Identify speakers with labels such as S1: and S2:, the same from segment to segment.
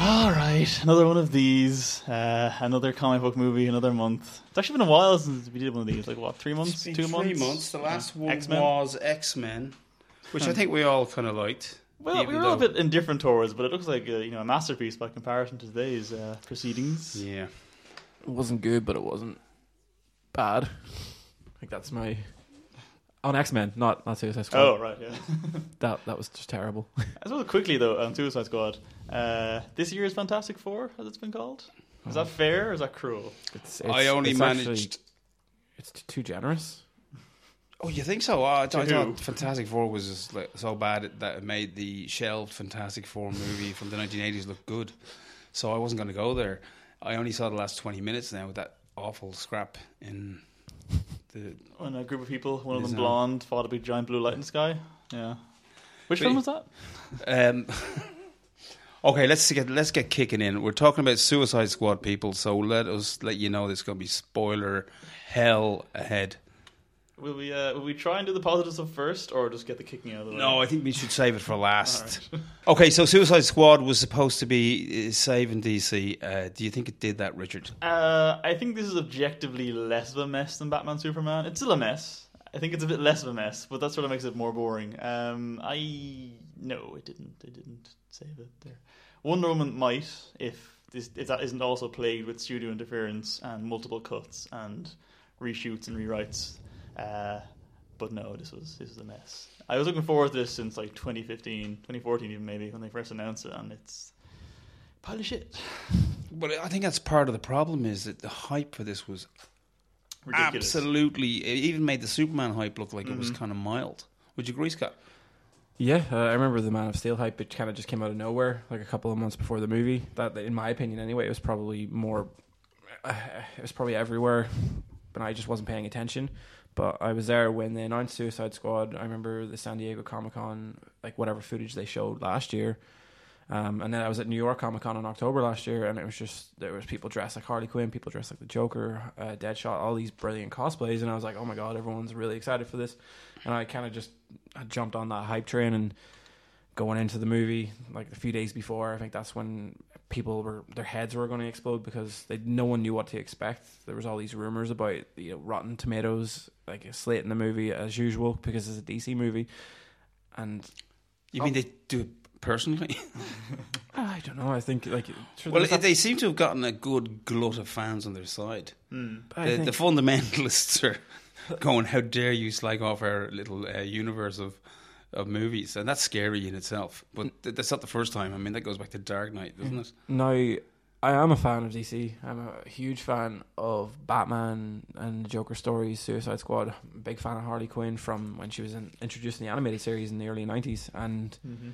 S1: All right, another one of these. Uh, another comic book movie. Another month. It's actually been a while since we did one of these. Like what? Three months?
S2: It's been
S1: two
S2: three
S1: months?
S2: months. The last one
S1: X-Men?
S2: was X Men, which I think we all kind of liked.
S1: Well, we
S2: even
S1: were all a
S2: though-
S1: bit indifferent towards, but it looks like uh, you know a masterpiece by comparison to today's uh, proceedings.
S2: Yeah,
S3: It wasn't good, but it wasn't bad. I think that's my on X Men, not not Suicide Squad.
S1: Oh right, yeah.
S3: that that was just terrible.
S1: As well quickly though on Suicide Squad, uh, this year's Fantastic Four, as it's been called. Is
S2: Oh.
S1: that fair or is that cruel?
S3: It's, it's,
S2: I only
S3: it's
S2: managed.
S3: actually- it's t- too generous.
S2: Oh, you think so? Uh, I, I
S1: who?
S2: thought Fantastic Four was just, like, so bad that it made the shelved Fantastic Four movie from the 1980s look good. So I wasn't going to go there. I only saw the last 20 minutes now with that awful scrap in the.
S1: When a group of people, one of
S2: Is
S1: them
S2: that-
S1: blonde, fought a big giant blue light in the sky. Yeah. Which
S2: But-
S1: film was that?
S2: Um, okay, let's get let's get kicking in. We're talking about Suicide Squad people, so let us let you know there's going to be spoiler hell ahead.
S1: Will we uh, will we try and do the positive stuff first, or just get the kicking out of the way?
S2: No, I think we should save it for last. Okay, so Suicide Squad was supposed to be uh, saving DC. Uh, do you think it did that, Richard?
S1: Uh, I think this is objectively less of a mess than Batman Superman. It's still a mess. I think it's a bit less of a mess, but that sort of makes it more boring. Um, I no, it didn't. It didn't save it there. Wonder Woman might if this if that isn't also plagued with studio interference and multiple cuts and reshoots and rewrites. Uh, but no, this was this was a mess. I was looking forward to this since like 2015, 2014 even maybe when they first announced it, and it's pile of shit.
S2: But I think that's part of the problem is that the hype for this was
S1: Ridiculous.
S2: absolutely. It even made the Superman hype look like it was kind of mild. Would you agree, Scott?
S3: Yeah, uh, I remember the Man of Steel hype. It kind of just came out of nowhere, like a couple of months before the movie. That, in my opinion, anyway, it was probably more. Uh, it was probably everywhere, but I just wasn't paying attention. But I was there when they announced Suicide Squad. I remember the San Diego Comic Con, like whatever footage they showed last year. Um, and then I was at New York Comic Con in October last year, and it was just there was people dressed like Harley Quinn, people dressed like the Joker, uh, Deadshot, all these brilliant cosplays, and I was like, oh my god, everyone's really excited for this, and I kind of just I jumped on that hype train and going into the movie like a few days before. I think that's when people were their heads were going to explode because they no one knew what to expect. There was all these rumors about you know, Rotten Tomatoes like a slate in the movie as usual because it's a DC movie, and
S2: You mean they do it personally?
S3: I don't know. I think like sure,
S2: well,
S3: there's that-
S2: they seem to have gotten a good glut of fans on their side.
S1: Hmm.
S3: I
S2: the,
S3: think-
S2: the fundamentalists are going, "How dare you slag off our little uh, universe of of movies?" And that's scary in itself. But th- that's not the first time. I mean, that goes back to Dark Knight, doesn't it?
S3: Now, I am a fan of DC. I'm a huge fan of Batman and the Joker stories, Suicide Squad. Big fan of Harley Quinn from when she was in, introduced in the animated series in the early '90s, and
S1: Mm-hmm.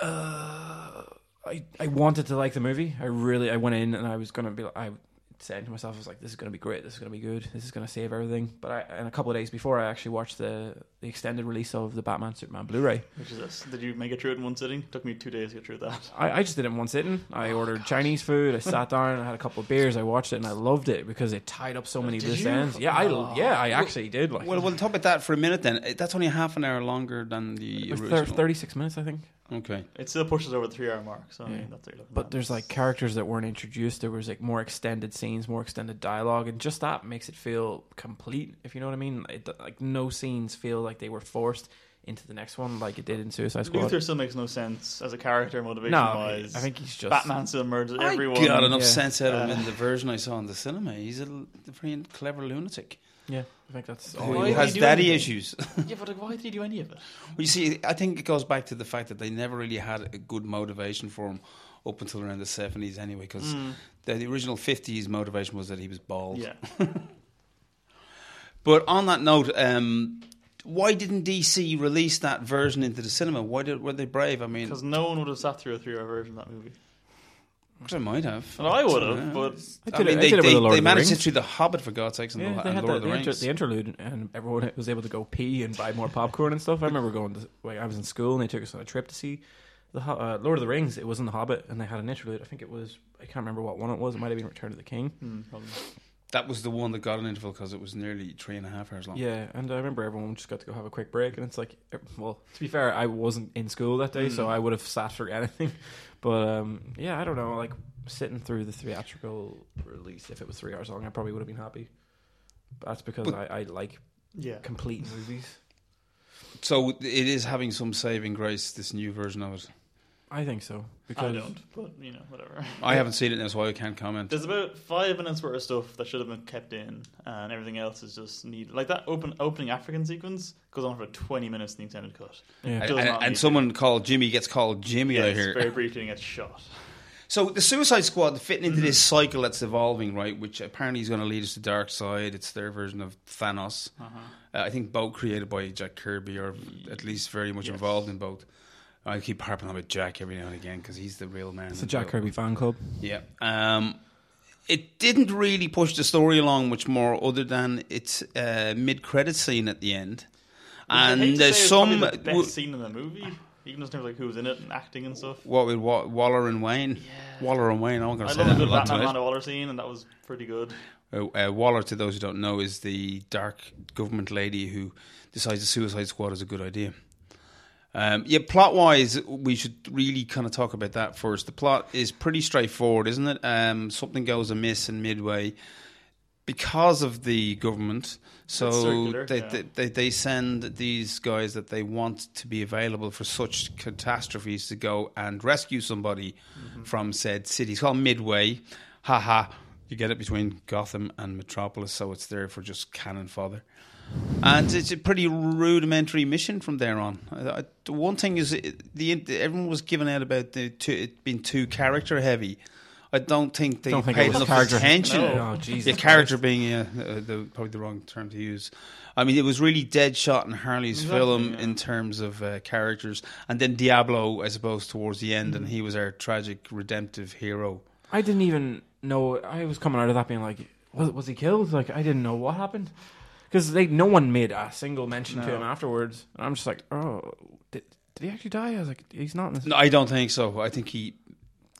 S3: uh, I I wanted to like the movie. I really I went in and I was gonna be like I said to myself I was like this is gonna be great. This is gonna be good. This is gonna save everything. But I and a couple of days before I actually watched the the extended release of the Batman Superman Blu-ray.
S1: Which is us. Did you make it through it in one sitting? Took me two days to get through that.
S3: I, I just did it in one sitting. I
S2: Oh,
S3: ordered Chinese food. I sat down. I had a couple of beers. I watched it and I loved it because it tied up so many
S1: Did
S3: loose
S1: you?
S3: ends. Yeah,
S2: Oh.
S3: I yeah, I actually did. Like
S2: Well, we'll talk about that for a minute. Then Uh, that's only half an hour longer than
S3: it
S2: the
S3: was
S2: original.
S3: thir- thirty-six minutes, I think.
S2: Okay,
S1: It still pushes over the three hour mark, so I mean,
S3: Yeah.
S1: that's what you're looking
S3: But
S1: at.
S3: there's like characters that weren't introduced. There was like more extended scenes, more extended dialogue, and just that makes it feel complete. If you know what I mean, it, like no scenes feel like they were forced into the next one, like it did in Suicide Squad.
S1: Luther still makes no sense as a character, motivation
S3: no,
S1: wise.
S3: I think he's just
S1: Batman still murders everyone.
S2: I got enough
S3: yeah.
S2: sense out of him
S1: Uh,
S2: in the version I saw in the cinema. He's a l- pretty clever lunatic.
S3: Yeah, I think that's all.
S1: Why
S2: who
S1: would
S3: he
S1: you
S3: was.
S2: has
S1: do
S2: daddy
S1: anything?
S2: issues.
S1: yeah, but like, why did he do any of it?
S2: Well, you see, I think it goes back to the fact that they never really had a good motivation for him up until around the seventies, anyway.
S3: Mm.
S2: Because the, the original fifties motivation was that he was bald.
S1: Hmm. Yeah.
S2: But on that note, um, why didn't DC release that version into the cinema? Why did, were they brave? I mean,
S1: Because no one would have sat through a three hour version of that movie.
S2: I might have.
S1: And I would have,
S2: Yeah.
S1: but
S3: I
S2: I,
S3: did it-
S2: mean,
S3: I
S2: they,
S3: did it with
S2: they,
S3: the Lord
S2: they
S3: of the
S2: managed it
S3: Rings.
S2: through the Hobbit, for God's sakes, and,
S3: Yeah,
S2: the,
S3: they
S2: and
S3: had
S2: Lord
S3: the,
S2: of the
S3: the, inter-
S2: Rings.
S3: the interlude, and everyone was able to go pee and buy more popcorn and stuff. I remember going to like I was in school, and they took us on a trip to see the Ho- uh, Lord of the Rings. It was in the Hobbit, and they had an interlude. I think it was I can't remember what one it was. It might have been Return of the King.
S1: hmm, probably.
S2: That was the one that got an interval because it was nearly three and a half hours long.
S3: Yeah, and I remember everyone just got to go have a quick break, and it's like, er, well, to be fair, I wasn't in school that day,
S2: Hmm.
S3: so
S1: Mm.
S3: I would have sat through anything. But um, yeah, I don't know, like sitting through the theatrical release, if it was three hours long, I probably would have been happy. But that's because I, I like
S1: Yeah.
S3: complete movies.
S2: So it is having some saving grace. This new version of it.
S3: I think so
S1: I
S3: because
S1: don't, but you know, whatever.
S2: I haven't seen it now, so I can't comment.
S1: There's about five minutes worth of stuff that should have been kept in, and everything else is just needed. Like that open opening African sequence goes on for 20 minutes in the extended cut.
S3: Yeah.
S2: And,
S1: does
S2: and-
S1: not
S2: and
S1: need
S2: someone called Jimmy gets called Jimmy. I
S1: it's
S2: hear.
S1: very briefly and gets shot.
S2: So the Suicide Squad fitting into this
S1: Mm-hmm.
S2: cycle that's evolving, right? Which apparently is going to lead us to Dark Side. It's their version of Thanos. Uh, I think both created by Jack Kirby, or at least very much
S1: Yes.
S2: involved in both. I keep harping on about Jack every now and again because he's the real man.
S3: it's a Jack Kirby fan club.
S2: Yeah. Um, it didn't really push the story along much more, other than its uh, mid-credit scene at the end.
S1: I hate
S2: And
S1: to
S2: there's
S1: say it's
S2: some
S1: probably the best
S2: w-
S1: scene in the movie. You can just know like who was in it and acting and stuff.
S2: what with Wa- Waller and Wayne. Waller and Wayne. I'm going
S1: I
S2: to say
S1: love a
S2: that a
S1: good
S2: lot
S1: Batman
S2: tonight.
S1: Amanda Waller scene, and that was pretty good.
S2: Uh, uh, Waller, to those who don't know, is the dark government lady who decides the Suicide Squad is a good idea. Um, yeah, plot wise, we should really kind of talk about that first. The plot is pretty straightforward, isn't it? Um, something goes amiss in midway because of the government. So
S1: It's circular,
S2: they,
S1: yeah.
S2: they, they they send these guys that they want to be available for such catastrophes to go and rescue somebody
S1: Mm-hmm.
S2: from said city. It's called Midway. Ha ha. You get it between Gotham and Metropolis, so it's there for just cannon fodder. And it's a pretty rudimentary mission from there on. I- I- The one thing is, it- the everyone was giving out about the two, it being too character heavy. I don't think they
S3: Don't think
S2: paid
S3: it was
S2: enough
S3: character-
S2: attention.
S1: No.
S3: Oh Jesus!
S2: Yeah, character being uh, uh, the, probably the wrong term to use. I mean, it was really Deadshot and Harley's
S1: Exactly,
S2: film
S1: yeah.
S2: in terms of uh, characters, and then Diablo, I suppose, towards the end, and he was our tragic redemptive hero.
S3: I didn't even know. I was coming out of that being like, was, was he killed? Like, I didn't know what happened because they no one made a single mention to
S1: No.
S3: him afterwards. And I'm just like, oh, did, did he actually die? I was like, he's not. In this.
S2: No, I don't think so. I think he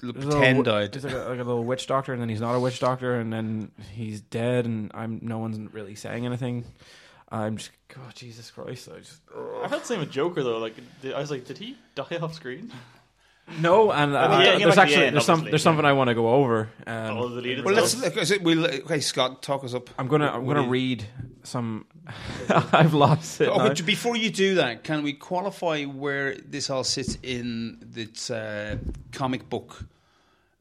S2: l-
S3: There's a little
S2: pretend
S3: wi-
S2: died.
S3: There's like a, like a little witch doctor, and then he's not a witch doctor, and then he's dead, and I'm no one's really saying anything. I'm just, oh Jesus Christ! I just
S1: I've had the same with Joker though. Like did- I was like, did he die off screen?
S3: no, and uh,
S1: mean, yeah, yeah, like
S3: there's
S1: the
S3: actually
S1: end,
S3: there's some
S1: obviously,
S3: there's
S1: yeah.
S3: something I want to go over. Um,
S1: Oh, the leader
S2: Well, let's
S1: So-
S2: look. Is it, we'll, okay, Scott, talk us up.
S3: I'm gonna I'm
S2: What
S3: gonna
S2: do you-
S3: read some. I've lost it.
S2: Oh,
S3: now.
S2: but before you do that, can we qualify where this all sits in its uh, comic book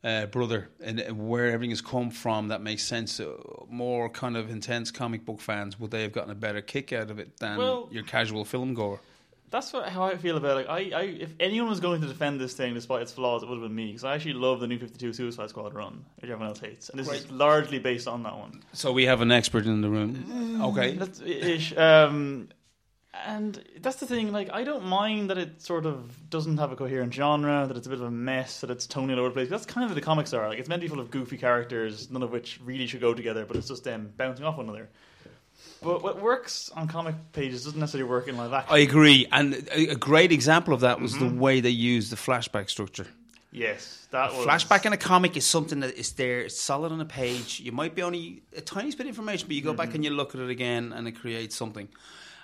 S2: uh, brother and where everything has come from? That makes sense. Uh, more kind of intense comic book fans would they have gotten a better kick out of it than
S1: Well-
S2: your casual film goer?
S1: That's what, how I feel about it. Like, I, I, if anyone was going to defend this thing despite its flaws, it would have been me because I actually love the new Fifty Two Suicide Squad run, which everyone else hates, and this is
S2: Right.
S1: largely based on that one.
S2: So we have an expert in the room. Okay,
S1: That's ish. Um, and that's the thing. Like, I don't mind that it sort of doesn't have a coherent genre, that it's a bit of a mess, that it's tonally all over the place. That's kind of what the comics are. Like, it's meant to be full of goofy characters, none of which really should go together, but it's just them bouncing off one another. But what works on comic pages doesn't necessarily work in live action.
S2: I agree. And a, a great example of that was the way they used the flashback structure.
S1: yes, that was
S2: Flashback in a comic is something that is there, it's solid on a page. You might be only a tiny bit of information, but you go
S1: Mm-hmm.
S2: back and you look at it again and it creates something.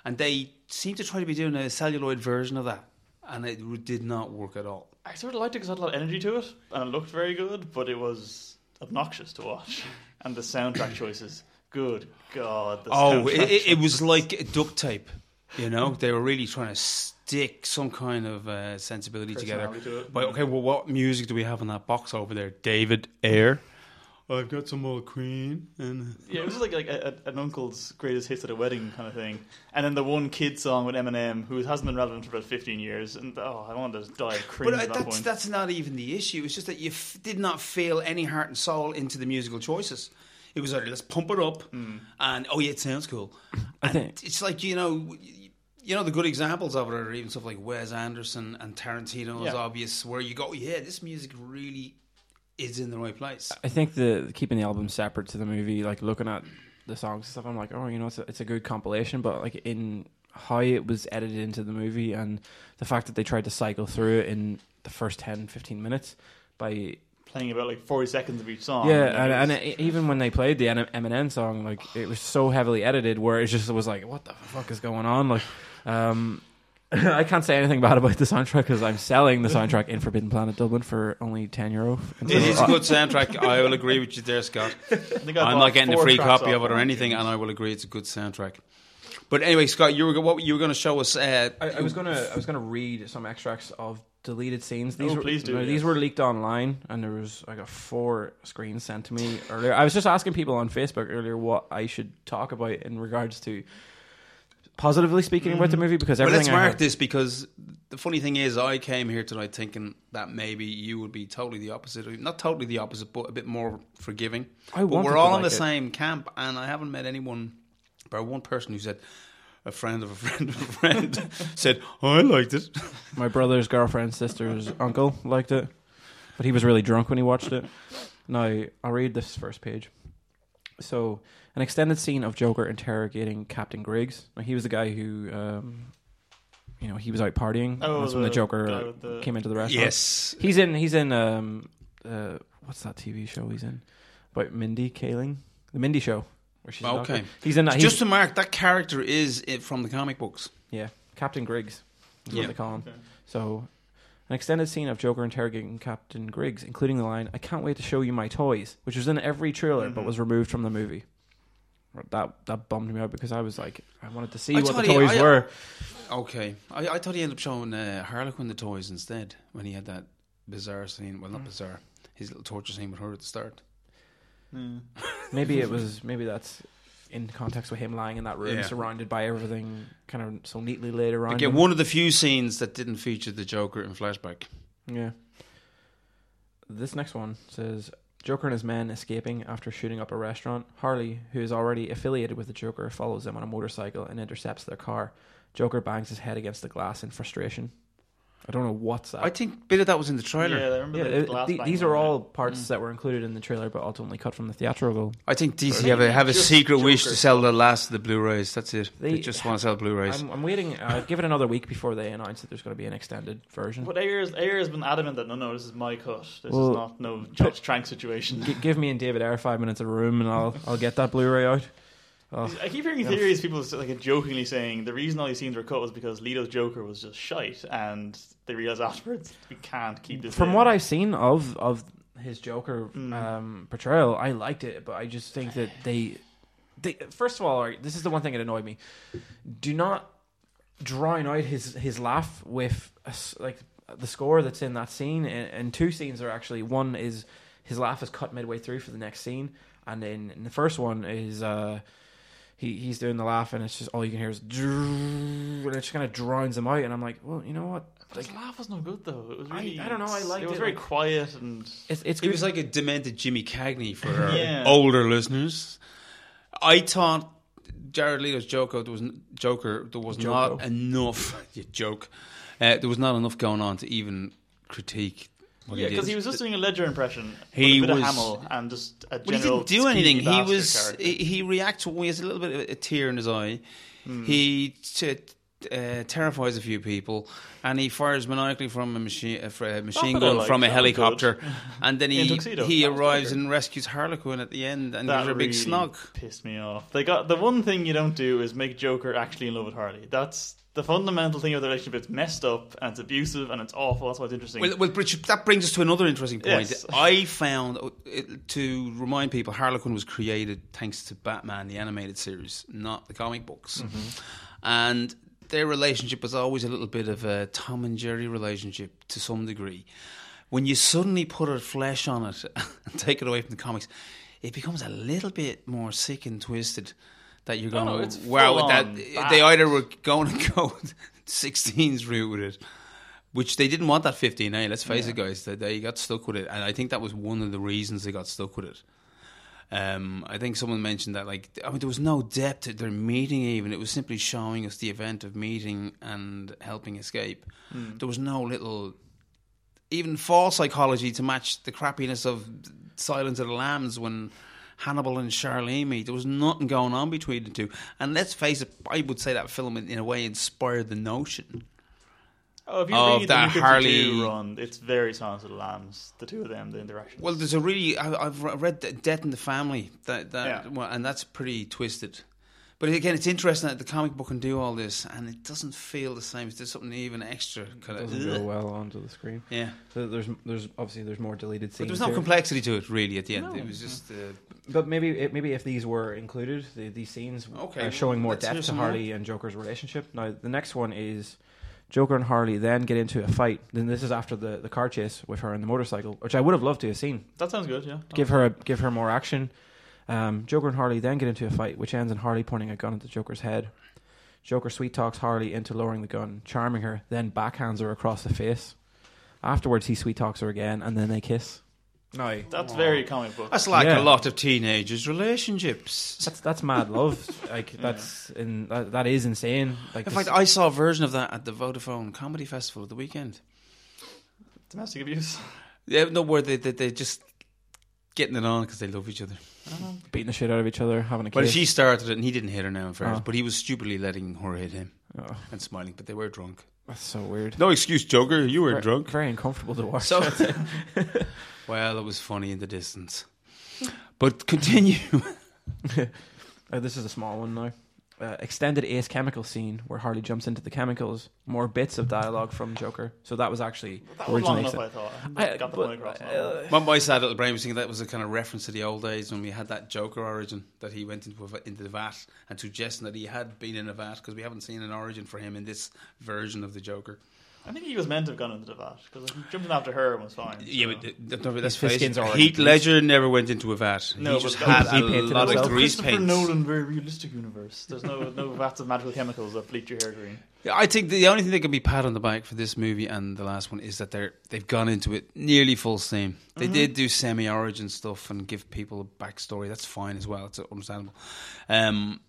S2: And they seem to try to be doing a celluloid version of that, and it w- did not work at all.
S1: I sort of liked it because it had a lot of energy to it, and it looked very good, but it was obnoxious to watch. And the soundtrack choices, good god! The
S2: Oh,
S1: soundtrack
S2: it, it, it
S1: choices.
S2: was like duct tape, you know? they were really trying to stick some kind of uh, sensibility together.
S1: Personality to it.
S2: But okay, well, what music do we have in that box over there? David Ayer. I've got some old Queen and
S1: Yeah, it was just like, like a, a- an uncle's greatest hits at a wedding kind of thing. And then the one kid song with Eminem, who hasn't been relevant for about 15 years. And oh, I wanted to die of cringe
S2: But I,
S1: at that
S2: that's
S1: point.
S2: that's not even the issue. It's just that you f- did not feel any heart and soul into the musical choices. It was like let's pump it up, and oh yeah, it sounds cool.
S3: I
S2: And
S3: think-
S2: it's like you know, y- y- you know the good examples of it are even stuff like Wes Anderson and Tarantino is
S1: Yeah.
S2: obvious, where you go, oh, yeah, this music really is in the right place.
S3: I think the keeping the album separate to the movie, like looking at the songs and stuff, I'm like, oh, you know, it's a, it's a good compilation, but like in how it was edited into the movie and the fact that they tried to cycle through it in the first 10, 15 minutes by
S1: playing about like forty seconds of each song.
S3: yeah,
S1: Like,
S3: and,
S1: it
S3: and
S1: was-
S3: it, even when they played the Em- Eminem song, like it was so heavily edited, where it just was like, "What the fuck is going on?" Like, um, I can't say anything bad about the soundtrack because I'm selling the soundtrack in Forbidden Planet Dublin for only ten euro.
S2: It is a good soundtrack. I will agree with you there, Scott.
S1: I think I
S2: I'm
S1: bought
S2: not getting a
S1: four
S2: free
S1: tracks
S2: copy of
S1: off
S2: it or anything, and I will agree it's a good soundtrack. But anyway, Scott, you were go- what were- you were going to show us. Uh,
S3: I, I was gonna I was gonna read some extracts of deleted scenes. These
S1: Oh,
S3: were,
S1: please do,
S3: no,
S1: yes.
S3: These were leaked online, and there was I got four screens sent to me earlier. I was just asking people on Facebook earlier what I should talk about in regards to positively speaking about the
S1: Mm-hmm.
S3: movie because
S2: Well,
S3: everything
S2: let's
S3: I
S2: mark
S3: heard-
S2: this because the funny thing is, I came here tonight thinking that maybe you would be totally the opposite. Not totally the opposite, but a bit more forgiving.
S3: I
S2: but
S3: wanted
S2: we're
S3: to
S2: all in
S3: like
S2: the
S3: it.
S2: same camp, and I haven't met anyone, but one person who said, a friend of a friend of a friend said, I liked it.
S3: My brother's girlfriend, sister's uncle liked it, but he was really drunk when he watched it. Now, I'll read this first page. So, an extended scene of Joker interrogating Captain Griggs. Now, he was the guy who, um, you know, he was out partying.
S1: Oh,
S3: that's when the
S1: the
S3: Joker
S1: guy
S3: uh,
S1: with the-
S3: came into the restaurant.
S2: Yes.
S3: He's in, he's in, um, uh, what's that TV show he's in? About Mindy Kaling? The Mindy Show. Where she's a doctor.
S2: Okay.
S3: He's in that. He's,
S2: Just to mark, that character is it from the comic books.
S3: yeah, Captain Griggs is
S2: Yeah.
S3: what they call him.
S1: Okay.
S3: So, an extended scene of Joker interrogating Captain Griggs, including the line, I can't wait to show you my toys, which was in every trailer but
S1: Mhm.
S3: was removed from the movie. That that bummed me out because I was like, I wanted to see
S2: I
S3: what the
S2: totally-
S3: toys
S2: I- uh,
S3: were.
S2: Okay, I, I thought he ended up showing uh, Harlequin the toys instead when he had that bizarre scene. Well,
S3: Hmm.
S2: not bizarre, his little torture scene with her at the start.
S1: Yeah.
S3: Maybe it was, maybe that's in context with him lying in that room
S2: Yeah.
S3: surrounded by everything kind of so neatly laid around.
S2: Again,
S3: him.
S2: one of the few scenes that didn't feature the Joker in flashback.
S3: Yeah. This next one says Joker and his men escaping after shooting up a restaurant. Harley, who is already affiliated with the Joker, follows them on a motorcycle and intercepts their car. Joker bangs his head against the glass in frustration. I don't know what's that.
S2: I think a bit of that was in the
S1: Yeah, I
S2: trailer.
S1: remember
S3: Yeah,
S1: the
S3: it-
S1: glass
S3: the-
S1: banging
S3: these
S1: on
S3: are
S1: it. Mm.
S3: all parts that were included in the trailer, but ultimately cut from the theatrical.
S2: I think DC
S1: Sorry.
S2: have a have a
S1: Just
S2: secret wish
S1: Joker.
S2: to sell the last of the Blu-rays. That's it. They,
S3: They-
S2: just want to sell Blu-rays.
S3: I'm, I'm waiting. Uh, give it another week before they announce that there's going to be an extended version.
S1: But Ayer has been adamant that no, no, this is my cut. This
S3: Well-
S1: is not no Judge Trank situation.
S3: G- give me and David Ayer five minutes of room, and I'll I'll get that Blu-ray out. Oh.
S1: I keep hearing
S3: Yeah.
S1: theories. People like jokingly saying the reason all these scenes were cut was because Leto's Joker was just shite, and they realized afterwards we can't keep this.
S3: From
S1: in.
S3: what I've seen of of his Joker
S1: Mm.
S3: um, portrayal, I liked it, but I just think that they, they first of all, alright, this is the one thing that annoyed me. Do not drown out his his laugh with a s like the score that's in that scene, and, and two scenes are actually one is his laugh is cut midway through for the next scene, and then in the first one is. Uh, he, he's doing the laugh and it's just all you can hear is and it just kind of drowns him out and I'm like well you know what
S1: But his laugh was no good though. It was
S3: I-
S1: really,
S3: I don't know, I liked
S1: it. was
S3: it,
S1: very
S3: like-
S1: quiet and
S3: it's it's
S2: He
S3: good.
S2: was like a demented Jimmy Cagney for our
S1: Yeah.
S2: older listeners. I thought Jared Leto's Joker there was n- Joker there was
S3: Joko.
S2: not enough you joke. Uh, there was not enough going on to even critique. What
S1: yeah,
S2: he
S1: because
S2: did.
S1: he was just doing a Ledger impression.
S2: He
S1: with a bit
S2: was-
S1: of Hamill and just a
S2: Well, he
S1: general.
S2: didn't do
S1: skeevy
S2: anything. He
S1: bastard
S2: was
S1: character.
S2: he, he reacts when he has a little bit of a tear in his eye.
S1: Hmm.
S2: He t- uh, terrifies a few people, and he fires maniacally from a machine uh, fr- a machine
S1: I
S2: gun
S1: liked.
S2: from a
S1: That was
S2: helicopter, and then
S1: In
S2: he
S1: tuxedo.
S2: he
S1: That was
S2: arrives
S1: Joker.
S2: and rescues Harlequin at the end, and
S1: That
S2: gives her a big
S1: really
S2: snog.
S1: Pissed me off. They got the one thing you don't do is make Joker actually in love with Harley. That's the fundamental thing of the relationship. It's messed up and it's abusive and it's awful. That's why it's interesting.
S2: Well, well, Bridget, that brings us to another interesting point.
S1: Yes.
S2: I found uh, it, to remind people, Harlequin was created thanks to Batman the animated series, not the comic books,
S1: Mm-hmm.
S2: and their relationship was always a little bit of a Tom and Jerry relationship to some degree. When you suddenly put a flesh on it and take it away from the comics, it becomes a little bit more sick and twisted. That you're
S1: Oh,
S2: going,
S1: no, it's
S2: wow,
S1: full
S2: that
S1: on
S2: they
S1: bad.
S2: either were going to go 16's route with it, which they didn't want that 15A. Let's face it, guys. They, they got stuck with it, and I think that was one of the reasons they got stuck with it. Um, I think someone mentioned that, like, I mean, there was no depth at their meeting. Even it was simply showing us the event of meeting and helping escape.
S1: Hmm.
S2: There was no little, even false psychology to match the crappiness of Silence of the Lambs when Hannibal and Charlene meet. There was nothing going on between the two. And let's face it, I would say that film in, in a way inspired the notion.
S1: Oh, if you
S2: Of
S1: read
S2: that
S1: the New
S2: Harley-
S1: 52 run, it's very Silence of the Lambs. The two of them, the interactions.
S2: Well, there's a really I, I've re- read that Death in the Family that that
S1: Yeah.
S2: well, and that's pretty twisted. But again, it's interesting that the comic book can do all this, and it doesn't feel the same. There's something even extra. Kind of,
S3: doesn't go well onto the screen.
S2: yeah,
S3: So there's there's obviously there's more deleted scenes.
S2: but there was no
S3: here.
S2: complexity to it really. At the end,
S3: No.
S2: it was just uh,
S3: But maybe it, maybe if these were included, the, these scenes
S2: Oh, Okay,
S3: are showing more
S2: let's hear
S3: depth to
S2: some more.
S3: Harley and Joker's relationship. Now the next one is Joker and Harley then get into a fight. Then this is after the, the car chase with her on the motorcycle, which I would have loved to have seen.
S1: that sounds good. Yeah.
S3: Give her a, give her more action. Um, Joker and Harley then get into a fight, which ends in Harley pointing a gun at the Joker's head. Joker sweet talks Harley into lowering the gun, charming her, then backhands her across the face. Afterwards, he sweet talks her again, and then they kiss. No,
S1: That's very comic book.
S2: that's like
S3: Yeah.
S2: a lot of teenagers' relationships.
S3: That's that's mad love. Like that's in that, that is insane. Like
S2: In
S3: this-
S2: fact, I saw a version of that at the Vodafone Comedy Festival at the weekend.
S1: Domestic abuse.
S2: Yeah, no, where they, they they're just getting it on because they love each other.
S3: beating the shit out of each other, having a
S2: Well,
S3: kiss.
S2: she started it, and he didn't hit her now, in fairness,
S3: Oh.
S2: but he was stupidly letting her hit him
S3: Oh,
S2: and smiling. But they were drunk.
S3: that's so weird.
S2: No excuse, Joker. You were
S3: Ver-
S2: drunk.
S3: Very uncomfortable to watch.
S2: So, well, it was funny in the distance. But continue.
S3: Uh, this is a small one now. Uh, extended Ace Chemical scene where Harley jumps into the chemicals. More bits of dialogue from Joker. So that was actually
S1: That was long
S3: originally
S1: enough,
S3: said-
S1: I thought.
S3: I-
S1: I got the
S3: but-
S1: point across. on that one.
S3: uh,
S2: My, my sad little brain was thinking that was a kind of reference to the old days when we had that Joker origin that he went into a, va- into the vat and suggesting that he had been in a vat because we haven't seen an origin for him in this version of the Joker.
S1: I think he was meant to have gone into the vat because he jumped in after her and was fine.
S2: Yeah,
S1: so.
S2: but th- th- no, but let's
S3: His
S2: face
S3: skins
S2: it.
S3: are already
S2: Heath
S3: greased.
S2: Ledger never went into a vat.
S1: No,
S2: he
S1: but
S2: just
S1: that was-
S2: had a
S3: he painted
S2: lot of
S3: himself.
S2: grease
S1: Christopher
S2: paints.
S1: Nolan, very realistic universe. There's no no vats of magical chemicals that bleach your hair green.
S2: Yeah, I think the only thing that can be pat on the back for this movie and the last one is that they're they've gone into it nearly full steam. They did do semi origin stuff and give people a backstory. That's fine as well. It's understandable. Um,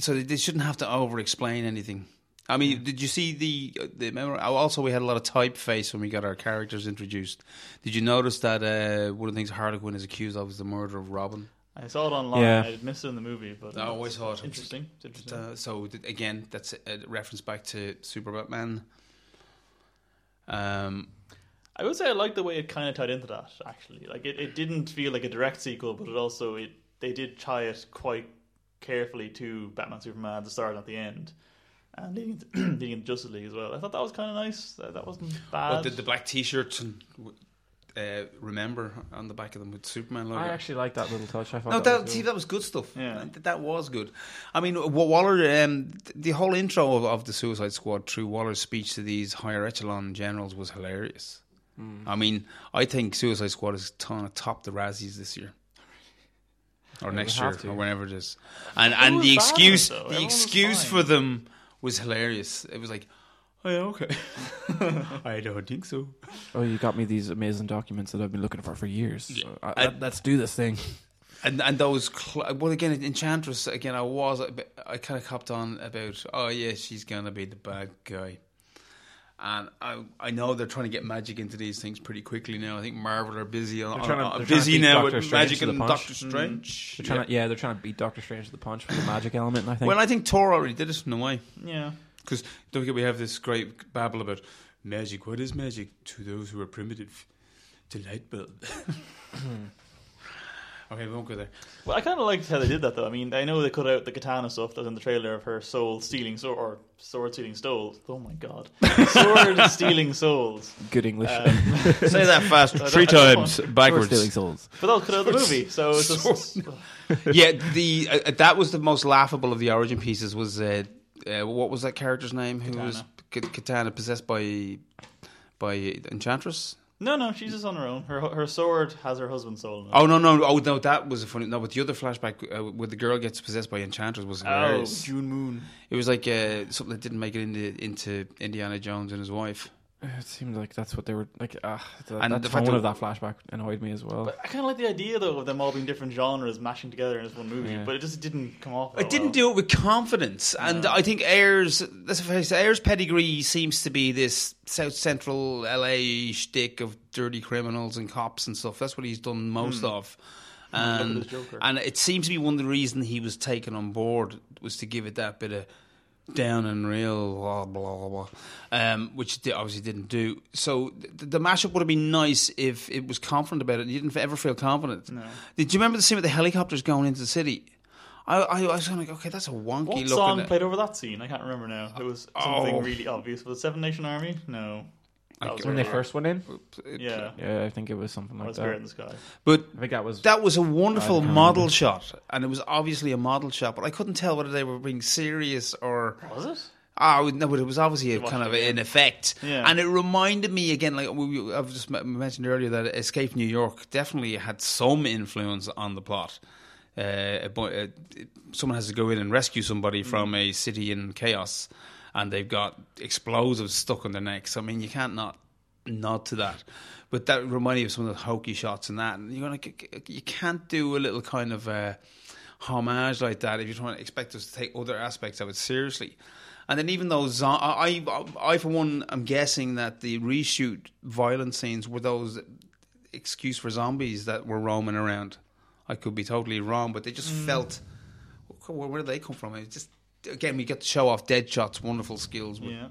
S2: so they, they shouldn't have to over explain anything. I mean, did you see the uh, the remember? Also, we had a lot of typeface when we got our characters introduced. Did you notice that uh, one of the things Harlequin is accused of is the murder of Robin?
S1: I saw it online.
S3: Yeah.
S1: I missed it in the movie, but
S2: I always saw it.
S1: Interesting. It's interesting.
S2: Uh, so th- again, that's a a reference back to Super Batman. Um,
S1: I would say I like the way it kind of tied into that. Actually, like it, it didn't feel like a direct sequel, but it also it they did tie it quite carefully to Batman Superman at the start and at the end, and leading into, leading into Justice League as well. I thought that was kind of nice. That, that wasn't bad.
S2: Well, the, the black T-shirts and uh, remember on the back of them with Superman logo.
S3: uh, I actually like that little touch. I thought
S2: no,
S3: that,
S2: that,
S3: was
S2: see,
S3: good.
S2: that was good stuff.
S1: Yeah.
S2: That, that was good. I mean, Wa- Waller, um, th- the whole intro of, of the Suicide Squad through Waller's speech to these higher echelon generals was hilarious. I mean, I think Suicide Squad is going to top the Razzies this year. Or
S3: Yeah,
S2: next
S3: we
S2: year,
S3: have to.
S2: or whenever it is, and and
S1: was
S2: the
S1: bad,
S2: excuse
S1: though.
S2: the
S1: Everyone was
S2: excuse
S1: fine.
S2: for them was hilarious. It was like, oh yeah, okay, I don't think so.
S3: Oh, you got me these amazing documents that I've been looking for for years.
S2: Yeah.
S3: So I,
S2: I-
S3: I- let's do this thing.
S2: And and those cl- well again Enchantress again I was a bit- I kind of copped on about oh yeah she's gonna be the bad guy, and I I know they're trying to get magic into these things pretty quickly now. I think Marvel are busy on,
S3: They're trying to-
S2: on-
S3: they're trying to
S2: busy
S3: beat
S2: now
S3: Doctor
S2: with
S3: Strange
S2: magic
S3: to the
S2: and
S3: punch. Mm-hmm.
S2: Doctor Strange.
S3: They're trying to, yeah, they're trying to beat Doctor Strange to the punch with the magic element. And I
S2: Yeah.
S3: think
S2: Well, I think Thor already did it in a way
S1: yeah.
S2: because don't forget we have this great babble about magic. What is magic to those who are primitive? To light bulb. okay, we won't go there.
S1: Well, I kind of liked how they did that, though. I mean, I know they cut out the katana stuff that was in the trailer of her soul stealing so or sword stealing souls. Oh my god, sword stealing souls.
S3: good English.
S1: Um,
S2: Say that fast
S1: I
S2: three
S1: don't- I don't
S2: times
S3: We're
S2: backwards.
S3: stealing souls.
S1: but that was cut out of the movie, so it's just
S2: yeah, the uh, that was the most laughable of the origin pieces. Was uh, uh, what was that character's name? Who was K- Katana possessed by by Enchantress?
S1: no, no. She's just on her own. Her her sword has her husband's soul. In it.
S2: Oh no, no, oh no, that was a funny. No, but the other flashback uh, where the girl gets possessed by Enchantress was hilarious.
S1: Oh, June Moon.
S2: It was like uh, something that didn't make it into into Indiana Jones and his wife.
S3: It seemed like that's what they were like. Ah, the,
S2: And
S3: that
S2: the fact
S3: tone of
S2: that-
S3: that flashback annoyed me as well.
S1: But I kind of like the idea though of them all being different genres mashing together in this one movie,
S3: Yeah.
S1: but it just didn't come off.
S2: I didn't do it with confidence, and I think Ayers, let's face it, Ayers' pedigree seems to be this South Central LA shtick of dirty criminals and cops and stuff. That's what he's done
S1: Hmm.
S2: most of,
S1: at
S2: and
S1: his Joker.
S2: and it seems to be one of the reasons he was taken on board was to give it that bit of down and real, blah blah blah, um, which they obviously didn't do. So th- the mashup would have been nice if it was confident about it. You didn't ever feel confident.
S1: No.
S2: Did you remember the scene with the helicopters going into the city? I, I, I was kind of like, okay, that's a wonky
S1: What
S2: looking.
S1: song played over that scene? I can't remember now. It was something
S2: Oh.
S1: really obvious. Was it Seven Nation Army? No. That was
S3: when they
S1: earlier.
S3: first went in.
S1: Yeah.
S3: Yeah, I think it was something
S1: That
S3: like
S1: was Spirit
S3: that.
S1: in the Sky.
S2: But
S3: I think that was.
S2: That was a wonderful
S3: I can't
S2: model
S3: remember.
S2: shot, and it was obviously a model shot, but I couldn't tell whether they were being serious or
S1: Was it?
S2: ah no, but it was obviously a
S1: Watch
S2: kind
S1: it
S2: of
S1: again.
S2: an effect.
S1: Yeah.
S2: And it reminded me again, like we, we- I've just m- mentioned earlier, that Escape New York definitely had some influence on the plot. Uh, a boy, uh, someone has to go in and rescue somebody
S1: Mm-hmm.
S2: from a city in chaos, and they've got explosives stuck on their necks. I mean, you can't not nod to that. But that reminded me of some of the hokey shots and that. And you're like, you can't do a little kind of uh, homage like that if you're trying to expect us to take other aspects of it seriously. And then even those, zo- I, I, I for one, am guessing that the reshoot violent scenes were those excuse for zombies that were roaming around. I could be totally wrong, but they just felt. Where, where did they come from? It just again, we get to show off Deadshot's wonderful skills. with-
S1: Yeah.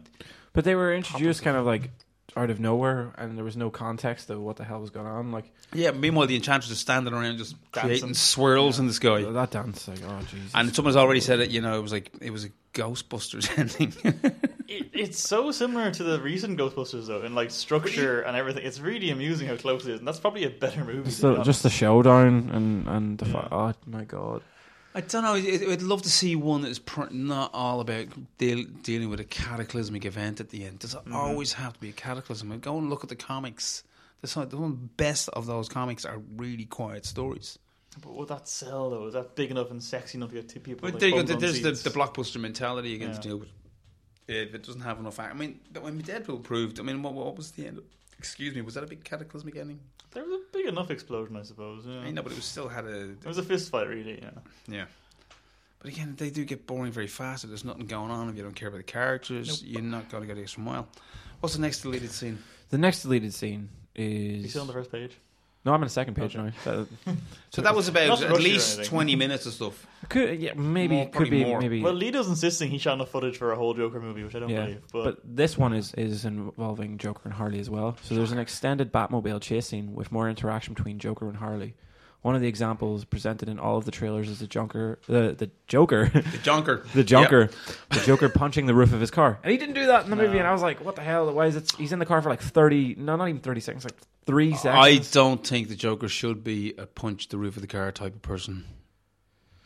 S3: But they were introduced kind of like out of nowhere, and there was no context of what the hell was going on. Like
S2: Yeah, meanwhile, the Enchantress is standing around just
S1: Dancing.
S2: creating swirls in the sky.
S3: that dance, like oh Jesus.
S2: And someone's already said it, you know, it was like, it was a Ghostbusters ending.
S1: It, it's so similar to the recent Ghostbusters though, in like structure and everything. It's really amusing how close it is, and that's probably a better movie.
S3: just
S1: to be
S3: the, just the showdown and and the
S1: Yeah.
S3: fi- oh my god.
S2: I don't know, I'd, I'd love to see one that's pr- not all about deal, dealing with a cataclysmic event at the end. Does it always have to be a cataclysm? Go and look at the comics. The, some- the one best of those comics are really quiet stories.
S1: honest. But would that sell though? Is that big enough and sexy enough to get two people?
S2: But
S1: like,
S2: there you
S1: bums
S2: go.
S1: on
S2: There's the,
S1: seats?
S2: the blockbuster mentality again to
S1: Yeah.
S2: deal with. If it doesn't have enough, act- I mean, but when Deadpool proved, I mean, what, what was the end? Of, excuse me, was that a big cataclysmic ending?
S1: There was a big enough explosion, I suppose. Yeah.
S2: I mean, no, but it was still had a
S1: It was a fist fight, really. Yeah.
S2: yeah. But again, they do get boring very fast. If there's nothing going on, if you don't care about the characters, you're not going to go the extra mile. What's the next deleted scene?
S3: The next deleted scene
S1: You
S3: is
S1: still on the first page?
S3: no, I'm on the second page
S1: Okay.
S3: now. Uh, That-
S2: So that was
S1: Not
S2: about
S1: to
S2: at
S1: rush you or
S2: least
S1: anything.
S2: twenty minutes of stuff.
S3: could yeah maybe
S2: More-
S3: could
S2: probably
S3: be
S2: more.
S3: maybe
S1: Well, Lito's insisting he shot enough footage for a whole Joker movie, which I don't
S3: Yeah,
S1: believe. But,
S3: But this one is, is involving Joker and Harley as well. So there's an extended Batmobile chase scene with more interaction between Joker and Harley. One of the examples presented in all of the trailers is the Joker, the the Joker,
S2: The Jonker.
S3: the Joker, the Joker punching the roof of his car, and he didn't do that in the movie.
S1: No.
S3: And I was like, what the hell? Why is it? He's in the car for like thirty, no, not even thirty seconds, like three
S2: I
S3: seconds.
S2: don't think the Joker should be a punch the roof of the car type of person.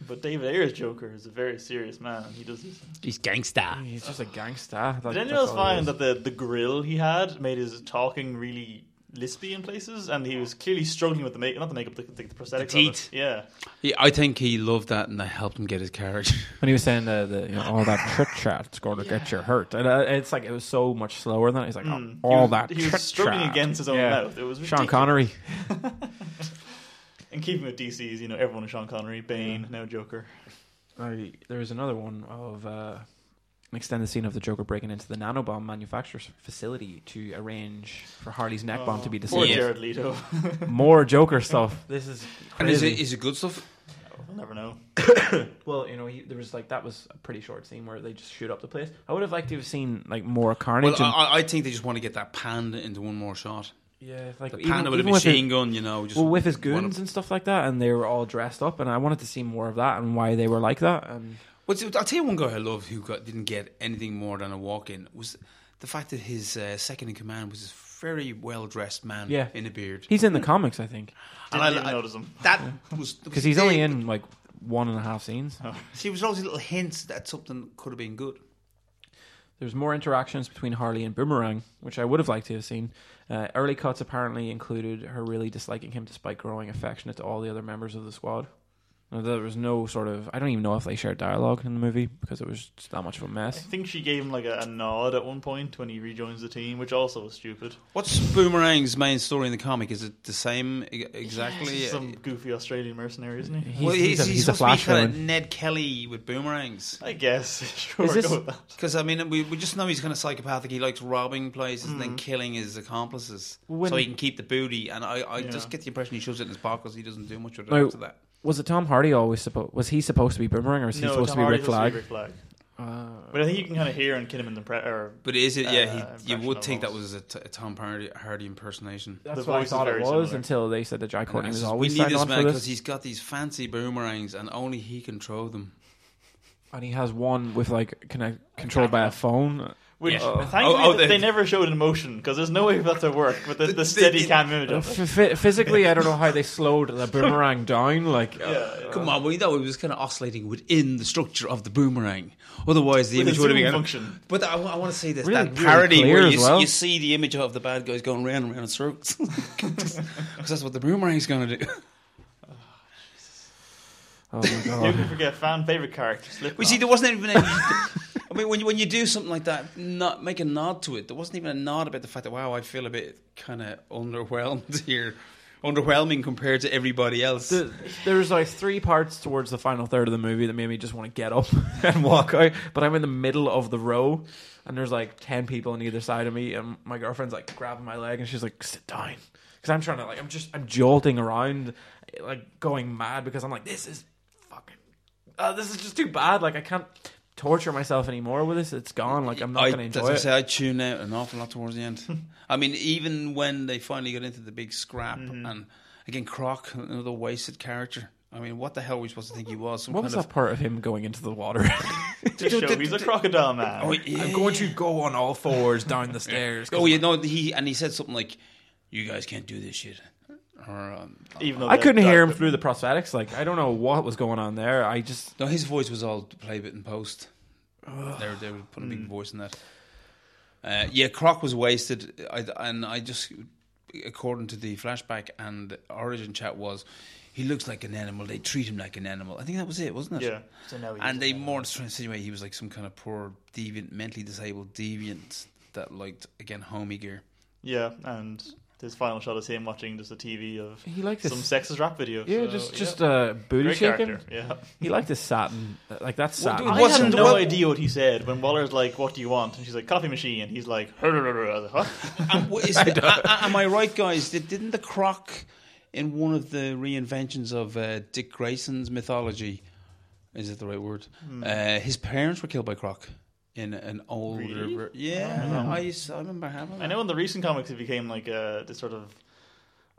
S1: but David Ayer's Joker is a very serious man. He does these.
S2: He's gangsta.
S3: He's just a gangster. That,
S1: Did anyone else find that the the grill he had made his talking really lispy in places, and he was clearly struggling with the make not the makeup, the, the, the prosthetics. of it.
S2: teeth.
S1: Yeah.
S2: Yeah, I think he loved that, and that helped him get his carriage.
S3: when he was saying uh, the, the you know, all that chit chat is going to get you hurt, and uh, it's like it was so much slower than it. He's like oh,
S1: Mm.
S3: all
S1: he was,
S3: that.
S1: He was struggling
S3: chit-chat.
S1: against his own
S3: Yeah.
S1: mouth. It was
S3: Sean
S1: ridiculous.
S3: Connery.
S1: In keeping with DC's, you know, everyone is Sean Connery, Bane, now Joker.
S3: I, there was another one of uh, an extended scene of the Joker breaking into the nanobomb manufacturer's facility to arrange for Harley's neck bomb to be
S1: Oh, Poor
S3: disabled.
S2: Yeah.
S1: Jared Leto.
S3: More Joker stuff. This is
S2: and is
S3: crazy.
S2: it, is it good stuff?
S1: we'll never know.
S3: well, you know, he, there was like that was a pretty short scene where they just shoot up the place. I would have liked to have seen like more
S2: Well, uh,
S3: carnage. and,
S2: I, I think they just want to get that panda into one more shot.
S3: yeah, like
S2: The
S3: even-
S2: panda with a
S3: even with his-
S2: machine gun, you know. Just
S3: well, with his
S2: one of-
S3: goons and stuff like that, and they were all dressed up, and I wanted to see more of that and why they were like that. And
S2: Well, see, I'll tell you one guy I love who got, didn't get anything more than a walk in was the fact that his uh, second in command was this very well dressed man
S3: Yeah.
S2: in a beard.
S3: he's in the comics, I think,
S1: Didn't
S2: I-
S1: even
S2: I-
S1: notice him.
S2: That was
S3: because he's only in like one and a half scenes.
S2: See, it was always little hints that something could have been good.
S3: There's more interactions between Harley and Boomerang, which I would have liked to have seen. Uh, early cuts apparently included her really disliking him despite growing affectionate to all the other members of the squad. Now, There was no sort of. I don't even know if they shared dialogue in the movie because it was just that much of a
S1: I
S3: mess.
S1: think she gave him like a, a nod at one point when he rejoins the team, which also was stupid.
S2: What's Boomerang's main story in the comic? Is it the same e-
S1: He's
S2: exactly?
S1: just some goofy Australian mercenary, isn't he?
S3: He's, he's a, he's a
S2: supposed to
S3: flash
S2: be kind
S3: villain.
S2: of Ned Kelly with boomerangs.
S1: I guess. Sure,
S3: Is this-
S1: go with that.
S2: Because I mean, we, we just know he's kind of psychopathic. He likes robbing places and then killing his accomplices,
S3: When-
S2: so he can keep the booty. And I, I
S1: Yeah.
S2: just get the impression he shoves it in his pocket because he doesn't do much with it
S3: No.
S2: after that.
S3: Was it Tom Hardy always supposed? Was he supposed to be Boomerang or was he
S1: No,
S3: supposed
S1: Tom
S3: to be
S1: Hardy's
S3: Rick Flag?
S1: supposed to be Rick Flag.
S3: Uh,
S1: But I think you can kind of hear in Kinnaman the pre- or
S2: But is it? Yeah,
S1: Uh,
S2: he, you
S1: impression
S2: would
S1: of
S2: think that
S1: us.
S2: was a, t- a Tom Hardy, Hardy impersonation.
S1: the
S3: that's what I
S1: voice is
S3: thought
S1: very
S3: it was
S1: similar.
S3: until they said that Jack Courtney
S2: And I
S3: was
S2: says,
S3: always
S2: we need
S3: signed
S2: this
S3: on
S2: man
S3: for
S2: because
S3: this,
S2: he's got these fancy boomerangs and only he can throw them.
S3: and he has one with like connect controlled by a phone.
S1: Which
S2: Yeah. Oh.
S1: thankfully
S2: Oh, oh,
S1: they,
S2: they-
S1: never showed in motion because there's no way for that to work with the,
S2: The- Oh.
S1: the
S2: the-
S1: steady cam image
S3: Uh,
S1: of it.
S3: f- f- physically, I don't know how they slowed the boomerang down. Like, uh,
S1: Yeah,
S2: Come on, we know it was kind of oscillating within the structure of the boomerang. Otherwise, the image would have been.
S1: function.
S2: But I, want to say this
S3: Really,
S2: that
S3: really
S2: parody
S3: clear
S2: where
S3: as
S2: you,
S3: well.
S2: you see the image of the bad guys going round and round in circles. Because that's what the boomerang's going to do.
S3: oh my
S1: You
S3: god,
S1: can forget fan favorite character. Slipknot.
S2: But see, there wasn't even any. I mean, when you, when you do something like that, not make a nod to it. There wasn't even a nod about the fact that wow, I feel a bit kind of underwhelmed here, underwhelming compared to everybody else.
S3: the, there's like three parts towards the final third of the movie that made me just want to get up and walk out. But I'm in the middle of the row, and there's like ten people on either side of me, and my girlfriend's like grabbing my leg, and she's like, "Sit down," because I'm trying to like, I'm just, I'm jolting around, like going mad because I'm like, this is fucking, uh, this is just too bad. Like I can't torture myself anymore with this. It's gone. Like I'm not
S2: I,
S3: gonna
S2: as
S3: enjoy
S2: I
S3: it.
S2: say, I tune out an awful lot towards the end. I mean, even when they finally got into the big scrap,
S3: Mm-hmm.
S2: and again, Croc, another wasted character. I mean, what the hell were we supposed to think he was? Some
S3: What
S2: kind
S3: was
S2: of
S3: that part of him going into the water?
S1: to show he's a crocodile man.
S2: Oh, yeah.
S3: to go on all fours down the stairs.
S2: Oh, yeah, no, he and he said something like, "You guys can't do this shit." Or um,
S1: Even though
S3: I
S1: the-
S3: couldn't
S1: the-
S3: hear him through the prosthetics. Like I don't know what was going on there. I just
S2: No, his voice was all play bit and post. They were, they were putting
S1: Hmm.
S2: a big voice in that. Uh, yeah, Croc was wasted, I, and I just, according to the flashback and origin chat, was he looks like an animal. They treat him like an animal. I think that was it, wasn't it?
S1: Yeah. So now he is
S2: And they
S1: a-
S2: more or less trying to insinuate he was like some kind of poor deviant, mentally disabled deviant that liked again homie gear.
S1: Yeah, and his final shot is him watching just a TV of
S3: he liked
S1: some
S3: this.
S1: sexist rap video.
S3: Yeah,
S1: so,
S3: just
S1: yeah.
S3: just uh, booty
S1: Great
S3: shaking.
S1: character. Yeah.
S3: He liked his satin. Like that's
S2: Well,
S3: satin.
S2: dude,
S1: I
S2: What's-
S1: had no
S2: what-
S1: idea what he said when Waller's like, "What do you want?" and she's like, "Coffee machine," and he's like, "Hur, hur, hur," I was like, "What?"
S2: Am, what is it- a- a- am I right, guys? Did, didn't the croc in one of the reinventions of uh, Dick Grayson's mythology? Is it the right word?
S1: Hmm.
S2: Uh, his parents were killed by croc in an older.
S1: Really?
S2: ver- Yeah, I, used, I remember having.
S1: I
S2: That.
S1: know in the recent comics he became like a this sort of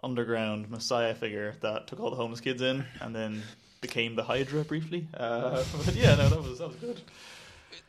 S1: underground messiah figure that took all the homeless kids in and then became the Hydra briefly. Uh, but yeah, no, that was that was good.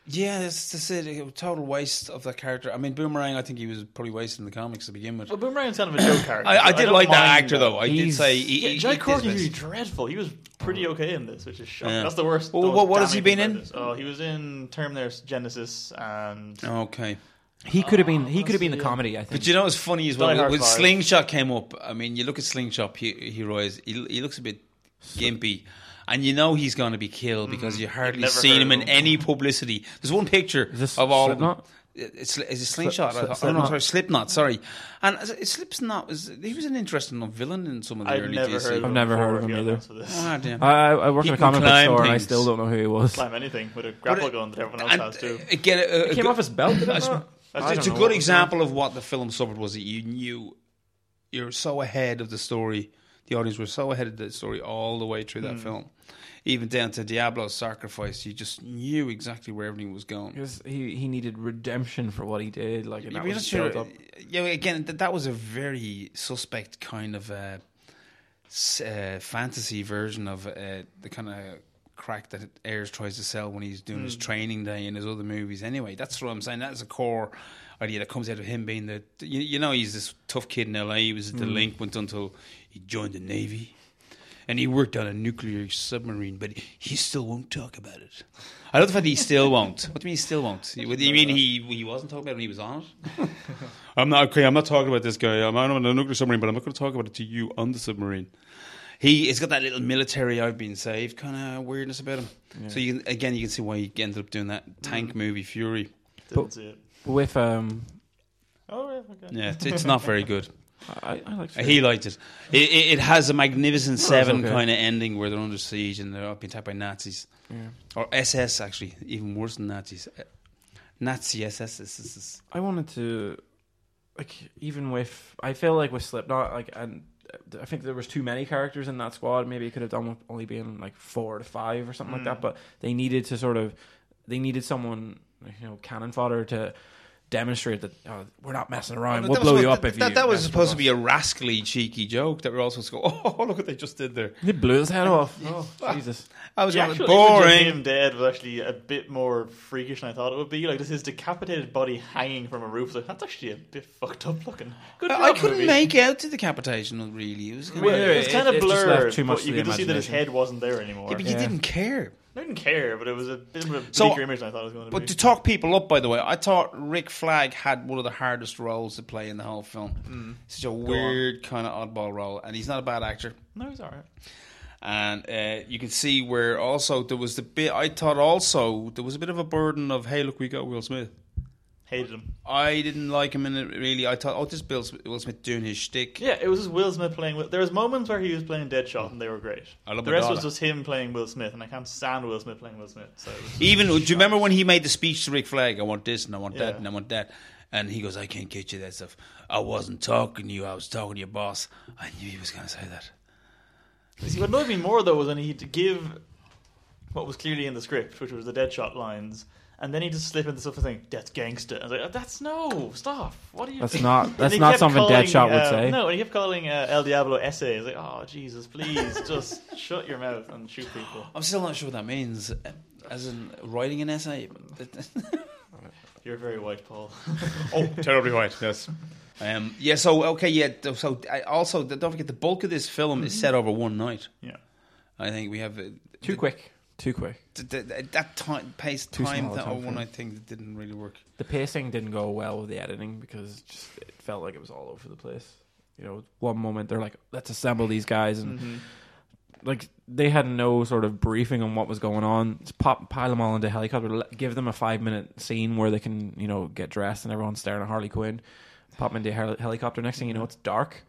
S2: Yeah, that's, that's it. A total waste of that character. I mean, Boomerang. I think he was probably wasted in the comics to begin with.
S1: But Boomerang's kind of a joke character.
S2: I, I did
S1: don't
S2: like that
S1: mind
S2: actor though. I did
S3: He's-
S2: say he,
S1: Yeah,
S2: he-
S1: Jai
S2: he did
S1: Courtney
S2: best.
S1: was dreadful. He was pretty okay in this, which is shocking.
S2: Yeah.
S1: That's the worst.
S2: Well,
S1: the most
S2: what- what has he
S1: damning
S2: been
S1: thing about
S2: in?
S1: this. Oh, he was in Term There's Genesis and
S2: Okay,
S3: he could have been. He could have been
S1: honestly,
S3: the comedy. I think.
S2: but you know what's funny as
S1: Die
S2: well?
S1: Hard
S2: When
S1: five.
S2: Slingshot came up, I mean, you look at Slingshot. He he, rise, he, he looks a bit gimpy. And you know he's going to be killed because you hardly
S1: Mm-hmm. never
S2: seen
S1: heard
S2: him
S1: of
S2: in
S1: him.
S2: any publicity. There's one picture
S3: Is this
S2: of all of
S3: Slipknot?
S2: them. Uh, It's, it's a slingshot.
S3: Sli-
S2: I thought-
S3: Sli-
S2: oh, no,
S3: Slipknot.
S2: sorry, Slipknot. Sorry, and as- it- Slipknot was he was an interesting enough villain in some of the
S1: I've
S2: early
S1: never
S2: DC.
S1: heard. Of
S3: I've
S1: him
S3: never heard of
S1: before,
S3: him
S1: to be
S3: either.
S1: honest with this.
S2: Ah, damn.
S3: I, I I work
S2: He
S3: in a
S2: can
S3: comic book
S2: climb
S3: store, and I
S2: things.
S3: still don't know who he was.
S1: Climb anything with a grapple
S2: it-
S1: gun that everyone else
S2: And,
S1: has too.
S2: uh, again, a- a
S3: He came
S2: good-
S3: off his belt. did it
S2: That's-
S3: not?
S1: that's-
S3: I
S2: It's a
S3: don't know
S2: good
S3: what was going on.
S2: example of what the film suffered was that you knew you're so ahead of the story. The audience were so ahead of the story all the way through
S3: Hmm.
S2: that film, even down to Diablo's sacrifice. You just knew exactly where everything was going.
S3: Because he, he needed redemption for what he did, like and that
S2: You're
S3: was
S2: not sure-
S3: built up.
S2: yeah, again, th- that was a very suspect kind of uh, s- uh, fantasy version of uh, the kind of crack that Ayers tries to sell when he's doing his training day in his other movies. Anyway, that's what I'm saying. That's a core idea that comes out of him being the you, you know he's this tough kid in LA. He was a delinquent until he joined the Navy. And he worked on a nuclear submarine, but he still won't talk about it. I love the fact that he still won't. What do you mean he still won't? What do you mean he he wasn't talking about it when he was on it? I'm not okay. I'm not talking about this guy. I'm on a nuclear submarine, but I'm not going to talk about it to you on the submarine. He, it's got that little military "I've been saved" kind of weirdness about him. So you can, again, you can see why he ended up doing that tank
S3: Mm.
S2: movie Fury.
S1: Didn't see it.
S3: With um,
S1: Oh yeah, okay.
S2: Yeah, it's, it's not very good.
S3: I, I like.
S2: He liked it. It, it, it has a magnificent seven
S3: okay.
S2: kind of ending where they're under siege and they're being attacked by Nazis
S3: Yeah.
S2: or SS. Actually, even worse than Nazis. Uh, Nazi SS. This is- this-
S3: I wanted to, like, even with I feel like with Slipknot, like, and uh, I think there was too many characters in that
S2: Hmm.
S3: squad. Maybe it could have done with only being like four to five or something like that. But they needed to sort of they needed someone, you know, cannon fodder to demonstrate that oh, we're not messing around.
S2: But
S3: we'll
S2: that
S3: blow
S2: was,
S3: you
S2: what-
S3: up if
S2: that,
S3: you.
S2: That was
S3: mess
S2: supposed to
S3: with
S2: be a rascally, cheeky joke that we're all supposed to go, oh, look what they just did there.
S3: us." They blew his head off. Oh, Jesus.
S2: I was
S1: The
S2: going,
S1: actual boring.
S2: boring.
S1: image of him dead was actually a bit more freakish than I thought it would be. Like just his decapitated body hanging from a roof. Like that's actually a bit fucked up looking. Good
S2: I I
S1: job,
S2: couldn't
S1: movie.
S2: make out the decapitation, really. It was kind
S1: Well,
S2: of-
S3: Yeah,
S1: it was
S3: it-
S1: kind of
S3: it just left
S1: blurred,
S3: too much
S1: but
S3: to
S1: you
S3: the
S1: could just see that his
S3: imagination.
S1: head wasn't there anymore.
S2: but you
S3: Yeah.
S2: didn't care.
S1: I didn't care, but it was a bit of a bleaker
S2: So-
S1: image than I thought it was going to
S2: But
S1: be.
S2: to talk people up, by the way, I thought Rick Flag had one of the hardest roles to play in the whole
S1: Hmm.
S2: film. Such a weird kind of oddball role, and he's not a bad actor.
S1: no, he's alright.
S2: And uh, you can see where also there was the bit I thought also there was a bit of a burden of hey look we got Will Smith.
S1: Hated him.
S2: I didn't like him in it really. I thought oh this Bill Smith, Will Smith doing his shtick.
S1: Yeah, it was just Will Smith playing. Will- There was moments where he was playing Deadshot and they were great.
S2: I love
S1: the rest was
S2: Madonna.
S1: just him playing Will Smith, and I can't stand Will Smith playing Will Smith. So it was just-
S2: Even do you remember when he made the speech to Rick Flag? I want this and I want that
S1: Yeah.
S2: and I want that. And he goes, I can't get you that stuff. I wasn't talking to you. I was talking to your boss. I knew he was going to say that.
S1: See, what annoyed me more though was when he'd give what was clearly in the script, which was the Deadshot lines, and then he'd just slip into something like, "That's gangster." I was like, "Oh, "That's no, stop! What are you?"
S3: That's
S1: doing?"
S3: not.
S1: And
S3: That's
S1: he
S3: not
S1: kept
S3: something
S1: calling,
S3: Deadshot would
S1: uh,
S3: say.
S1: No, and he kept calling uh, El Diablo essay. I was like, "Oh Jesus, please, just shut your mouth and shoot people.
S2: I'm still not sure what that means. As in writing an essay.
S1: You're very white, Paul."
S2: oh, terribly white. Yes. Um, yeah. So okay. Yeah. th- So I also th- don't forget the bulk of this film is set over one night.
S1: Yeah.
S2: I think we have uh,
S3: Too quick. Too quick.
S2: th- th- th- that time pace
S3: Too
S2: time
S3: small a
S2: that
S3: time
S2: one
S3: frame.
S2: night thing that didn't really work.
S3: The pacing didn't go well with the editing because it just it felt like it was all over the place. You know, one moment they're like, "Let's assemble these guys," and
S2: Mm-hmm.
S1: Mhm.
S3: like they had no sort of briefing on what was going on. Just pop pile them all into a helicopter. le- Give them a five minute scene where they can you know get dressed and everyone's staring at Harley Quinn. Pop them into a hel- helicopter. Next thing you know, it's dark.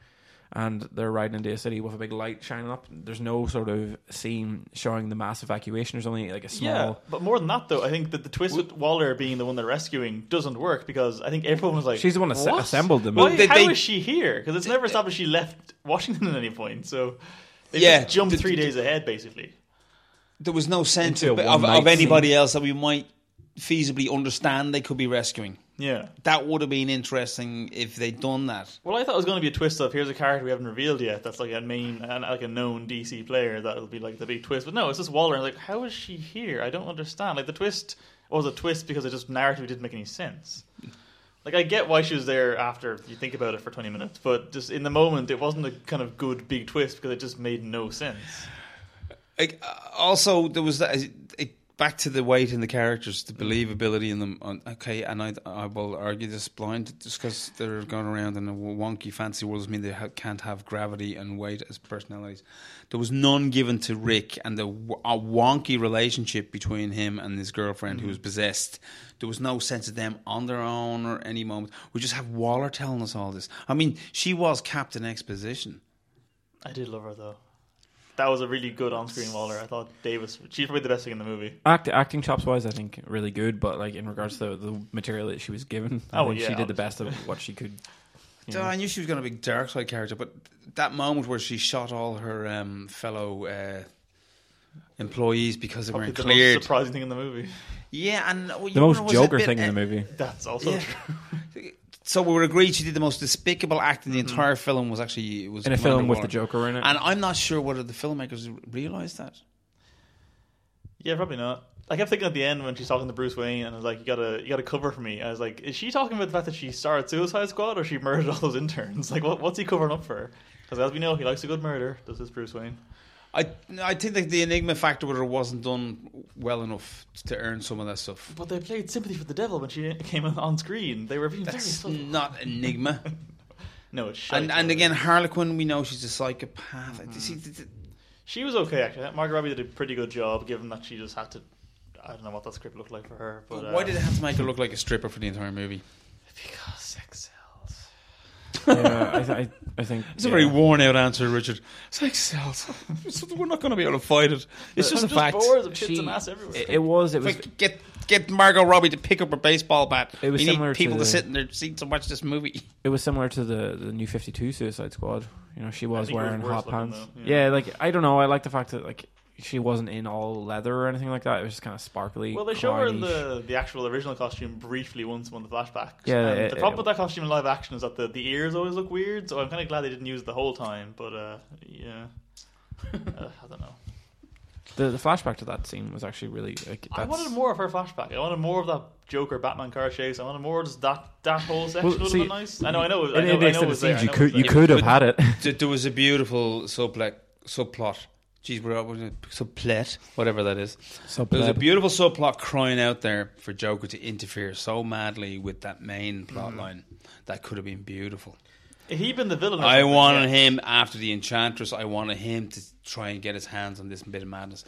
S3: And they're riding into a city with a big light shining up. There's no sort of scene showing the mass evacuation. There's only like a small.
S1: Yeah, but more than that, though, I think that the twist with Waller being the one they're rescuing doesn't work because I think everyone was like,
S3: She's the one that se-
S1: "What?
S3: assembled them.
S1: Why,
S2: Well, they-
S1: how
S2: they-
S1: is she here? Because it's never established she left Washington at any point. So they
S2: Yeah,
S1: just jumped
S2: th-
S1: three
S2: th-
S1: days ahead, basically.
S2: There was no sense
S3: Into
S2: of,
S3: a
S2: of,
S3: one-night
S2: of anybody else that we might feasibly understand they could be rescuing.
S1: Yeah.
S2: That would have been interesting if they'd done that.
S1: Well, I thought it was going to be a twist of here's a character we haven't revealed yet. That's like a main, and like a known DC player. That'll be like the big twist. But no, it's just Waller. And like, how is she here? I don't understand. Like the twist was a twist because it just narratively didn't make any sense. Like I get why she was there after you think about it for twenty minutes, but just in the moment, it wasn't a kind of good big twist because it just made no sense.
S2: Like, uh, also, there was that. it- it- back to the weight in the characters, the believability in them. On, okay, and I, I will argue this blind just because they're going around in a wonky fancy world doesn't mean they ha- can't have gravity and weight as personalities. There was none given to Rick, and the w- a wonky relationship between him and his girlfriend who was possessed. There was no sense of them on their own or any moment. We just have Waller telling us all this. I mean, she was Captain Exposition.
S1: I did love her though. That was a really good on-screen Waller. I thought Davis. She's probably the best thing in the movie.
S3: Act, acting chops wise, I think really good, but like in regards to the material that she was given, I
S1: Oh,
S3: think
S1: yeah,
S3: she did the best of what she could. you know.
S2: I knew she was going to be a dark side character, but that moment where she shot all her um, fellow uh, employees because they
S1: Probably
S2: weren't
S1: the most
S2: cleared.
S1: surprising thing in the movie.
S2: Yeah, and well, you
S3: The
S2: know,
S3: most
S2: was it a
S3: Joker
S2: bit-
S3: thing in the
S2: uh,
S3: movie.
S1: That's also
S2: Yeah.
S1: true.
S2: So we were agreed she did the most despicable act in the
S1: Hmm.
S2: entire film. Was actually it was
S3: In a
S2: Commander
S3: film with the
S2: Waller.
S3: Joker in it.
S2: And I'm not sure whether the filmmakers realized that.
S1: Yeah, probably not. I kept thinking at the end when she's talking to Bruce Wayne and I was like, You gotta you gotta cover for me. I was like, Is she talking about the fact that she started Suicide Squad or she murdered all those interns? Like what, what's he covering up for? Because as we know, he likes a good murder, does this Bruce Wayne.
S2: I I think that the enigma factor with her wasn't done well enough to earn some of that stuff.
S1: But they played Sympathy for the Devil when she came on- on screen. They were being very
S2: That's
S1: subtle.
S2: not enigma.
S1: No, it's shite,
S2: and and
S1: though.
S2: again, Harlequin, we know she's a psychopath.
S1: Hmm.
S2: See, th- th-
S1: She was okay actually. I think Margot Robbie did a pretty good job given that she just had to I don't know what that script looked like for her, but,
S2: But why
S1: uh,
S2: did it have to make her look like a stripper for the entire movie?
S1: Because sex sells.
S3: yeah, I, th- I, I think
S2: It's a very
S3: yeah.
S2: worn out answer, Richard. Sex sells. It's- We're not going to be able to fight it. It's just
S1: I'm
S2: a fact.
S1: Bored of tits
S3: She-
S1: and ass everywhere.
S3: It, it was. It was.
S2: Like, get get Margot Robbie to pick up her baseball bat.
S3: It was
S2: we need
S3: similar
S2: people to,
S3: to-
S2: sit in their seats and watch this movie.
S3: It was similar to the the new Fifty Two Suicide Squad. You know, she was
S1: think it was
S3: wearing
S1: worse
S3: hot
S1: looking,
S3: pants.
S1: though,
S3: Yeah.
S1: yeah.
S3: like I don't know. I like the fact that like she wasn't in all leather or anything like that. It was just kind of sparkly.
S1: Well, they show her in
S3: grimy.
S1: the, the actual original costume briefly once in one of the flashbacks.
S3: Yeah,
S1: And
S3: it-
S1: the problem
S3: it-
S1: with that costume in live action is that the, the ears always look weird, so I'm kind of glad they didn't use it the whole time, but uh, yeah. uh, I don't know.
S3: the the flashback to that scene was actually really. Like,
S1: I
S3: that's-
S1: wanted more of her flashback. I wanted more of that Joker Batman car chase. I wanted more of just that, that whole section.
S3: Well,
S1: would
S3: see,
S1: have been nice. I know, I know. I
S3: It-
S1: know,
S3: it
S1: I
S3: is
S1: know
S3: to
S1: it
S3: the
S1: was there.
S3: scenes.
S1: I
S3: You
S1: know it was
S3: could you
S1: there.
S3: could have had it.
S2: There, there was a beautiful subplot. subplot. Jeez, we're up with it. subplot, whatever that is.
S3: So
S2: There was a beautiful subplot crying out there for Joker to interfere so madly with that main plot line. That could have been beautiful.
S1: If he'd been the villain, or
S2: I
S1: something,
S2: wanted
S1: yeah.
S2: him after the Enchantress. I wanted him to try and get his hands on this bit of madness,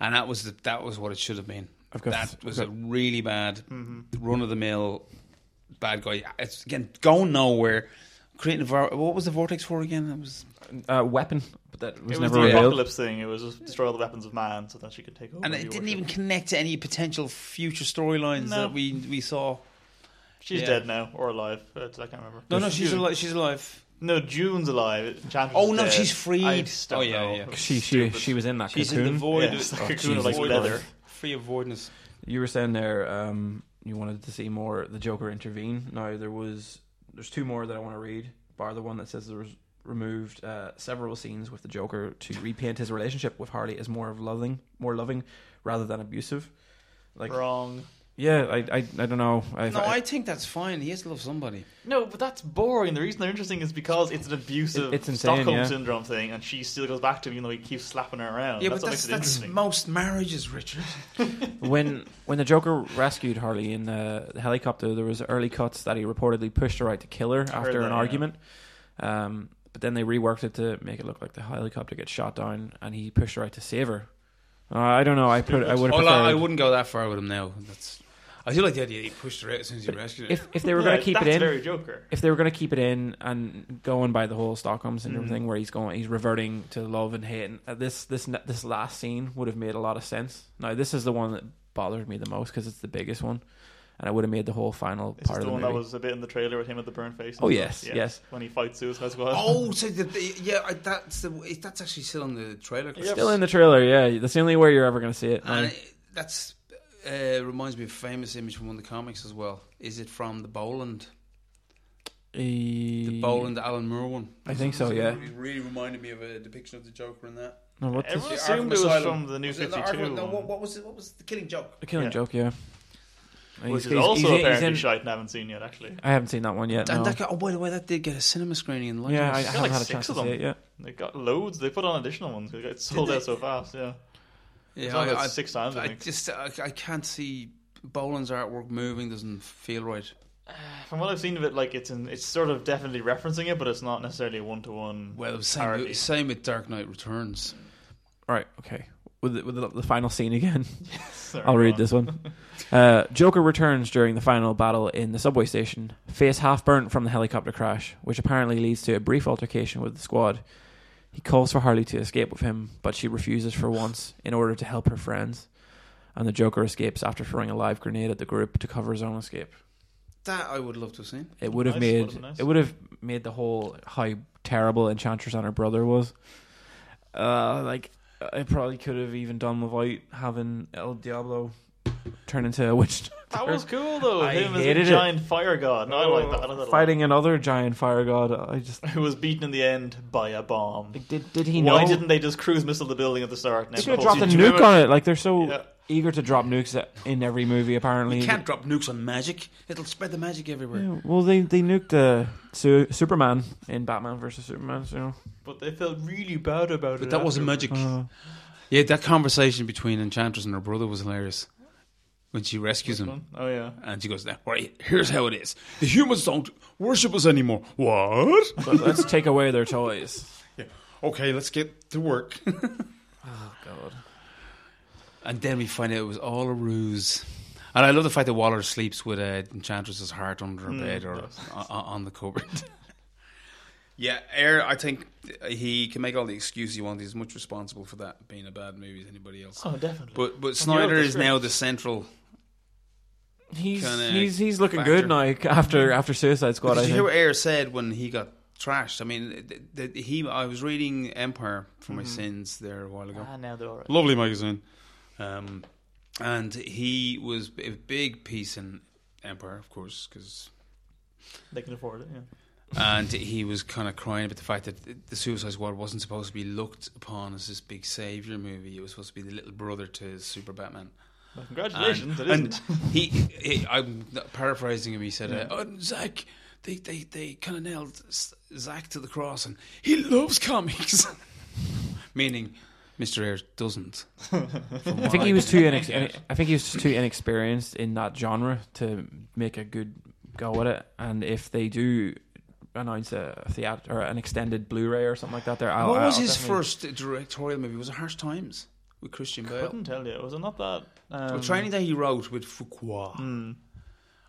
S2: and that was the, that was what it should have been.
S3: I've got-
S2: that was a really bad run of the mill bad guy. It's again going nowhere. Creating a vor- what was the vortex for again? That was
S3: uh, weapon, but that was
S1: It was
S3: never
S1: the
S3: revealed.
S1: apocalypse thing. It was just destroy all the weapons of man so that she could take over.
S2: and
S1: the
S2: it didn't
S1: Yorkshire.
S2: even connect to any potential future storylines
S1: No.
S2: that we we saw.
S1: She's
S2: yeah.
S1: dead now or alive. Uh, I can't remember.
S2: No, no, she's
S1: June.
S2: alive. She's alive.
S1: No, June's alive. Enchantress
S2: Oh,
S1: is
S2: no,
S1: dead.
S2: she's freed.
S1: I just don't
S2: Oh, yeah,
S1: know.
S2: yeah.
S1: It's
S3: She she
S1: stupid.
S3: she was in that
S2: She's
S3: cocoon.
S2: in the void.
S1: Yeah, it's like
S2: Oh,
S1: a cocoon
S2: Jesus.
S1: of, like,
S2: Void
S1: leather.
S2: Free avoidance.
S3: You were saying there, um, you wanted to see more the Joker intervene. Now there was there's two more that I want to read, bar the one that says there was removed uh, several scenes with the Joker to repaint his relationship with Harley as more of loving, more loving rather than abusive. Like
S1: Wrong.
S3: yeah, I I, I don't know. I,
S2: No, I think that's fine. He has to love somebody.
S1: No, but that's boring. The reason they're interesting is because it's an abusive
S3: It- it's insane,
S1: Stockholm
S3: yeah.
S1: syndrome thing, and she still goes back to him even though he keeps slapping her around.
S2: Yeah,
S1: that's
S2: but
S1: what makes
S2: that's,
S1: it
S2: that's
S1: interesting.
S2: most marriages, Richard.
S3: when when the Joker rescued Harley in the, the helicopter, there was early cuts that he reportedly pushed her out to kill her after
S1: that,
S3: an
S1: yeah.
S3: argument. Um, but then they reworked it to make it look like the helicopter gets shot down, and he pushed her out to save her. Uh, I don't know. I put. I would have
S2: Well, I, I
S3: preferred.
S2: wouldn't go that far with him now. That's. I do like the idea that he pushed her out as soon as he rescued her.
S3: if if they were going
S1: Yeah,
S3: to keep it
S1: that's
S3: in,
S1: very Joker.
S3: if they were going to keep it in and going by the whole Stockholm syndrome
S1: Mm.
S3: thing, where he's going, he's reverting to love and hate, and uh, this this ne- this last scene would have made a lot of sense. Now, this is the one that bothered me the most because it's the biggest one, and it would have made the whole final
S1: This is
S3: part
S1: the,
S3: of the
S1: one
S3: movie.
S1: that was a bit in the trailer with him at the burn face. and
S3: Oh,
S1: stuff.
S3: yes, yes.
S1: When he fights Suicide Squad.
S2: oh, so the, the, yeah, I- that's the, that's actually still on the trailer. Chris.
S1: Yep.
S3: Still in the trailer, yeah. That's the only way you're ever going to see it.
S2: And
S3: man.
S2: it, that's uh, reminds me of a famous image from one of the comics as well. Is it from the Boland? The
S3: Eh,
S2: Boland Alan Moore one.
S3: I think so, yeah.
S2: It really reminded me of a depiction of the Joker in that.
S3: No, what
S1: Everyone
S2: The
S3: is,
S1: assumed
S2: Arkham
S1: it was
S2: Asylum.
S1: from the New
S2: Was it
S1: Fifty
S2: Arkham-
S1: Two.
S2: No, what, what was it? What was the Killing Joke?
S3: the Killing
S1: yeah.
S3: Joke, yeah.
S1: Which
S3: He's-
S1: is
S3: he's-
S1: also
S3: he's- he's
S1: apparently
S3: in-
S1: shite and haven't seen yet, actually.
S3: I haven't seen that one yet. No.
S2: And that got, oh, by the way, that did get a cinema screening in London.
S3: yeah, I, I haven't
S1: like
S3: had a
S1: six
S3: chance to
S1: of
S3: see
S1: them.
S3: it yet.
S1: They got loads. They put on additional ones. 'cause It got sold
S2: they?
S1: out so fast, yeah.
S2: Yeah,
S1: It's on
S2: I-
S1: about
S2: I-
S1: six times, I
S2: I
S1: think.
S2: just I, I can't see Boland's artwork moving. Doesn't feel right.
S1: From what I've seen of it, like it's in, it's sort of definitely referencing it, but it's not necessarily one to one.
S2: Well, same
S1: Parody.
S2: with, same with Dark Knight Returns.
S3: All right, okay. With the, with the, the final scene again, I'll read this one. Uh, Joker returns during the final battle in the subway station, face half burnt from the helicopter crash, which apparently leads to a brief altercation with the squad. He calls for Harley to escape with him, but she refuses for once in order to help her friends. And the Joker escapes after throwing a live grenade at the group to cover his own escape.
S2: That I would love to have seen.
S3: It would have
S1: Nice,
S3: made
S1: would've been nice.
S3: it would have made the whole how terrible Enchantress and her brother was. Uh, like I probably could have even done without having El Diablo turn into a witch
S1: That was cool though.
S3: I
S1: Him as a
S3: hated it. Oh,
S1: giant fire god. No, I like that. I like that. a lot.
S3: fighting another giant fire god. I just
S1: Who was beaten in the end by a bomb.
S3: like, did did he
S1: Why
S3: know?
S1: didn't they just cruise missile the building at the start? and
S3: they
S1: then
S3: should have
S1: pull-
S3: dropped a
S1: Did you
S3: nuke
S1: remember-
S3: on it? Like they're so
S1: Yeah.
S3: eager to drop nukes at- in every movie. Apparently,
S2: You can't drop nukes on magic. It'll spread the magic everywhere.
S3: Yeah, well, they they nuked uh, Su- Superman in Batman versus Superman. So
S1: But they felt really bad about it.
S2: But that wasn't
S1: afterwards.
S2: magic.
S3: uh,
S2: Yeah, that conversation between Enchantress and her brother was hilarious. When she rescues him,
S1: Oh yeah.
S2: and she goes, "Now, right, here's how it is: the humans don't worship us anymore." What?
S3: but let's take away their toys.
S2: Okay, let's get to work.
S3: Oh God.
S2: and then we find out it was all a ruse. And I love the fact that Waller sleeps with uh, Enchantress's heart under her
S1: Mm,
S2: bed or
S1: yes.
S2: on, on the cupboard. yeah, Air. I think he can make all the excuses he wants. He's much responsible for that being a bad movie as anybody else.
S1: Oh, definitely.
S2: But but
S1: he wrote
S2: Snyder
S1: the
S2: is
S1: script.
S2: now the central
S3: He's
S2: kinda
S3: he's he's looking good
S2: factor.
S3: now after after Suicide Squad.
S2: But
S3: I
S2: Did you hear
S3: think.
S2: what Ayer said when he got trashed. I mean, the, the, he. I was reading Empire for
S3: Mm-hmm.
S2: my sins there a while ago.
S1: Ah, now they're all right.
S2: Lovely magazine. Um, and he was a big piece in Empire, of course, because
S1: They can afford it. Yeah.
S2: and he was kind of crying about the fact that the Suicide Squad wasn't supposed to be looked upon as this big savior movie. It was supposed to be the little brother to his Super Batman.
S1: Well, congratulations,
S2: And-
S1: it isn't.
S2: He, he I'm not paraphrasing him. He said,
S1: Yeah.
S2: uh, "Oh, Zach, they they they kind of nailed S- Zach to the cross, and he loves comics." Meaning, Mister Ayres doesn't.
S3: I think he was too inex- I think he was just too inexperienced in that genre to make a good go at it. And if they do announce a theat or an extended Blu-ray or something like that, there I'll,
S2: what was
S3: I'll
S2: his
S3: definitely-
S2: first directorial movie? Was it Harsh Times with Christian Bale?
S1: Couldn't tell you. Was it not that? Um,
S2: Well, Training Day he wrote with Fuqua.
S1: hmm.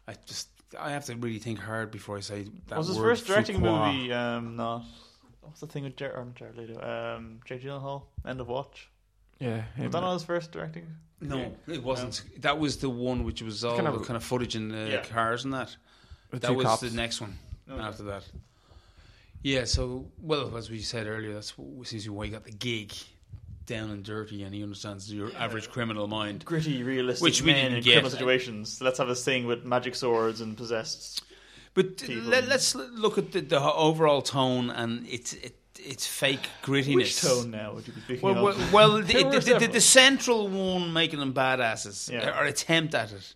S2: I just I have to really think hard before I say that
S1: was his
S2: word,
S1: first directing
S2: Fuqua.
S1: movie um, not what's the thing with Jar- or not Jared Leto um, Jake Gyllenhaal End of Watch
S3: Yeah,
S1: was that not his first directing
S2: No, it wasn't. That was the one which was all
S3: kind
S2: kind
S3: of-
S2: of, kind of footage in the
S1: Yeah.
S2: cars and that.
S3: with
S2: that
S3: two
S2: was
S3: cops.
S2: the next one
S1: Okay.
S2: after that. Yeah, so well as we said earlier, that's w- since why he got the gig down and dirty, and he understands your average criminal mind.
S1: gritty realistic
S2: Which we
S1: men
S2: didn't
S1: in
S2: get.
S1: criminal situations so let's have a thing with magic swords and possessed
S2: But
S1: People.
S2: let, us look at the, the overall tone and its it, its fake grittiness.
S1: which tone now would you be speaking
S2: Well,
S1: of
S2: well, well the,
S1: There
S2: the,
S1: was
S2: the, the,
S1: several.
S2: central one making them badasses uh,
S1: Yeah.
S2: or attempt at it.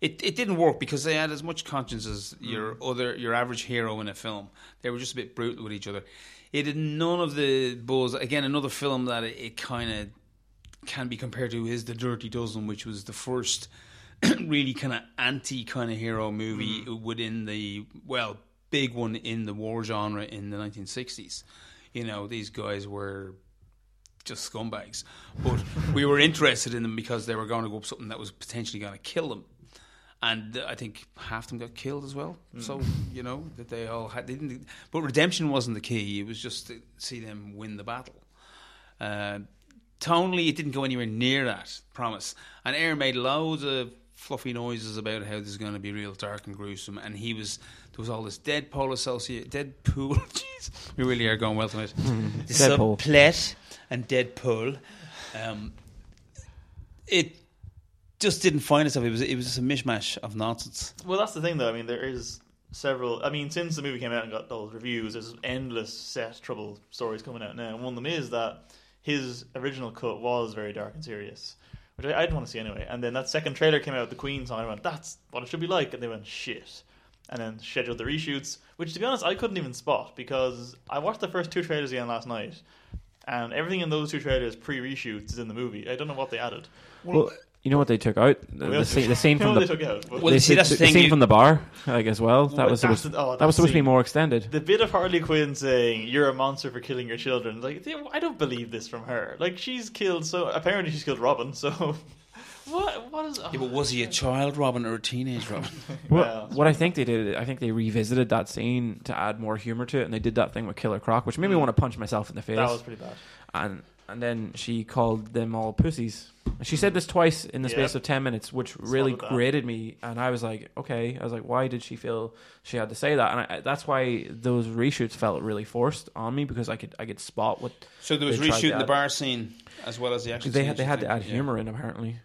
S2: It it didn't work because they had as much conscience as your
S1: Mm.
S2: other your average hero in a film. They were just a bit brutal with each other. It had none of the buzz. Again, another film that it, it kind of can be compared to is The Dirty Dozen, which was the first really kind of anti kind of hero movie
S1: Mm.
S2: within the, well, big one in the war genre in the 1960s. You know, these guys were just scumbags. But we were interested in them because they were going to go up something that was potentially going to kill them. And uh, I think half of them got killed as well. So you know that they all had. They didn't, but redemption wasn't the key. It was just to see them win the battle. Uh, tonally, it didn't go anywhere near that promise. And Air made loads of fluffy noises about how this is going to be real dark and gruesome. And he was there was all this Deadpool associate, Deadpool. Jeez, we really are going well tonight.
S3: Deadpool.
S2: Subplet and Deadpool. Um, it just didn't find itself. It was it was just a mishmash of nonsense.
S1: Well, that's the thing, though. I mean, there is several. I mean, since the movie came out and got all those reviews, there's endless set trouble stories coming out now. And one of them is that his original cut was very dark and serious, which I, I didn't want to see anyway. And then that second trailer came out with the Queen song. And I went, "That's what it should be like," and they went, "Shit." And then scheduled the reshoots, which, to be honest, I couldn't even spot because I watched the first two trailers again last night, and everything in those two trailers pre-reshoots is in the movie. I don't know what they added.
S3: Well, you know what they took out the,
S1: We
S3: the,
S1: also-
S3: scene, the scene from
S1: they
S3: the.
S1: took out. but-
S2: Well,
S3: they
S2: see,
S3: took-
S2: that's the
S3: the
S2: thing,
S3: scene
S2: you-
S3: from the bar, like as well. That
S1: Well,
S3: was
S1: that's
S3: supposed-
S1: the- oh,
S3: that was supposed to be
S1: scene.
S3: more extended.
S1: the bit of Harley Quinn saying "You're a monster for killing your children," like they- I don't believe this from her. Like she's killed so apparently she's killed Robin. So what? What is?
S2: Yeah, but was he a child Robin or a teenage Robin?
S1: Well-
S3: What, what I think they did, I think they revisited that scene to add more humor to it, and they did that thing with Killer Croc, which made me want to punch myself in the face.
S1: Mm. that was pretty bad.
S3: and and then she called them all pussies. And She said this twice in the space
S1: Yep.
S3: of ten minutes, which really
S1: Spotted that.
S3: grated me. And I was like, okay, I was like, why did she feel she had to say that? And I, that's why those reshoots felt really forced on me because I could I could spot what
S2: So there was
S3: They tried to
S2: reshooting the
S3: add-
S2: bar scene as well as the action.
S3: because they
S2: scene,
S3: had they
S2: I
S3: had to
S2: think.
S3: add
S2: Yeah.
S3: humor in apparently.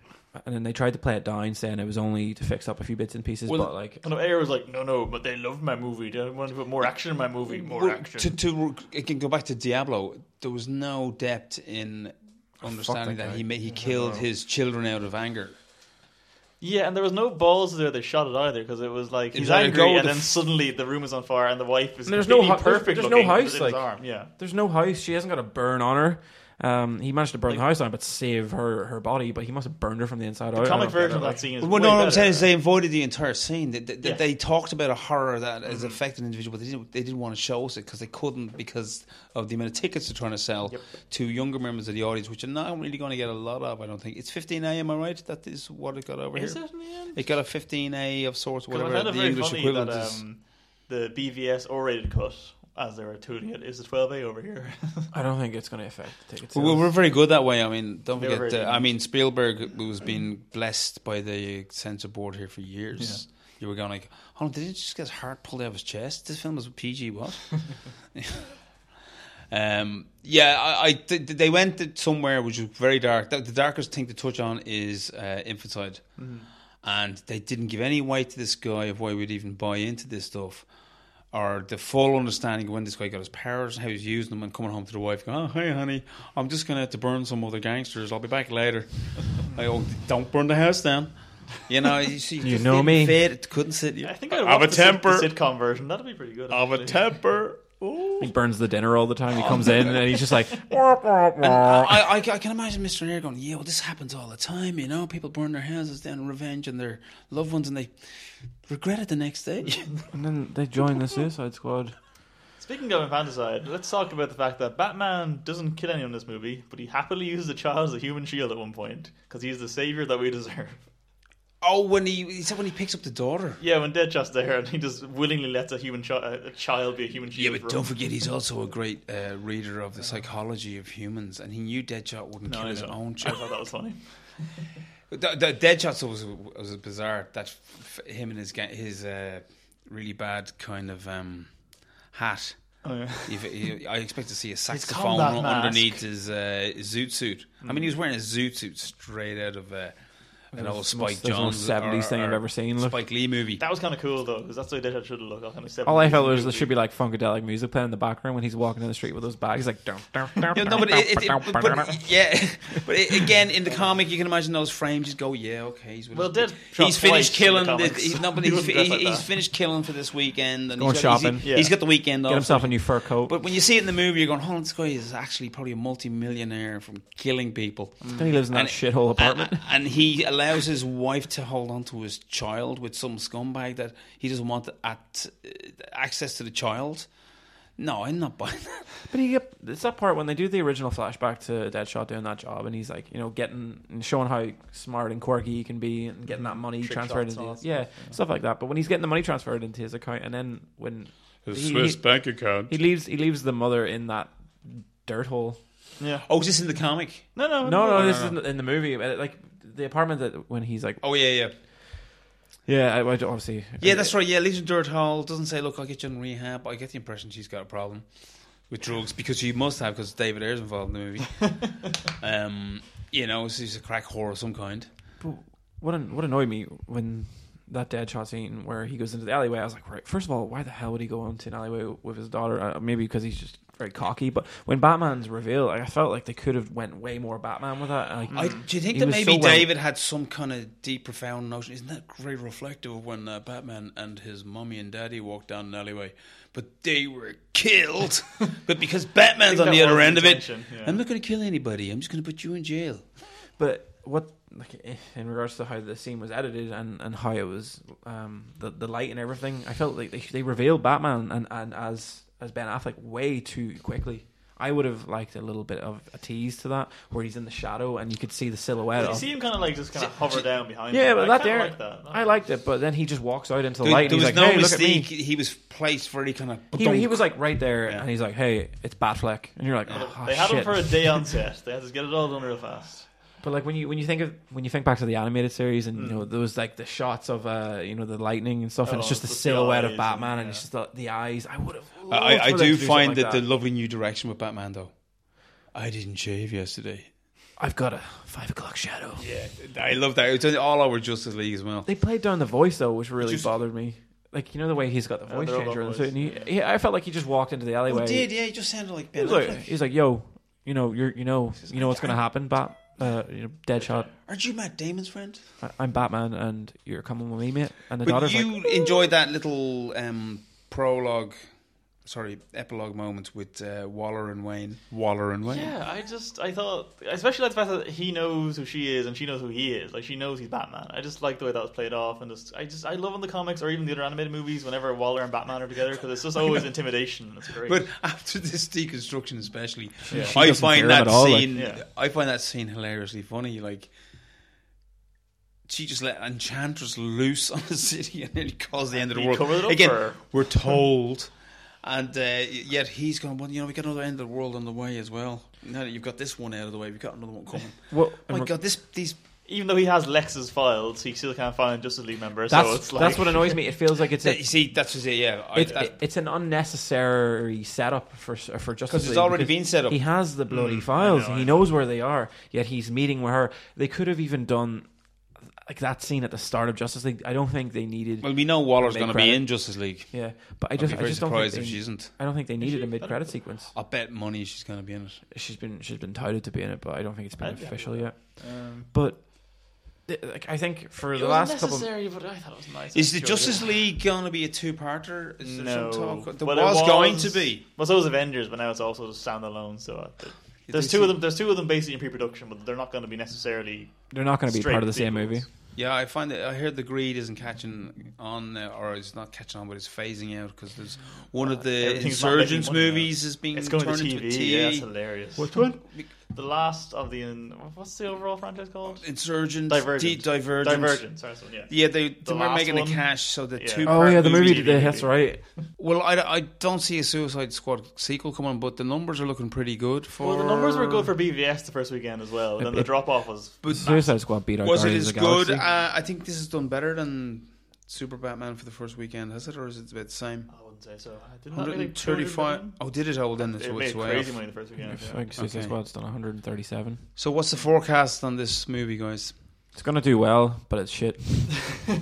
S3: And then they tried to play it down, saying it was only to fix up a few bits and pieces.
S2: Well,
S3: but like,
S1: And Air was like, "No, no, but they loved my movie. They wanted to put more action in my movie. More
S2: Well,
S1: action."
S2: To, to it can go back to Diablo. There was no depth in understanding
S3: that
S2: Oh, that,
S3: guy.
S2: he made, he killed his children out of anger.
S1: yeah, and there was no balls there. They shot it either because it was like
S2: It
S1: he's
S2: was like a
S1: angry,
S2: go
S1: and
S2: the
S1: then
S2: f-
S1: suddenly the room is on fire, and the wife is
S3: And there's no
S1: completely
S3: hu- there's-
S1: perfect.
S3: there's no
S1: looking,
S3: house,
S1: in
S3: like-
S1: his arm. Yeah,
S3: There's no house. She hasn't got a burn on her. Um, he managed to burn the
S1: Like-
S3: house down, but save her her body. But he must have burned her from the inside out.
S1: the
S3: I
S1: comic
S3: don't get
S1: version of
S3: it,
S1: that
S3: like-
S1: scene is
S2: Oh, Well,
S1: way
S2: no, what I'm
S1: better.
S2: saying is they avoided the entire scene. They, they,
S1: Yeah. Mm-hmm.
S2: they talked about a horror that has affected individuals, but they didn't, they didn't want to show us it because they couldn't because of the amount of tickets they're trying to sell
S1: Yep.
S2: to younger members of the audience, which are not really going to get a lot of, I don't think. It's 15A, am I right? That is what it got over
S1: is
S2: here.
S1: it in the end?
S2: It got a 15A of sorts,
S1: Because I
S2: whatever
S1: found it
S2: the
S1: very
S2: English
S1: funny
S2: equivalent
S1: that,
S2: is.
S1: um, the BVS R-rated cut, as they were tooting it, is the 12A over here.
S3: I don't think it's going to affect the ticket
S2: Well,
S3: sales.
S2: we're very good that way. I mean, don't
S1: They were
S2: forget.
S1: very
S2: Uh,
S1: good.
S2: I mean, Spielberg was being blessed by the censor board here for years. you were going like, "Oh, did he just get his heart pulled out of his chest?" This film was PG what? um, yeah, I, I th- they went to somewhere which was very dark. The, the darkest thing to touch on is uh, infanticide, and they didn't give any weight to this guy of why we'd even buy into this stuff. Or the full understanding of when this guy got his powers, how he was using them, and coming home to the wife, going, "Oh, hey, honey, I'm just gonna have to burn some other gangsters. I'll be back later." I go, "Don't burn the house down." You know, you, see,
S3: You
S2: just
S3: know
S2: didn't
S3: me.
S2: fit, It couldn't sit.
S1: I think
S2: I
S1: I'd
S2: have a
S1: watch the sit-
S2: temper.
S1: the sitcom version. That'd be pretty good.
S2: I have a
S1: actually.
S2: temper. Ooh.
S3: He burns the dinner all the time.
S2: Oh.
S3: He comes in and he's just like,
S2: I, I, I can imagine Mr. Air going, yeah, well, this happens all the time, you know. People burn their houses down in revenge on their loved ones and they regret it the next day.
S3: and then they join the Suicide Squad.
S1: Speaking of infanticide, let's talk about the fact that Batman doesn't kill anyone in this movie, but he happily uses a child as a human shield at one point because he's the savior that we deserve.
S2: oh, when he, he said when he picks up the daughter.
S1: Yeah, when Deadshot's there, and he just willingly lets a human chi- a child be a human
S2: Yeah,
S1: shield.
S2: but
S1: for him.
S2: don't forget he's also a great uh, reader of the psychology of humans, and he knew Deadshot wouldn't
S1: No,
S2: kill
S1: I
S2: his
S1: know.
S2: own
S1: I
S2: child.
S1: thought that was funny.
S2: The, the Deadshot stuff was was bizarre. That f- him and his ga- his uh, really bad kind of um, hat.
S1: Oh, yeah.
S2: If- he- I expect to see a saxophone
S1: combat mask.
S2: underneath his uh, his zoot suit. I mean, he was wearing a zoot suit straight out of uh, an old Spike
S3: there's no
S2: Jones
S3: 70s
S2: or-
S3: thing I've
S2: or
S3: ever seen, look.
S2: Spike Lee movie.
S1: That was kind of cool though, because that's the way Deadshot should have looked. All, kind of
S3: All I felt was there should be like funkadelic music playing in the background when he's walking down the street with those bags. Like, dum, dum, dum,
S2: Yeah, no,
S3: dum,
S2: but, it, it,
S3: dum,
S2: it,
S3: dum,
S2: but-
S3: dum.
S2: yeah, but it, again, in the comic, you can imagine those frames. Just go, yeah, okay. He's with
S1: Well,
S2: his-
S1: Deadshot
S2: he's finished
S1: twice in the
S2: killing. The
S1: comics.
S2: he's, no, but
S1: He
S2: he's,
S1: wasn't dressed like
S2: he's
S1: that.
S2: finished killing for this weekend. And
S3: Going
S2: he's got, he's-
S3: shopping.
S1: Yeah.
S2: he's got the weekend off.
S3: Get himself a new fur coat.
S2: But when you see it in the movie, you're going, "Hold on, this guy is actually probably a multi-millionaire from killing people."
S3: then he lives in Mm, that
S2: And-
S3: shithole apartment.
S2: And, and he allows his wife to hold on to his child with some scumbag that he doesn't want at, uh, access to the child. No, I'm not buying that.
S3: But you get it's that part when they do the original flashback to Deadshot doing that job, and he's like, you know, getting and showing how smart and quirky he can be, and getting that money
S1: Trick
S3: transferred
S1: shots
S3: into
S1: and all
S3: his,
S1: that
S3: yeah,
S1: stuff,
S3: stuff like that. But when he's getting the money transferred into his account, and then when he, he-
S2: bank account.
S3: he leaves, he leaves the mother in that dirt hole.
S1: Yeah.
S2: oh, is this in the comic?
S1: No, Oh, no,
S3: No, no, this is in the- in the movie, but, like the apartment that when he's like,
S2: Oh yeah, yeah,
S3: yeah, I, I don't- obviously,
S2: yeah. That's right. Yeah, leaves in dirt hole. Doesn't say, "Look, I'll get you in rehab." I get the impression she's got a problem with drugs because she must have because David Ayer's involved in the movie. um, you know, she's a crack whore of some kind.
S3: But what an- what annoyed me when that Deadshot scene where he goes into the alleyway, I was like, right, first of all, why the hell would he go into an alleyway with his daughter? Uh, maybe because he's just very cocky. But when Batman's revealed, I felt like they could have went way more Batman with that. and,
S2: I,
S3: Like,
S2: do you think
S3: Hmm. He
S2: that
S3: was
S2: maybe
S3: so well-
S2: David had some kind of deep, profound notion? Isn't that very reflective of when uh, Batman and his mummy and daddy walked down an alleyway, but they were killed? but because Batman's on
S1: that
S2: the other
S1: was the
S2: end of it,
S1: intention, yeah.
S2: I'm not going to kill anybody. I'm just going to put you in jail.
S3: but what like eh, in regards to how the scene was edited and, and how it was um, the the light and everything, I felt like they they revealed Batman and, and as as Ben Affleck way too quickly. I would have liked a little bit of a tease to that, where he's in the shadow and you could see the silhouette.
S1: You
S3: of
S1: see him kind of like just kind of hover down behind.
S3: Yeah,
S1: him.
S3: but
S1: I
S3: that
S1: kinda
S3: there,
S1: like that.
S3: I liked it. But then he just walks out into the
S2: There,
S3: light.
S2: there
S3: and
S2: was
S3: he's
S2: no
S3: like, hey, look at
S2: mistake.
S3: me.
S2: He was placed very kind of.
S3: He, he was like right there,
S2: Yeah.
S3: and he's like, "Hey, it's Batfleck," and you're like, "Oh,
S1: They had
S3: shit."
S1: him for a day on set. They had to get it all done real fast.
S3: But like when you when you think of when you think back to the animated series, and you know those like the shots of uh you know the lightning and stuff, and
S1: Mm.
S3: it's
S1: Oh,
S3: just the
S1: the
S3: silhouette of
S1: eyes
S3: Batman, and,
S1: and-
S3: it's just the, the eyes. I would have.
S2: I, I do find that,
S3: that,
S2: the lovely new direction with Batman, though. I didn't shave yesterday.
S3: I've got a five o'clock shadow.
S2: Yeah, I love that. It's all over Justice League as well.
S3: They played down the voice though, which really
S2: Just-
S3: bothered me. Like you know the way he's got the
S1: Yeah,
S3: voice
S1: they're all
S3: changer,
S1: about
S3: and so
S1: voice,
S3: and he,
S1: yeah.
S3: yeah, I felt like he just walked into the
S2: Oh,
S3: alleyway.
S2: did yeah? He just sounded like
S3: He
S2: Ben
S3: was like,
S2: Affleck.
S3: he's like, yo, you know, you're, you know, you know what's gonna happen, Bat, uh, you know, Deadshot.
S2: Aren't you Matt Damon's friend?
S3: I- I'm Batman, and you're coming with me, mate. And the
S2: But
S3: daughter's
S2: you
S3: like,
S2: enjoyed that little um, prologue, sorry, epilogue moment with uh, Waller and Wayne. Waller and Wayne.
S1: Yeah, I just I thought, I especially like the fact that he knows who she is and she knows who he is. Like she knows he's Batman. I just like the way that was played off, and just I just I love in the comics or even the other animated movies whenever Waller and Batman are together because it's just always intimidation. and It's great.
S2: But after this deconstruction, especially,
S1: Yeah.
S3: She
S2: I
S3: doesn't fear
S2: find
S3: him
S2: that
S3: at all, like-
S2: scene.
S1: Yeah.
S2: I find that scene hilariously funny. Like she just let Enchantress loose on the city and nearly caused the end of the
S1: He
S2: world.
S1: covered it up
S2: Again,
S1: for her.
S2: we're told. And uh, yet he's going, well, you know, we got another end of the world on the way as well. Now that you've got this one out of the way, we've got another one coming.
S3: well,
S2: my Oh God, this these
S1: even though he has Lex's files, he still can't find a Justice League member.
S3: That's
S1: so it's like
S3: that's what annoys me. It feels like it's a,
S2: You see, that's just it. Yeah, I-
S3: it's,
S2: that-
S3: it's an unnecessary setup for for Justice
S2: 'Cause it's
S3: League
S2: already
S3: because
S2: been set up.
S3: He has the bloody
S1: Mm, I
S3: files.
S1: know, I
S3: he
S1: know.
S3: knows where they are. Yet he's meeting with her. They could have even done like that scene at the start of Justice League. I don't think they needed.
S2: well, we know Waller's
S3: Big
S2: going to be
S3: credit.
S2: in Justice League.
S3: yeah, but I
S2: I'd
S3: just
S2: be
S3: I
S2: very
S3: just don't think
S2: surprised
S3: they,
S2: if she isn't.
S3: I don't think they needed
S1: she?
S3: a
S1: I don't
S3: mid credit
S1: know.
S3: sequence.
S2: I bet money she's going to be in it.
S3: She's been she's been touted to be in it, but I don't think it's been
S1: I'd be happy
S3: official
S1: with
S3: yet.
S1: Um,
S3: But th- like, I think for
S1: it
S3: the
S1: was
S3: last couple.
S1: necessary, but I thought it was nice.
S2: Is
S1: I'm
S2: the
S1: sure
S2: Justice
S1: it-
S2: League going to be a two-parter? Is there
S1: No.
S2: some talk? There
S1: Well, it
S2: was,
S1: was-
S2: going to be.
S1: Well, so was Avengers, but now it's also just standalone. So uh, there's two
S2: They see-
S1: of them. There's two of them basically in pre-production, but they're not going to be necessarily
S3: They're not going to be
S1: straight
S3: part of the same
S1: sequels.
S3: movie.
S2: Yeah, I find that I heard the greed isn't catching on, uh, or it's not catching on, but it's phasing out because there's one of the
S1: Uh, Everything's not making
S2: Insurgents
S1: money now.
S2: movies is being
S1: It's going to
S2: turned
S1: TV.
S2: into a
S1: Yeah, it's
S2: TV.
S1: hilarious.
S3: Which one?
S1: The last of the what's the overall franchise called?
S2: Insurgent,
S1: Divergent.
S2: Di- Divergent.
S1: Divergent. Sorry, that's the one, yeah.
S2: Yeah, they, they
S1: The
S2: were
S1: last
S2: making
S1: one?
S2: the cash, so the
S1: Yeah.
S2: two.
S3: Oh yeah, the movie.
S1: DVD.
S3: did- That's right.
S2: Well, I, I don't see a Suicide Squad sequel coming, but the numbers are looking pretty good for.
S1: Well, the numbers were good for BVS the first weekend as well. And then the drop off was
S2: But
S3: Suicide Squad beat out
S2: was it
S3: Guardians
S2: as
S3: of the Galaxy.
S2: good? Uh, I think this has done better than Super Batman for the first weekend, has it, or is it about the same?
S1: I wouldn't say so. Didn't that make, like,
S2: 135.
S1: 200
S2: Oh, did it? Oh, then it's,
S1: million?
S2: it's
S1: It made
S2: way
S1: crazy
S2: off.
S1: money the first weekend.
S3: I
S1: yeah.
S3: think Suicide
S2: Okay.
S3: Squad's done 137.
S2: So, what's the forecast on this movie, guys?
S3: It's gonna do well, but it's shit.
S2: Oh.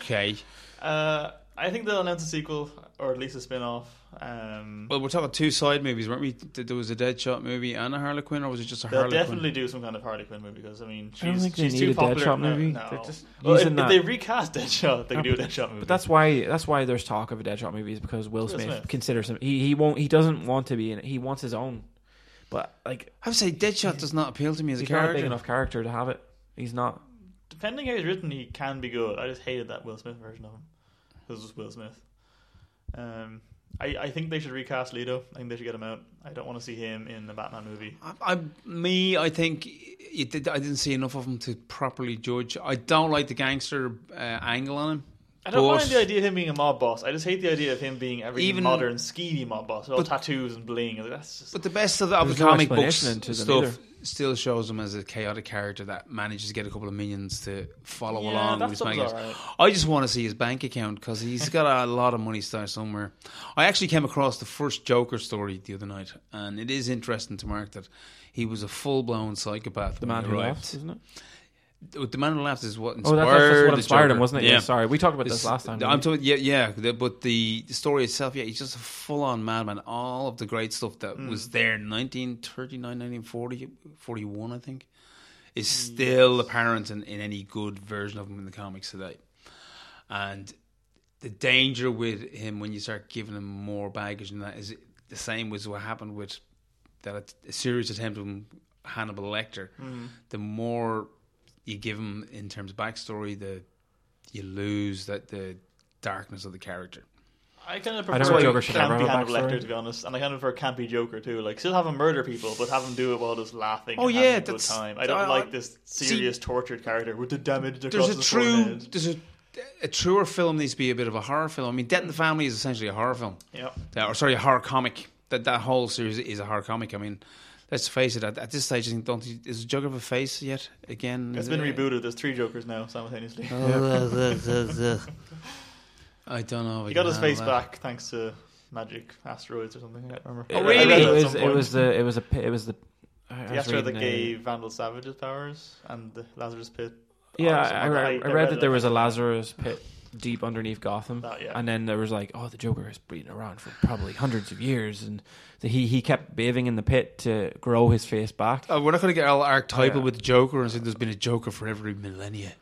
S2: Okay.
S1: Uh, I think they'll announce a sequel or at least a spin off. Um,
S2: Well, we're talking two side movies, weren't we? Th- There was a Deadshot movie and a Harlequin, or was it just a
S1: they'll
S2: Harlequin?
S1: definitely do some kind of Harley Quinn movie because I mean she's,
S3: I don't think they
S1: she's
S3: need
S1: too
S3: a
S1: popular.
S3: Deadshot
S1: No,
S3: movie.
S1: no.
S3: They're just
S1: well, if,
S3: using
S1: if
S3: that.
S1: they recast Deadshot, they
S3: No,
S1: can do a Deadshot movie.
S3: But that's why that's why there's talk of a Deadshot movie is because Will
S1: Will
S3: Smith,
S1: Smith.
S3: considers him. He he won't. He doesn't want to be in it. He wants his own. But like,
S2: I would say Deadshot does not appeal to me as a
S3: he's not a big
S2: character.
S3: enough character to have it. He's not.
S1: depending how he's written, he can be good. I just hated that Will Smith version of him. This was Will Smith. Um, I, I think they should recast Leto. I think they should get him out. I don't want to see him in the Batman movie.
S2: I, I, me, I think it did, I didn't see enough of him to properly judge. I don't like the gangster uh, angle on him.
S1: I don't
S2: But-
S1: mind the idea of him being a mob boss. I just hate the idea of him being every
S2: Even-
S1: modern skeevy mob boss, with all
S2: But-
S1: tattoos and bling. Like, that's just
S2: But the best of the, of the
S3: There's no
S2: comic books
S3: explanation into them
S2: stuff
S3: either.
S2: still shows him as a chaotic character that manages to get a couple of minions to follow
S1: Yeah,
S2: along.
S1: that
S2: with his
S1: stuff's
S2: mangas.
S1: alright.
S2: I just want to see his bank account because he's got a lot of money stashed somewhere. I actually came across the first Joker story the other night, and it is interesting to mark that he was a full blown psychopath.
S3: The
S2: when
S3: man
S2: he
S3: who
S2: arrived.
S3: laughs, isn't it?
S2: Oh, The man who laughed is what
S3: Oh,
S2: inspired.
S3: that, that's, that's what
S2: the
S3: inspired him,
S2: Joker.
S3: wasn't it? Yeah. Sorry, we talked about this,
S2: It's-
S3: last time.
S2: I'm
S3: didn't we?
S2: talking, yeah, yeah. the- but the story itself, yeah, he's just a full-on madman. All of the great stuff that
S3: Hmm.
S2: was there in 1939, 1940, 41, I think, is
S3: Hmm.
S2: still apparent in, in any good version of him in the comics today. And the danger with him when you start giving him more baggage than that is the same was what happened with that att- a serious attempt on Hannibal Lecter.
S3: Hmm.
S2: The more you give him in terms of backstory, the you lose that the darkness of the character.
S1: I kind of
S3: I
S1: prefer
S3: don't think Joker should ever
S1: campy
S3: have a
S1: Hannibal
S3: backstory.
S1: Lecter to be honest, and I kind of prefer campy Joker too. Like still have him murder people, but have him do it while just laughing.
S2: Oh,
S1: and
S2: yeah,
S1: having a good
S2: that's-
S1: time. I don't
S2: I-
S1: like this
S2: see-
S1: serious tortured character with the damage across
S2: There's a
S1: the
S2: true,
S1: forehead.
S2: there's a, a truer film needs to be a bit of a horror film. I mean, Death in the Family is essentially a horror film.
S1: Yep.
S2: That- or sorry, a horror comic. That that whole series is a horror comic. I mean, let's face it. At, at this stage, I think, don't you- is Joker have a face yet? Again,
S1: It's
S2: Is
S1: been
S2: it-
S1: rebooted. There's three Jokers now simultaneously.
S2: I don't know. if I
S1: He got
S2: can
S1: his face
S2: handle that.
S1: back thanks to magic asteroids or something. I can't remember. I
S2: Oh, really?
S1: read that
S3: It
S1: at
S3: was,
S1: some
S3: it
S1: point.
S3: was the. It was a. It was the. I- I
S1: the
S3: was
S1: asteroid that
S3: reading a-
S1: gave Vandal Savage his powers and the Lazarus Pit.
S3: Yeah,
S1: Awesome.
S3: I, I, I read, that there was a Lazarus pit deep underneath Gotham,
S1: That, yeah.
S3: and then there was like, oh, the Joker has been around for probably hundreds of years, and that he he kept bathing in the pit to grow his face back.
S2: Uh, we're not going to get all archetypal
S3: Yeah.
S2: with Joker and say there's been a Joker for every millennia.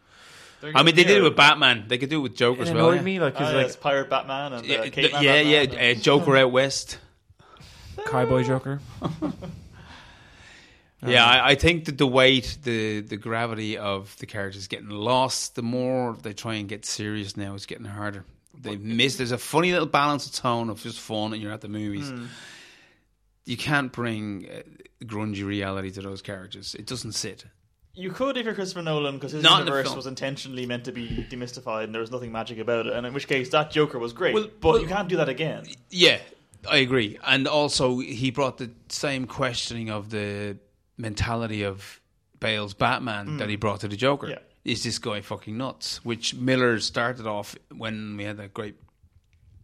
S1: They're
S2: I mean, they did it
S1: getting
S2: with Batman. They could do it with Joker
S3: It
S2: as well.
S3: annoyed
S2: Yeah,
S3: me, like,
S1: Ah,
S3: 'cause,
S1: yeah,
S3: like
S1: it's Pirate Batman and
S2: yeah,
S1: uh, Caveman
S2: yeah. yeah,
S1: Batman and-
S2: uh, Joker out west.
S3: Cowboy Joker.
S2: Yeah, I, I think that the weight, the the gravity of the characters getting lost. The more they try and get serious now, it's getting harder. They miss. There's a funny little balance of tone of just fun, and you're at the movies. You can't bring uh, grungy reality to those characters. It doesn't sit.
S1: You could if you're Christopher Nolan because his
S2: Not in the
S1: universe
S2: film.
S1: was intentionally meant to be demystified and there was nothing magic about it. And in which case, that Joker was great.
S2: Well-
S1: but
S2: well-
S1: you can't do that again.
S2: Yeah, I agree. And also, he brought the same questioning of the mentality of Bale's Batman that he brought to the Joker.
S1: Yeah.
S2: Is this guy fucking nuts? Which Miller started off when we had that great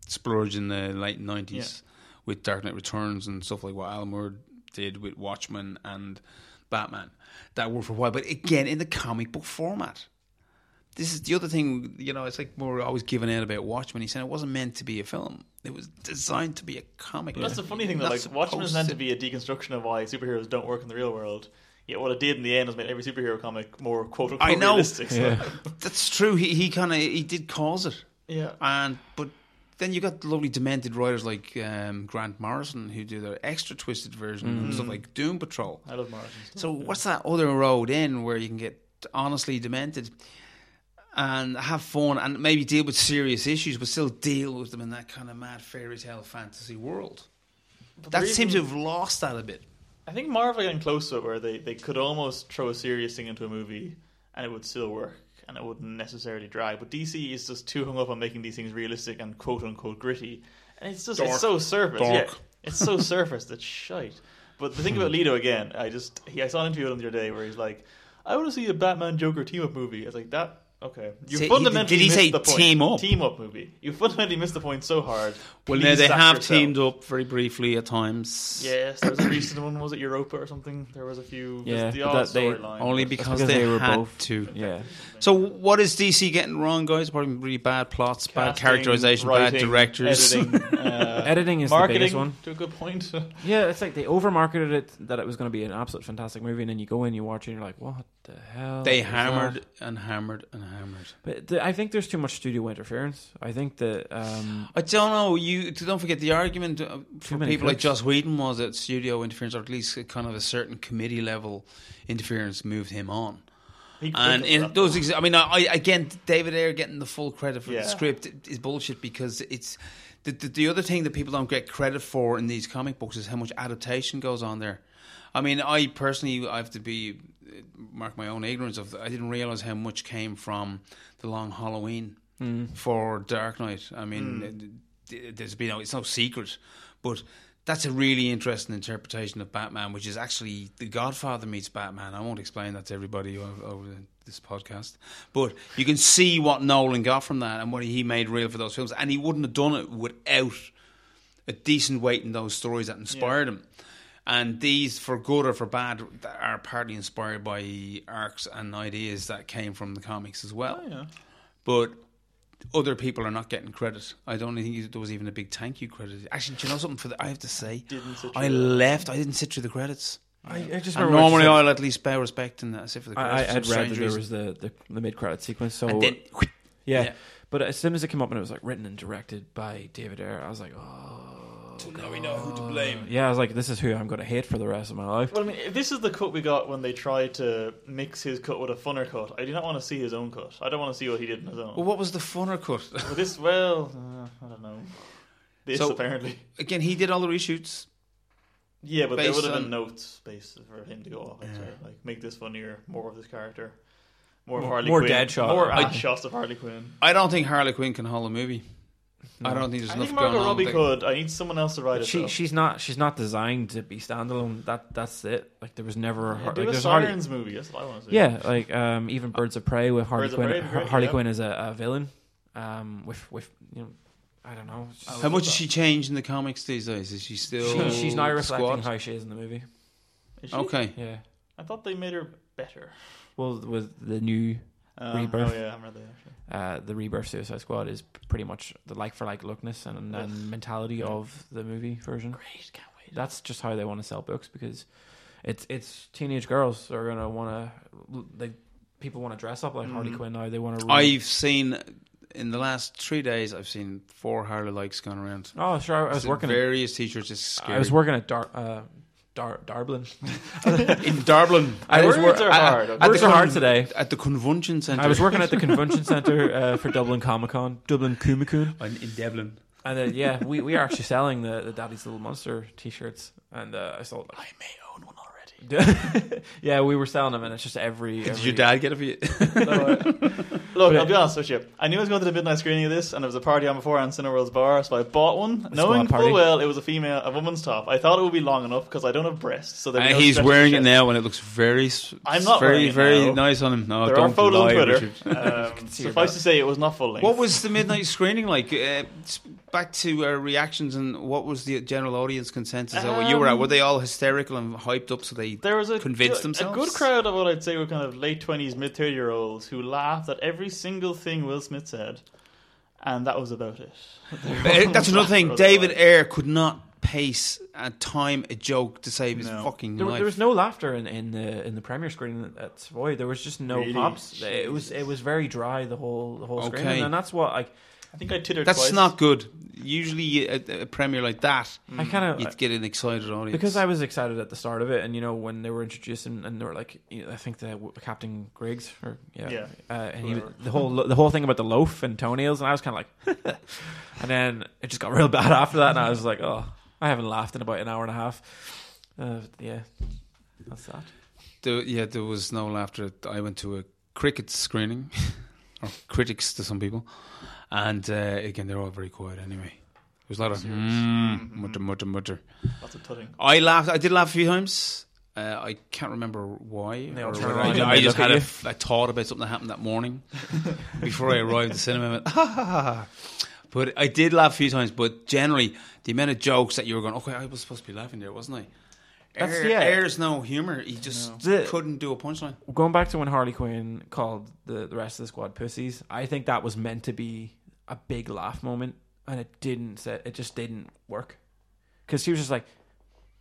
S2: splurge in the late nineties with Dark Knight Returns and stuff like what Alan Moore did with Watchmen and Batman. That worked for a while, but again in the comic book format. This is the other thing, you know, it's like we're always giving out about Watchmen. He said it wasn't meant to be a film. It was designed to be a comic book.
S1: That's the funny thing, though.
S2: Not
S1: Like, Watchmen is
S2: supposed
S1: meant to be a deconstruction of why superheroes don't work in the real world. Yet what it did in the end was made every superhero comic more quote unquote
S2: I know.
S1: realistic. so-
S3: Yeah.
S2: That's true. He he kind of he did cause it,
S1: yeah.
S2: and but then you got lovely demented writers like um, Grant Morrison who do their extra twisted version
S1: Mm.
S2: and stuff like Doom Patrol.
S1: I love Morrison.
S2: So what's that other road in where you can get honestly demented and have fun and maybe deal with serious issues, but still deal with them in that kind of mad fairy tale fantasy world? That seems to have lost that a bit.
S1: I think Marvel are getting close to it where they, they could almost throw a serious thing into a movie and it would still work and it wouldn't necessarily dry. But DC is just too hung up on making these things realistic and quote unquote gritty. And it's just
S2: Dark.
S1: it's so surface.
S2: Dark.
S1: Yeah. It's so surface that's shite. But the thing about Leto again, I just he, I saw an interview with him the other day where he's like, I want to see a Batman Joker team up movie. I was like, that okay. You
S2: Say- he-
S1: fundamentally
S2: did he
S1: missed
S2: say
S1: the point.
S2: team up?
S1: Team up movie. You fundamentally missed the point so hard.
S2: Well, now
S1: Please
S2: they
S1: sack
S2: have
S1: yourself.
S2: teamed up very briefly at times.
S1: Yes, there was a recent one. Was it Europa or something? There was a few.
S3: Yeah,
S1: Yeah, the
S3: but
S1: odd
S3: that- they
S1: storyline.
S2: Only
S1: but-
S2: because,
S3: because
S2: they,
S3: they were
S2: had
S3: both-
S2: to.
S3: Yeah.
S2: So what is DC getting wrong, guys? Probably really bad plots, bad
S1: Casting,
S2: characterization, bad
S1: writing,
S2: directors.
S1: editing, uh,
S3: Editing is
S1: marketing
S3: the biggest one.
S1: to a good point.
S3: Yeah, it's like they overmarketed it that it was going to be an absolute fantastic movie, and then you go in, you watch it, and you're like, what the hell?
S2: they
S3: is that?
S2: hammered and hammered and hammered.
S3: But the, I think there's too much studio interference. I think that um,
S2: I don't know. You don't forget the argument uh, for
S3: many
S2: people like
S3: cooks.
S2: Joss Whedon was that studio interference, or at least a kind of a certain committee level interference, moved him on.
S1: He
S2: And
S1: picked
S2: it
S1: up
S2: does. Ex- I mean, I, I again, David Ayer getting the full credit for
S1: Yeah.
S2: the script is bullshit because it's the, the the other thing that people don't get credit for in these comic books is how much adaptation goes on there. I mean, I personally, I have to be mark my own ignorance of. I didn't realize how much came from the Long Halloween for Dark Knight. I mean, th- there's been no- it's no secret, but. That's a really interesting interpretation of Batman, which is actually The Godfather meets Batman. I won't explain that to everybody o- over this podcast, but you can see what Nolan got from that and what he made real for those films. And he wouldn't have done it without a decent weight in those stories that inspired him. And these, for good or for bad, are partly inspired by arcs and ideas that came from the comics as well.
S1: Oh, yeah.
S2: But other people are not getting credit. I don't think there was even a big thank you credit. Actually, do you know something? For the, I have to say,
S1: Didn't sit
S2: I
S1: through that.
S2: left. I didn't sit through the credits.
S3: I, I just
S2: And
S3: remember what you
S2: normally,
S3: said.
S2: I'll at least pay respect and that's it for the
S3: I, I
S2: credits. for
S3: had
S2: some
S3: read that
S2: strange
S3: there
S2: reason.
S3: was the, the, the mid credit sequence. So
S2: and then
S3: yeah.
S2: yeah.
S3: but as soon as it came up and it was like written and directed by David Ayer, I was like, oh.
S2: now we know who to blame.
S3: Yeah, I was like, this is who I'm going to hate for the rest of my life.
S1: Well, I mean, this is the cut we got when they tried to mix his cut with a funner cut. I do not want to see his own cut. I don't want to see what he did in his own.
S2: Well, what was the funner cut?
S1: But this, well, uh, I don't know. This
S2: So-
S1: apparently,
S2: Again, he did all the reshoots.
S1: yeah, but there
S2: based
S1: would have
S2: on-
S1: been notes based for him to go off. and
S2: Yeah.
S1: say, Like, make this funnier, more of this character, more, of
S3: More-
S1: Harley
S3: more
S1: Quinn,
S3: Deadshot.
S1: more
S3: I-
S1: ass shots of Harley Quinn.
S2: I don't think Harley Quinn can haul a movie. I don't think there's
S1: I
S2: enough
S1: think
S2: going
S1: Margot
S2: on.
S1: Robbie
S2: that-
S1: could. I need someone else to write it.
S3: She
S1: though.
S3: she's not she's not designed to be standalone. That that's it. Like there was never a
S1: Yeah,
S3: Har-
S1: do
S3: like,
S1: a
S3: there's hardly-
S1: Sirens movie. That's what I want to see.
S3: Yeah, like um, even Birds of Prey with Harley
S1: Birds of
S3: Quinn.
S1: Prey,
S3: Har-
S1: great,
S3: Harley
S1: yeah.
S3: Quinn is a, a villain. Um, with with you know, I don't know. It's just-
S2: How much has she changed in the comics these days? Is she still?
S3: She, she's now reflecting
S2: squad?
S3: how she is in the movie.
S1: Is she?
S2: Okay.
S3: Yeah.
S1: I thought they made her better.
S3: Well, with the new
S1: Um,
S3: Rebirth.
S1: Oh yeah, I remember that. Actually.
S3: uh, the Rebirth Suicide Squad is pretty much the like for like lookness and,
S1: Yes.
S3: and mentality of the movie version.
S1: Great, can't wait.
S3: That's just how they want to sell books because it's it's teenage girls are gonna want to they people want to dress up like
S2: Mm-hmm.
S3: Harley
S1: Mhm.
S3: Quinn now. They want to.
S2: I've seen in the last three days. I've seen four Harley likes going around.
S3: oh sure, I, I was
S2: In
S3: working. At,
S2: various t-shirts. It's scary.
S3: I was working at Dar. Uh, Dar- Darblin.
S2: in Dublin.
S3: I was
S1: Words are
S2: I- I-
S1: hard.
S2: at
S1: okay.
S3: Words
S2: the
S3: are
S2: con-
S3: hard today.
S2: At the convention centre.
S3: I was working at the convention center uh, for Dublin Comic Con, Dublin Kumikun,
S2: in, in Dublin.
S3: and then yeah, we, we are actually selling the, the Daddy's Little Monster T-shirts, and uh, I sold
S1: I may own one already.
S3: yeah, we were selling them, and it's just every.
S2: Did
S3: every
S2: your dad get it for you?
S3: No, uh,
S1: Look,
S3: But-
S1: I'll be honest with you. I knew I was going to the midnight screening of this, and there was a party on beforehand, Cineworld's bar, so I bought one, knowing
S3: party.
S1: full well it was a female, a woman's top. I thought it would be long enough because I don't have breasts, so there'd be
S2: And
S1: no
S2: he's
S1: stretch
S2: wearing
S1: to
S2: it
S1: chest.
S2: now, and it looks very, s-
S1: I'm not
S2: very,
S1: wearing it
S2: very
S1: now.
S2: nice on him. No,
S1: There
S2: don't
S1: are photos
S2: lie,
S1: on Twitter.
S2: Richard.
S1: Um,
S3: see your
S1: suffice
S3: butt.
S1: to say, it was not full length.
S2: What was the midnight screening like? Uh, s- back to uh, reactions and what was the general audience consensus? of what you were at?
S1: Um,
S2: Were they all hysterical and hyped up so they
S1: there was a
S2: convinced
S1: a,
S2: themselves?
S1: good crowd of what I'd say were kind of late twenties, mid thirty year olds who laughed at every single thing Will Smith said, and that was about it.
S2: Uh, That's another thing.
S1: Otherwise-
S2: David Ayer could not pace and time a joke to save his
S1: No.
S2: fucking
S3: There,
S2: life.
S3: there was no laughter in, in the in the premiere screen at Savoy. There was just no
S1: Really?
S3: pops. It was it was very dry the whole the whole screen,
S2: Okay.
S3: and, that's what I
S1: I think I tittered.
S2: That's
S1: twice.
S2: not good. Usually, a, a premiere like that,
S3: I kind
S2: you'd
S3: of
S2: get an excited audience.
S3: because I was excited at the start of it, and you know when they were introducing and they were like, you know, I think the w- Captain Griggs or yeah,
S1: Yeah.
S3: uh, and he,
S1: Whoever.
S3: the whole lo- the whole thing about the loaf and toenails, and I was kind of like, and then it just got real bad after that, and I was like, oh, I haven't laughed in about an hour and a half. Uh, yeah, that's that.
S2: There- yeah, there was no laughter. I went to a cricket screening, or critics to some people, and uh, again, they're all very quiet anyway. There was a lot of mm, mutter, mutter, mutter.
S1: Lots of tutting.
S2: I laughed. I did laugh a few times. Uh, I can't remember why.
S3: They all
S2: or
S3: turn
S2: whether
S3: around and
S2: I, I
S3: they
S2: just
S3: look
S2: had
S3: at
S2: a,
S3: you.
S2: f- a thought about something that happened that morning before I arrived at the cinema. I went, ha, ha, ha, ha. But I did laugh a few times. But generally, the amount of jokes that you were going, okay, I was supposed to be laughing there, wasn't I?
S3: That's-
S2: Air,
S3: yeah.
S2: Air's no humor. He just
S3: No. The-
S2: couldn't do a punchline.
S3: going back to when Harley Quinn called the, the rest of the squad pussies, I think that was meant to be a big laugh moment, and it didn't. Set, it just didn't work because she was just like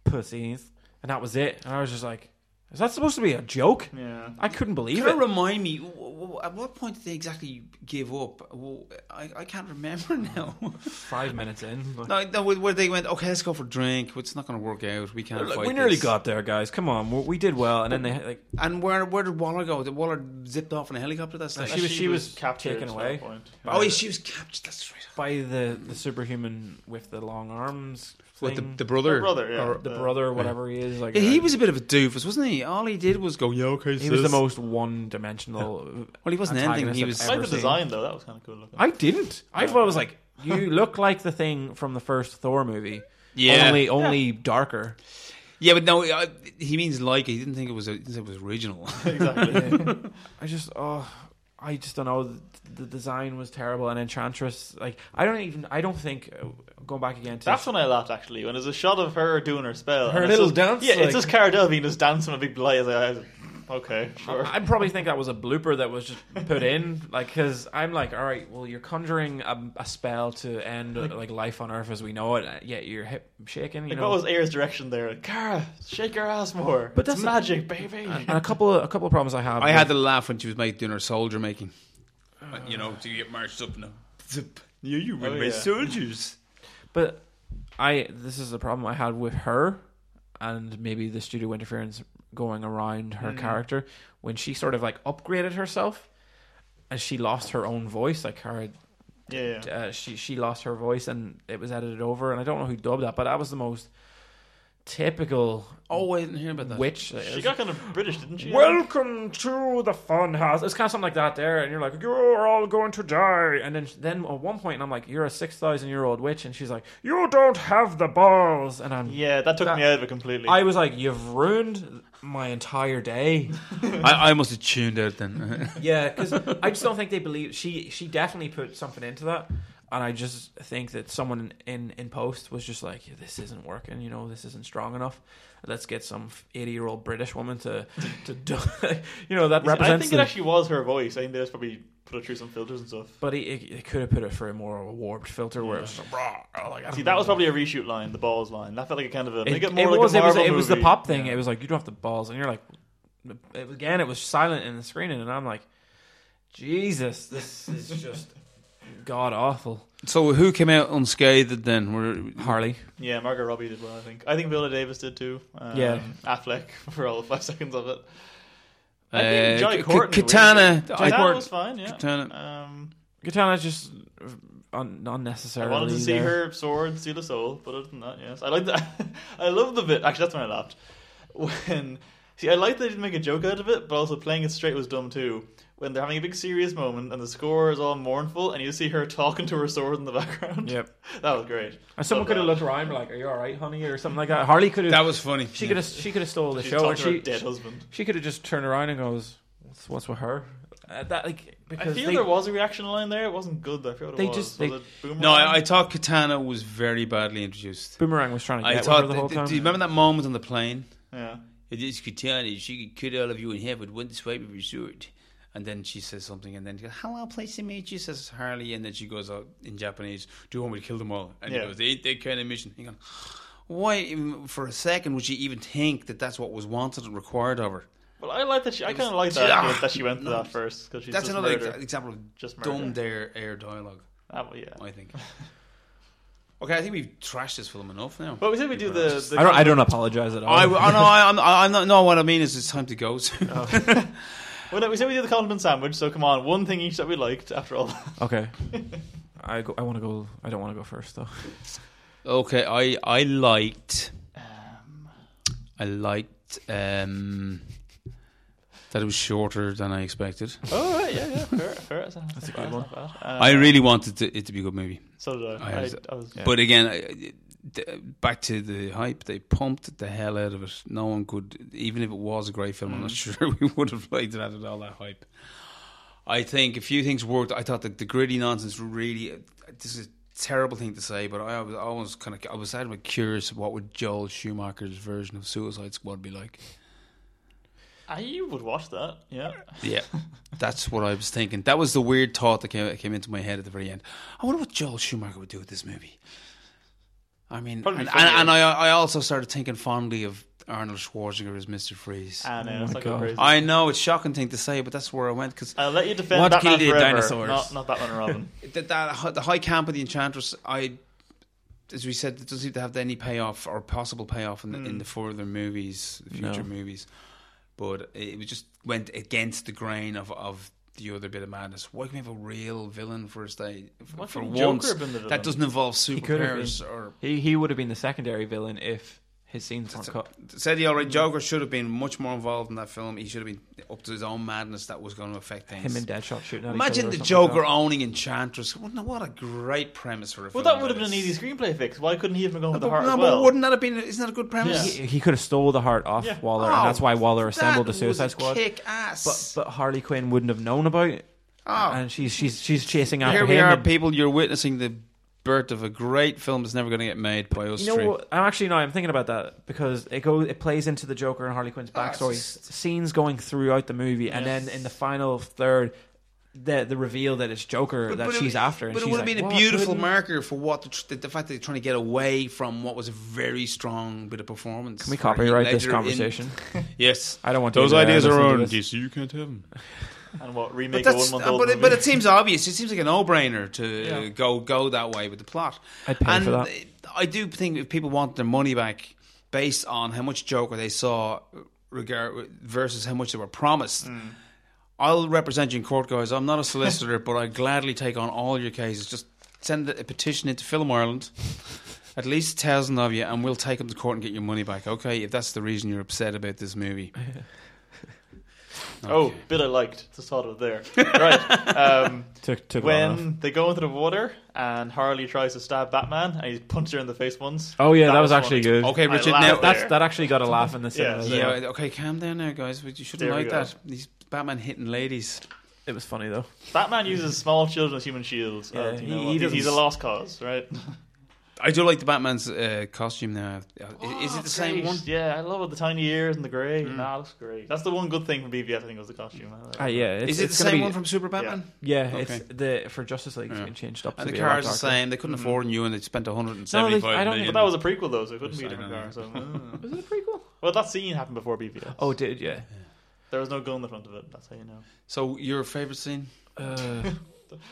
S3: pussies, and that was it. And I was just like, is that supposed to be a joke?
S1: Yeah.
S3: I couldn't believe
S2: Can
S3: it.
S2: you remind me, w- w- at what point did they exactly give up? Well, I, I can't remember now.
S3: Five minutes in, like,
S2: no, no, where they went, okay, let's go for a drink. It's not going to work out. We can't
S3: "Look,
S2: fight
S3: we nearly
S2: this."
S3: got there, guys. Come on, we, we did well. And then they had, like
S2: And where where did Waller go? Did Waller zipped off in a helicopter? That's
S3: She
S2: like,
S1: Unless
S3: was- she was
S1: captured
S3: taken
S1: at
S3: away.
S1: that point.
S2: oh, yeah, she was captured. That's right.
S3: by the the superhuman with the long arms,
S2: What the,
S3: thing,
S2: the brother?
S1: Her brother, yeah.
S3: the brother, whatever he is. Like
S2: Yeah, he was a bit of a doofus, wasn't he? All he did was go, yeah, okay.
S3: He was the
S2: sis."
S3: most one-dimensional
S2: Well, he wasn't anything. He was.
S3: antagonist
S1: I
S3: I've
S1: like
S3: ever
S1: the
S3: seen.
S1: design though. That was kind of cool looking.
S3: I didn't. I thought it was like you look like the thing from the first Thor movie.
S2: Yeah,
S3: Only only darker.
S2: yeah, but no, I, he means like he didn't think it was. A, he didn't say it was original.
S1: exactly.
S3: I just oh I just don't know the, the design was terrible and Enchantress like I don't even I don't think uh, going back again to
S1: That's when I laughed actually. When there's a shot of her doing her spell,
S3: Her
S1: and it's
S3: little
S1: just-
S3: dance,
S1: Yeah,
S3: like-
S1: it's just Cara Delevingne just dancing with a big light. I was like, I was- okay, sure.
S3: I probably think that was a blooper that was just put in, like, because I'm like, all right, well, you're conjuring a, a spell to end uh, like life on Earth as we know it. uh, Yet you're hip shaking. You
S1: Like,
S3: know,
S1: what was Air's direction there? Like, Cara, shake her ass more.
S3: But
S1: But
S3: that's
S1: that's
S3: a-
S1: magic, baby.
S3: and a couple of a couple of problems I have.
S2: I
S3: with-
S2: had to laugh when she was making doing her soldier making. Uh, you know, do you get marched up now? Zip. Yeah, you were
S1: Oh,
S2: my
S1: yeah.
S2: soldiers.
S3: But I this is the problem I had with her and maybe the studio interference going around her
S1: Mm.
S3: character when she sort of like upgraded herself and she lost her own voice like her
S1: yeah, yeah.
S3: uh, she she lost her voice and it was edited over and I don't know who dubbed that but that was the most typical
S2: Oh, I didn't hear about that.
S3: witch
S1: Uh, She got kind of British, didn't she?
S3: Welcome to the fun house. It's kind of something like that there, and you're like, you're all going to die. And then, then at one point, I'm like, you're a six thousand year old witch, and she's like, you don't have the balls. And I'm,
S1: Yeah, that took
S3: That-
S1: me out of it completely.
S3: I was like, you've ruined my entire day.
S2: I, I must have tuned out then.
S3: yeah, because I just don't think they believe she. She definitely put something into that, and I just think that someone in in post was just like, this isn't working. You know, this isn't strong enough. Let's get some eighty year old British woman to to do. you know that
S1: Yeah, I
S3: represents.
S1: think
S3: the-
S1: it actually was her voice. I think they just probably put it through some filters and stuff.
S3: But he, he could have put it for a more warped filter where it was just like, "Rah," like, I
S1: See,
S3: don't
S1: that was
S3: know.
S1: probably a reshoot line, the balls line. That felt like a kind of a.
S3: it,
S1: make it
S3: it
S1: more like
S3: was,
S1: a
S3: it was
S1: Marvel
S3: it was the
S1: movie.
S3: pop thing.
S1: Yeah.
S3: It was like you don't have the balls, and you're like, it, again, it was silent in the screening, and I'm like, Jesus, this is just god awful.
S2: so who came out unscathed then? Were,
S3: Harley,
S1: Yeah, Margot Robbie did well, I think. I think Viola Davis did too. Um,
S3: Yeah.
S1: Affleck for all five seconds of it. I think
S2: Uh,
S1: Johnny
S2: K-
S1: Corton
S2: K- Katana.
S1: weirdly-
S2: I-
S1: Katana was fine, yeah.
S2: Katana.
S1: Um,
S3: Katana's just un-
S1: I
S3: unnecessarily.
S1: wanted to see
S3: there.
S1: her sword steal a soul, but other than that, yes, I like that. I love the bit. Actually, that's when I laughed when See, I like they didn't make a joke out of it, but also playing it straight was dumb too. When they're having a big serious moment and the score is all mournful, and you see her talking to her sword in the background.
S3: Yep.
S1: that was great.
S3: And someone
S1: Love
S3: could have
S1: that.
S3: looked around like, "Are you all right, honey?" or something like that. Harley could have.
S2: That was funny.
S3: she
S2: Yeah.
S3: could have. She could have stole the
S1: She's
S3: show,
S1: talking
S3: or
S1: to her
S3: she
S1: dead husband.
S3: she could have just turned around and goes, "What's, what's with her?" Uh, that like
S1: I
S3: because
S1: feel
S3: they,
S1: there was a reaction line there. It wasn't good. though. I forgot what it
S3: They
S1: was.
S3: just-
S1: Was
S3: they-
S1: it Boomerang?
S2: No, I, I thought Katana was very badly introduced.
S3: Boomerang was trying to
S2: I
S3: get with her
S2: thought.
S3: the whole time.
S2: do you remember that moment on the plane?
S1: yeah.
S2: It is Katana. She could kill all of you in here with one swipe of your sword. And then she says something, and then she goes, "Hello, place to meet you," says Harley, and then she goes out in Japanese, "Do you want me to kill them all?" And
S1: Yeah.
S2: he goes, "They ain't that kind of mission." You go, why, even for a second, would she even think that that's what was wanted and required of her?
S1: Well, I like that. She, I
S2: It
S1: kind
S2: was-
S1: of like that
S2: Ah,
S1: that- that she went to
S2: no.
S1: that first because she's
S2: that's
S1: just
S2: another
S1: murder.
S2: ex- example of
S1: Just murder.
S2: dumb dare air dialogue.
S1: Ah, well, yeah.
S2: I think. okay, I think we've trashed this film enough now.
S1: But we said we do the. the
S3: I don't. I don't apologize at all.
S2: I, I no, I, I'm, I'm not. No, what I mean is it's time to go. So.
S1: Well, no, we said we did the compliment sandwich. So come on, one thing each that we liked after all.
S3: okay. I go, I want to go. I don't want to go first though.
S2: Okay, I I liked
S1: Um,
S2: I liked um, that it was shorter than I expected.
S1: oh right, yeah, yeah, fair, fair. That's, not-
S3: That's a
S1: not
S3: good
S1: bad, that's not bad. Uh,
S2: I really wanted to, it to be a good movie,
S1: So did I.
S2: I
S1: I,
S2: was-
S1: I was-
S3: Yeah.
S2: but again, I- I, th- back to the hype. They pumped the hell out of it. No one could, even if it was a great film, I'm not sure we would have liked it after all that hype. I think a few things worked. I thought that the gritty nonsense really. This is a terrible thing to say, but I was always kind of I was kind of curious what would Joel Schumacher's version of Suicide Squad be like.
S1: I would watch that. Yeah.
S2: Yeah, that's what I was thinking. That was the weird thought that came, came into my head at the very end. I wonder what Joel Schumacher would do with this movie. I mean, and,
S1: Probably
S2: and,
S1: funnier.
S2: and I, I also started thinking fondly of Arnold Schwarzenegger as Mr. Freeze.
S1: I know.
S3: Oh
S1: uh, it's
S3: my
S1: not going
S3: God.
S1: crazy.
S2: I know it's a shocking thing to say, but that's where I went because
S1: I'll let you defend
S2: What
S1: Batman
S2: killed the
S1: forever,
S2: dinosaurs?
S1: Not, not Batman and Robin.
S2: that, that the high camp of the Enchantress, I, as we said, it doesn't seem to have any payoff or possible payoff in the, in the further movies, the future
S3: Hmm. No.
S2: movies. But it was just went against the grain of of the other bit of madness. Why can we have a real villain for a day
S1: Why
S2: for
S1: couldn't Joker
S2: once
S1: have been the villain?
S2: that doesn't involve
S3: could have
S2: superpowers or
S3: He he would have been the secondary villain if his scenes weren't
S2: That's
S3: cut.
S2: said he
S3: Hmm.
S2: already Joker should have been much more involved in that film. He should have been up to his own madness that was going to affect things.
S3: Him and Deadshot shooting. At
S2: Imagine the
S3: each other or
S2: Joker
S3: something like
S2: owning Enchantress. What what a great premise for a
S1: well,
S2: film.
S1: that would have been an
S2: is.
S1: easy screenplay fix. Why couldn't he have been going with the heart
S2: But- no,
S1: as
S2: but
S1: well?
S2: wouldn't that have been? Isn't that a good
S3: that.
S2: premise?
S1: Yeah.
S3: He, he could have stole the heart off
S1: Yeah.
S3: Waller,
S2: Oh,
S3: and that's why Waller
S2: That
S3: assembled the
S2: was
S3: Suicide
S2: a
S3: Squad.
S2: Kick
S3: But
S2: ass.
S3: but Harley Quinn wouldn't have known about it,
S2: oh,
S3: and she's she's she's chasing after
S2: here we
S3: him.
S2: are,
S3: and-
S2: people. You're witnessing the birth of a great film that's never going to get made by us
S3: You know
S2: three.
S3: what? I'm actually no. I'm thinking about that because it goes. It plays into the Joker and Harley Quinn's
S2: Ah, it's
S3: backstory
S2: just-
S3: scenes going throughout the movie, and then in the final third, the the reveal that it's Joker that
S2: it-
S3: she's after. And
S2: but it
S3: she's
S2: would have
S3: like,
S2: been a
S3: "What
S2: beautiful
S3: wouldn't-"
S2: marker for what the, tr- the, the fact that they're trying to get away from what was a very strong bit of performance.
S3: Can we
S2: for Heath
S3: copyright this
S2: Ledger in-
S3: conversation?
S2: yes,
S3: I don't want to
S2: those
S3: do that.
S2: ideas
S3: Listen
S2: are
S3: to
S2: owned.
S3: this.
S2: DC, you can't have them.
S1: And what
S2: But,
S1: remake a
S2: that's,
S1: one month old
S2: but, it, but it seems obvious. It seems like a no-brainer to uh,
S1: Yeah.
S2: go go that way with the plot.
S3: I'd pay
S2: and
S3: for that.
S2: I do think if people want their money back based on how much Joker they saw regard versus how much they were promised.
S1: Mm.
S2: I'll represent you in court, guys. I'm not a solicitor, but I gladly take on all your cases. Just send a petition into Film Ireland, at least a thousand of you, and we'll take them to court and get your money back. Okay, if that's the reason you're upset about this movie.
S1: Oh, bit I liked. Just thought of it there. right. Um,
S3: Took took when,
S1: when they go into the water and Harley tries to stab Batman and he punches her in the face once.
S3: Oh yeah, that, was, actually
S1: funny.
S3: good.
S2: Okay,
S1: I
S2: Richard.
S1: laughed
S2: Now
S1: there.
S3: That's that actually got a laugh in the cinema.
S1: Yeah,
S3: as
S1: so-
S3: well.
S2: Yeah, okay, calm down now, guys. You shouldn't
S1: There we
S2: like
S1: go.
S2: that. These Batman hitting ladies.
S3: it was funny though.
S1: Batman uses small children as human shields. Uh,
S3: Yeah,
S1: you know
S3: he-
S1: what?
S3: he
S1: He's- he's a
S3: doesn't-
S1: lost cause, right?
S2: I do like the Batman's uh, costume now. Uh, i-
S3: Oh,
S2: is it the
S1: Oh,
S2: same
S1: Great.
S2: one? Mm.
S1: Yeah, I love it. The tiny ears and the grey. Nah, looks great. That's the one good thing from BVS, I think, was the costume.
S3: Ah, yeah, it's,
S2: Uh, Is it the
S3: it's gonna
S2: same
S3: be,
S2: one from Super Batman?
S3: Yeah,
S2: Okay.
S3: it's the for Justice League. It's
S2: Yeah.
S3: been changed up.
S2: And the
S3: to be a lot
S2: car's the
S3: darker. Mm-hmm.
S2: same. They couldn't afford a new one. They spent 175
S3: No, they- I don't-
S2: million.
S1: But that was a prequel, though, so it couldn't be a
S2: I
S1: different
S2: don't
S1: car. So, mm.
S3: Was it a prequel?
S1: well, that scene happened before BVS.
S3: Oh, it did yeah.
S1: there was no gun in the front of it. That's how you know.
S2: so your favorite scene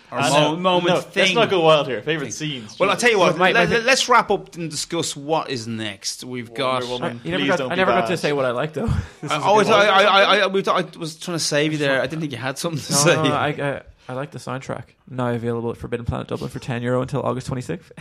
S3: Uh,
S2: or
S1: Ah,
S2: mo-
S1: no,
S2: moment
S1: no,
S2: thing?
S1: Let's not go wild here. Favorite scenes.
S2: well, I'll tell you what.
S3: Well, my- my
S2: let,
S3: thing-
S2: us wrap up and discuss what is next. We've got.
S1: Wonder Woman.
S3: I, you never
S1: Please
S3: got,
S1: don't
S3: I
S1: be
S3: never got
S1: bad.
S3: to say what I like though.
S2: I always,
S1: good
S2: I,
S1: one.
S2: I, I, I, we thought- I was trying to save you there. I didn't think you had something to
S3: No,
S2: say.
S3: no, no, I, I, I like the soundtrack. Now available at Forbidden Planet Dublin for ten euro until August twenty sixth.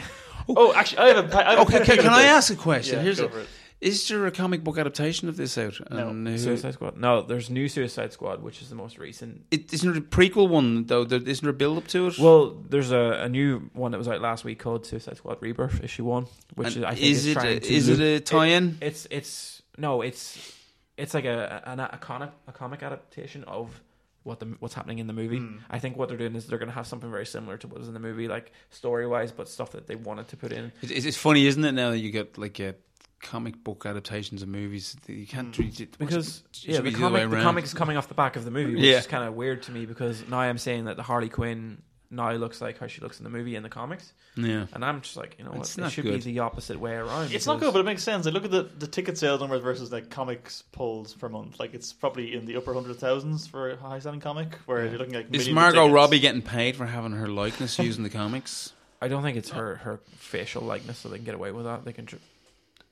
S1: Oh, actually, I have a. I have a
S2: okay,
S1: pet peeve
S2: can, can
S1: with
S2: I
S1: this.
S2: ask a question?
S1: Yeah,
S2: Here's
S1: go
S2: a,
S1: for it.
S2: Is there a comic book adaptation of this out?
S1: No.
S2: And who-
S3: Suicide Squad. No, there's new Suicide Squad, which is the most recent.
S2: It, isn't there a prequel one though? There, isn't there a build up to it?
S3: Well, there's a, a new one that was out last week called Suicide Squad Rebirth Issue One, which
S2: And
S3: is, I think
S2: is, it
S3: trying
S2: a,
S3: to
S2: is it a tie-in?
S3: It's it's no, it's it's like a an, a comic a comic adaptation of what the what's happening in the movie.
S1: Hmm.
S3: I think what they're doing is they're going to have something very similar to what was in the movie, like story wise, but stuff that they wanted to put in.
S2: It, it's- it's funny, isn't it? Now that you get like uh comic book adaptations of movies, that you can't
S1: Mm.
S2: treat it
S3: Hmm. Because
S2: should
S3: yeah,
S2: be
S3: the
S2: the other way
S3: comic, the
S2: around.
S3: comic is coming off the back of the movie, which
S2: Yeah.
S3: is kind of weird to me because now I'm saying that the Harley Quinn now looks like how she looks in the movie and the comics,
S2: yeah.
S3: and I'm just like, you know what,
S2: It's
S3: it
S2: not
S3: should
S2: good.
S3: be the opposite way around.
S1: It's not
S3: because-
S1: good, but it makes sense. I look at the, the ticket sales numbers versus like comics polls per month. Like it's probably in the upper hundred thousands for a high selling comic, where
S3: Yeah.
S1: you're looking like
S2: Is
S1: millions of
S2: Margot
S1: tickets.
S2: Robbie getting paid for having her likeness used in the comics?
S3: I don't think it's
S2: Oh.
S3: her her facial likeness, so they can get away with that. They can. Tr-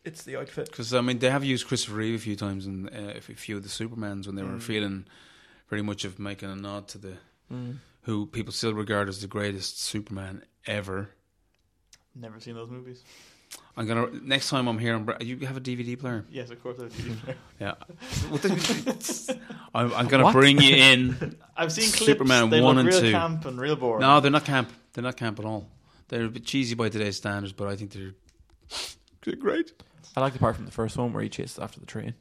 S3: it's the outfit.
S2: Because I mean, they have used Christopher Reeve a few times in uh, a few of the Supermans when they
S3: Hmm.
S2: were
S1: Mm.
S2: feeling very much of making a nod to the
S3: Mm.
S2: who people still regard as the greatest Superman ever.
S1: Never seen those movies.
S2: I'm gonna next time I'm here. I'm, br- you have a DVD player.
S1: Yes, of course I've seen.
S2: Yeah, I'm, I'm gonna
S3: What?
S2: bring you in.
S1: I've seen clips.
S2: Superman
S1: they
S2: one
S1: look
S2: and
S1: real
S2: two.
S1: camp and real boring.
S2: No, they're not camp. They're not camp at all. They're a bit cheesy by today's standards, but I think they're they're great.
S3: I like the part from the first one where he chases after the train.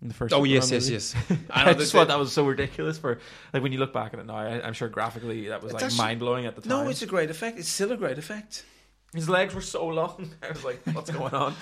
S3: In the first
S2: Oh
S3: Superman
S2: yes, yes, yes.
S3: movie. I, just thought that was so ridiculous. For like when you look back at it now, I, I'm sure graphically that was
S2: It's
S3: like
S2: actually-
S3: mind blowing at the time.
S2: No, it's a great effect. It's still a great effect.
S3: His legs were so long. I was like, what's going on?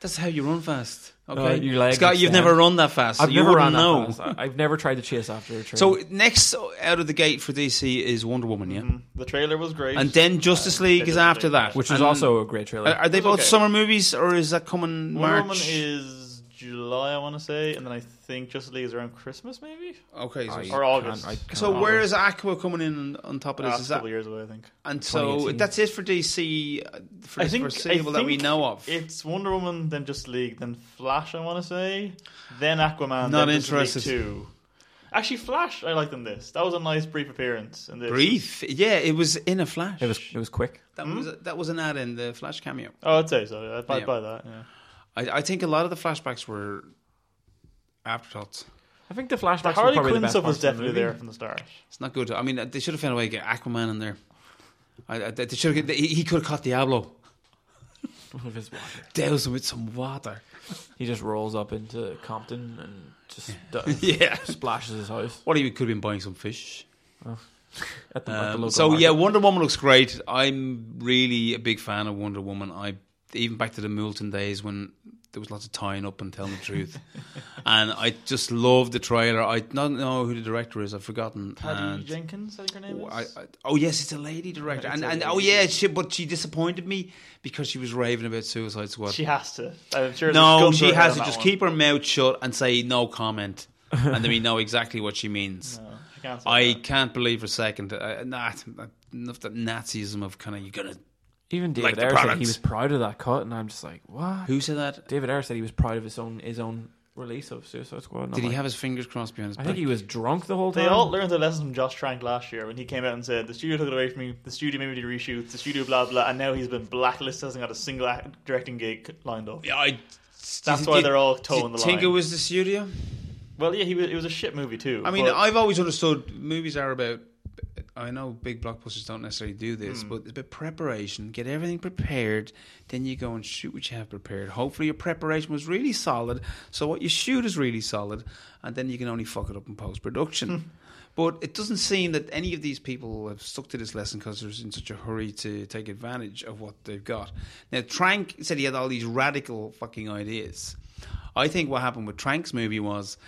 S2: That's how you run fast. Okay,
S3: Uh, your legs
S2: Scott, you've
S3: extend.
S2: never run that fast. so
S3: I've
S2: you
S3: never
S2: wouldn't
S3: run
S2: know.
S3: that fast. I- I've never tried to chase after a train.
S2: So next out of the gate for DC is Wonder Woman, yeah,
S1: Mhm. the trailer was great.
S2: and then Justice
S1: Uh,
S2: League
S1: they
S2: is
S1: did
S2: after
S1: do
S2: that,
S1: that.
S3: which was
S2: And
S3: also a great trailer.
S2: Are, are they
S1: It's
S2: both
S1: okay.
S2: summer movies, or is that coming
S1: Wonder
S2: March?
S1: Woman is July, I want to say, and then I think Justice League is around Christmas, maybe.
S2: okay, so,
S3: I
S1: or August.
S3: can't- I can't
S2: so
S3: remember.
S2: where is Aqua coming in on top of
S1: Ah,
S2: this?
S1: it's a
S2: Is that
S1: couple years away, I think.
S2: and so
S3: 2018.
S2: that's it for DC uh, for
S1: I
S2: this
S1: think- I
S2: foreseeable that we
S1: think
S2: know of.
S1: It's Wonder Woman, then Justice League, then Flash. I want to say, then Aquaman.
S2: Not
S1: then Justice
S2: interested.
S1: League Two. Actually, Flash. I liked in this. That was a nice brief appearance. In this.
S2: Brief, yeah, it was in a flash.
S3: it was it was quick.
S2: that
S1: Hmm?
S2: was that was an ad in the Flash cameo.
S1: Oh, I'd say so. I'd buy,
S2: Yeah.
S1: buy that. Yeah.
S2: I, I think a lot of the flashbacks were afterthoughts.
S3: I think the flashbacks.
S1: The
S3: were
S1: Harley
S3: probably the
S1: Quinn
S3: best
S1: stuff was
S3: parts of the
S1: definitely
S3: movie.
S1: there from the start.
S2: It's not good. I mean, they should have found a way to get Aquaman in there. I, I, they should have, he, he could have caught Diablo,
S3: With his water.
S2: doused him with some water.
S3: He just rolls up into Compton and just d-
S2: yeah.
S3: splashes his house
S2: What he could have been buying some fish.
S3: at the, at the
S2: Um,
S3: local
S2: so
S3: market.
S2: yeah, Wonder Woman looks great. I'm really a big fan of Wonder Woman. I even back to the Moulton days when there was lots of tying up and telling the truth, and I just love the trailer. I don't know who the director is. I've forgotten.
S1: Patty
S2: And-
S1: Jenkins, I think her name
S2: Oh,
S1: is.
S2: I, I, oh yes, it's a lady director,
S1: It's
S2: and
S1: a
S2: and
S1: lady.
S2: oh yeah, she, but she disappointed me because she was raving about Suicide Squad.
S1: she has to. I'm sure.
S2: no,
S1: there's guns
S2: she
S1: to her head
S2: has
S1: on
S2: to
S1: that
S2: just
S1: one.
S2: keep her mouth shut and say no comment, and then we know exactly what she means.
S1: No, she can't say
S2: I
S1: that.
S2: can't believe for a second that uh, not enough that Nazism of kind of you gotta.
S3: even David
S2: like the
S3: Ayer said
S2: products.
S3: he was proud of that cut, and I'm just like, what?
S2: Who said that?
S3: David Ayer said he was proud of his own his own release of Suicide Squad. and
S2: Did
S3: I'm
S2: he
S3: like,
S2: have his fingers crossed behind his
S3: Oh I
S2: back?
S3: think he was drunk the whole time.
S1: They all learned their lesson from Josh Trank last year when he came out and said the studio took it away from me, the studio made me do reshoots, the studio blah blah, and now he's been blacklisted, hasn't got a single act- directing gig lined up.
S2: yeah, I,
S1: That's why they're all
S2: Do you
S1: toeing the
S2: think
S1: line.
S2: it was the studio?
S1: well, yeah, he was, it was a shit movie too.
S2: I mean,
S1: but-
S2: I've always understood movies are about. I know big blockbusters don't necessarily do this,
S1: Hmm.
S2: but it's about preparation. Get everything prepared, then you go and shoot what you have prepared. Hopefully, your preparation was really solid, so what you shoot is really solid, and then you can only fuck it up in post
S1: Hmm.
S2: production. but it doesn't seem that any of these people have stuck to this lesson because they're in such a hurry to take advantage of what they've got. Now, Trank said he had all these radical fucking ideas. I think what happened with Trank's movie was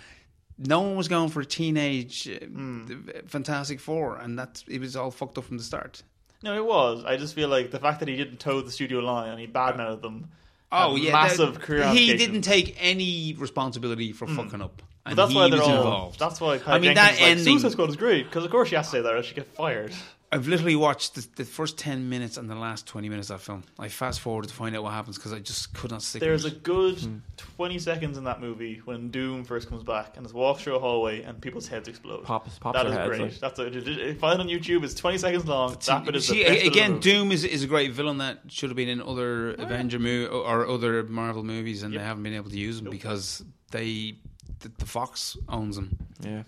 S2: no one was going for a teenage uh,
S1: Hmm.
S2: Fantastic Four, and that it was all fucked up from the start.
S1: no, it was. I just feel like the fact that he didn't toe the studio line and he badmouthed them. had
S2: Oh yeah,
S1: massive
S2: that-
S1: career.
S2: He
S1: implications.
S2: didn't take any responsibility for fucking up,
S1: But
S2: and
S1: that's
S2: he
S1: why they're
S2: was
S1: all.
S2: involved.
S1: That's why.
S2: I mean,
S1: Jenkins
S2: that
S1: is like,
S2: ending-
S1: Suicide Squad is great because of course she has to say that or she get fired.
S2: I've literally watched the, the first ten minutes and the last twenty minutes of that film. I fast forwarded to find out what happens because I just could not stick.
S1: There's a
S2: with it.
S1: good
S3: Hmm.
S1: 20 seconds in that movie when Doom first comes back and just walks through a hallway and people's heads explode.
S3: Pops, pops
S1: that
S3: their
S1: is
S3: heads.
S1: great.
S3: like-
S1: That's a, if I find it on YouTube. It's 20 seconds long. that bit is
S2: See,
S1: the best bit of the
S2: again,
S1: movie.
S2: Doom is, is a great villain that should have been in other Avenger mo- or other Marvel movies, and
S1: Yep.
S2: they haven't been able to use them
S1: Nope.
S2: because they the, the Fox owns them.
S3: yeah.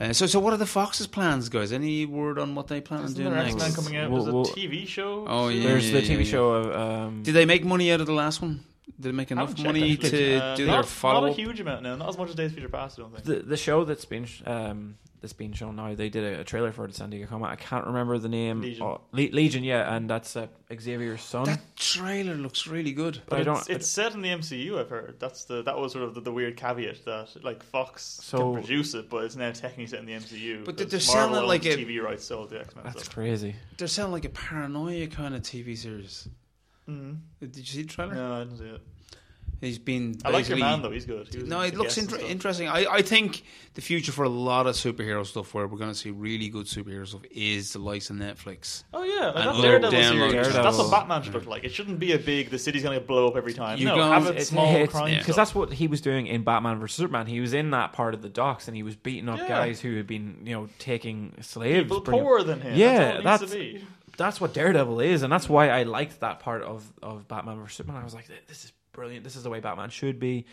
S2: Uh, so, so what are the Fox's plans, guys? Any word on what they plan on
S1: Isn't
S2: doing
S1: there
S2: next?
S1: X-Men coming out?
S3: Well,
S1: There's
S3: well-
S1: a TV show.
S2: Oh,
S1: soon?
S2: yeah,
S3: There's the
S2: yeah,
S3: TV
S2: yeah.
S3: show of um,
S2: Did they make money out of the last one? Did they make
S1: I haven't
S2: enough
S1: checked,
S2: money
S1: actually.
S2: to
S1: Uh,
S2: do
S1: not,
S2: their follow
S1: Not a
S2: up?
S1: huge amount now. Not as much as Days of Future Past, I don't think.
S3: the the show that's been sh- um that's been shown now. They did a, a trailer for it at San Diego Comic. I can't remember the name.
S1: Legion.
S3: Oh, Le- Legion, yeah, and that's uh, Xavier's son.
S2: That trailer looks really good.
S3: but I don't.
S1: It's, it's set in the MCU. I've heard that's the that was sort of the, the weird caveat that like Fox
S3: So-
S1: can produce it, but it's now technically set in the MCU.
S2: But they're-
S1: because
S2: they're selling
S1: Marvel
S2: it like
S1: owns
S2: a-
S1: TV rights to all the X Men
S3: that's
S1: stuff.
S3: crazy.
S2: They're sounding like a paranoia kind of TV series.
S1: Mhm.
S2: Did you see the trailer?
S1: No, I didn't see it.
S2: He's been.
S1: I like your
S2: basically-
S1: man though. He's good. He was
S2: No,
S1: in
S2: it
S1: the
S2: looks
S1: guest and
S2: inter-
S1: stuff.
S2: interesting. I, I think the future for a lot of superhero stuff, where we're going to see really good superhero stuff, is the likes of Netflix.
S1: Oh yeah, like
S2: And
S1: that
S2: other
S1: Daredevil
S2: download
S1: series.
S3: Daredevil.
S1: That's what Batman should look like. It shouldn't be a big. The city's gonna blow up every time.
S2: You
S1: no,
S2: guys-
S1: have it
S3: It's
S1: small crime
S3: because
S1: stuff.
S3: that's what he was doing in Batman vs Superman. He was in that part of the docks and he was beating up
S1: Yeah.
S3: guys who had been, you know, taking slaves.
S1: People
S3: bringing-
S1: poorer than him. that's, all
S3: Yeah,
S1: it
S3: that's-
S1: needs to be.
S3: that's what Daredevil is, and that's why I liked that part of of Batman vs Superman. I was like, this is brilliant. This is the way Batman should be,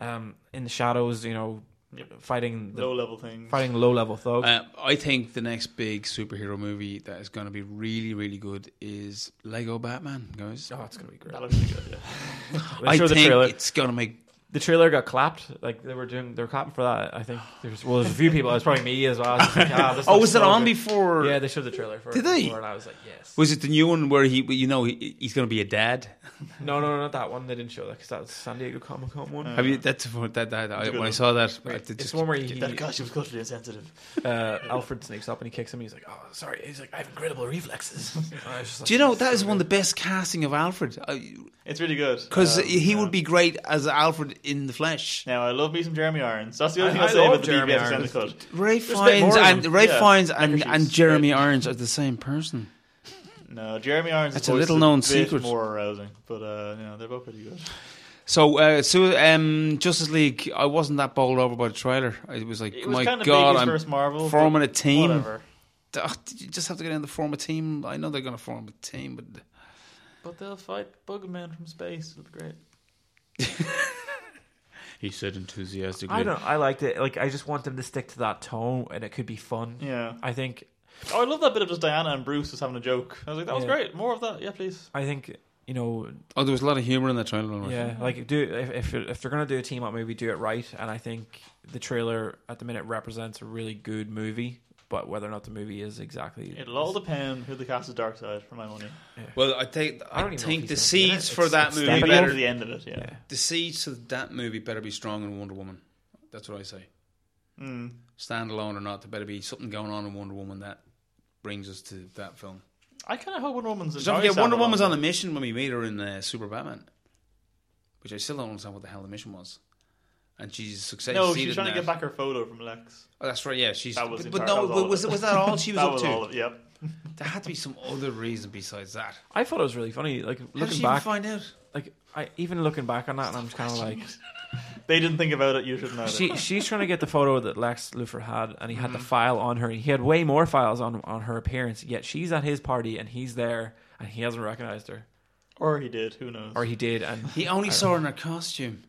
S3: um, in the shadows, you know,
S1: Yep.
S3: fighting the
S1: low level things.
S3: fighting low level thugs.
S2: Uh, I think the next big superhero movie that is going to be really, really good is Lego Batman, guys.
S3: oh, it's gonna be great.
S1: That looks pretty good. Yeah.
S3: They
S2: I
S3: showed
S2: think
S3: the trailer.
S2: it's going to make.
S3: The trailer got clapped. Like they were doing, they were clapping for that. I think there's well, there's a few people. It's probably me as well. I was like, ah, this
S2: Oh,
S3: looks
S2: was it
S3: so
S2: on
S3: good.
S2: before?
S3: Yeah, they showed the trailer for
S2: Did
S3: it
S2: they?
S3: before, and I was like, yes.
S2: Was it the new one where he, you know, he, he's going to be a dad?
S3: No, no, no, not that one. They didn't show that because that was San Diego Comic Con one.
S1: Uh,
S2: Have you? That's what that. that I,
S1: It's a good
S2: when I
S1: one.
S2: saw that, I did
S3: it's
S2: just
S3: the one where he,
S1: That guy, she was culturally insensitive.
S3: uh, Alfred sneaks up and he kicks him. And he's like, "Oh, sorry." He's like, "I have incredible reflexes." And I was just like,
S2: Do you know that is one of the best casting of Alfred? Because
S1: It's really good Um,
S2: he
S1: Uh, yeah.
S2: would be great as Alfred in the flesh.
S1: Now I love me some Jeremy Irons. That's the only
S3: I-
S1: thing I'll
S3: I
S1: say
S3: love
S1: about the
S3: Jeremy
S1: BBS
S3: Irons.
S1: extended cut.
S2: Ray
S1: a bit
S2: Fiennes
S1: more of
S2: and
S1: him.
S2: Ray
S1: Yeah.
S2: Fiennes and,
S1: Leatherface,
S2: and Jeremy
S1: right.
S2: Irons are the same person.
S1: No, Jeremy Irons.
S2: That's a
S1: voice is
S2: little-known
S1: bit
S2: secret.
S1: More arousing, but uh, you know they're both pretty good.
S2: So, uh, so um, Justice League, I wasn't that bowled over by the trailer. It was like,
S1: It was
S2: my
S1: kind of
S2: God,
S1: big
S2: I'm
S1: his first Marvel.
S2: forming a
S1: but
S2: team.
S1: Whatever.
S2: Ugh, did you just have to get in the form a team. I know they're going to form a team, but
S1: But they'll fight Bugman from space. It'll be great.
S2: he said enthusiastically.
S3: I don't. I liked it. Like, I just want them to stick to that tone, and it could be fun.
S1: Yeah.
S3: I think.
S1: Oh, I love that bit of just Diana and Bruce just having a joke. I was like, that was
S3: Yeah.
S1: great. More of that. Yeah, please.
S3: I think you know.
S2: Oh, there was a lot of humor in that trailer. all right.
S3: Yeah, like do if if, if they're gonna do a team up movie, do it right. And I think the trailer at the minute represents a really good movie. But whether or not the movie is exactly,
S1: It'll all depend who the cast is Dark Side for my money.
S2: Well, I think
S3: I
S2: I,
S3: don't even know if
S2: think the
S3: he's gonna be in it.
S2: seeds for
S3: It's-
S2: that
S3: it's
S2: movie
S1: But
S3: definitely-
S1: you
S2: better
S1: to the end of it, yeah.
S3: yeah.
S2: The seeds to that movie better be strong in Wonder Woman. That's what I say.
S1: Mm.
S2: Standalone or not, there better be something going on in Wonder Woman that brings us to that film.
S1: I kind of hope Wonder Woman's.
S2: Don't forget, Wonder Woman's on a mission when we meet her in uh, Super Batman, which I still don't understand what the hell the mission was. And she's successful.
S1: No, she's trying to get back her photo from Lex.
S2: Oh, that's right. Yeah, she's.
S1: That was
S2: but,
S1: entire-
S2: but no,
S1: that was all of
S2: was,
S1: it.
S2: was that all she was
S1: that
S2: up
S1: was
S2: to?
S1: all. Of, yep.
S2: There had to be some other reason besides that.
S3: I thought it was really funny. Like
S2: How did
S3: looking
S2: she
S3: back,
S2: even find out?
S3: like I even looking back on that, and I'm kind of like,
S1: They didn't think about it. You shouldn't either.
S3: she she's trying to get the photo that Lex Luthor had, and he had the file on her. He had way more files on on her appearance. Yet she's at his party, and he's there, and he hasn't recognized her,
S1: or he did. Who knows?
S3: or he did. And
S2: He only saw her in her costume.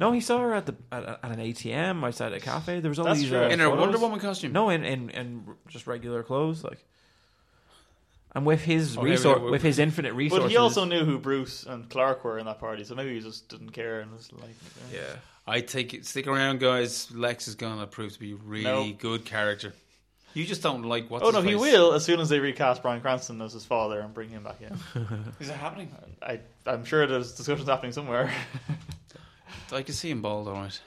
S3: no, he saw her at the at, at an ATM outside a cafe. There was all
S1: That's
S3: these
S1: true.
S3: uh,
S2: In her
S3: photos.
S2: Wonder Woman costume.
S3: No, in, in in just regular clothes, like. And with his
S2: Oh, yeah,
S3: resource,
S2: we- we-
S3: with his infinite resources,
S1: But he also knew who Bruce and Clark were in that party, so maybe he just didn't care and was like, eh.
S3: yeah.
S2: I take it. Stick around, guys. Lex is gonna prove to be a really
S1: No.
S2: good character. You just don't like what's.
S1: "Oh no,
S2: his
S1: he
S2: face.
S1: will." As soon as they recast Brian Cranston as his father and bring him back in,
S2: Is it happening?
S1: I, I'm sure there's discussions happening somewhere.
S2: I can see him bald. All right.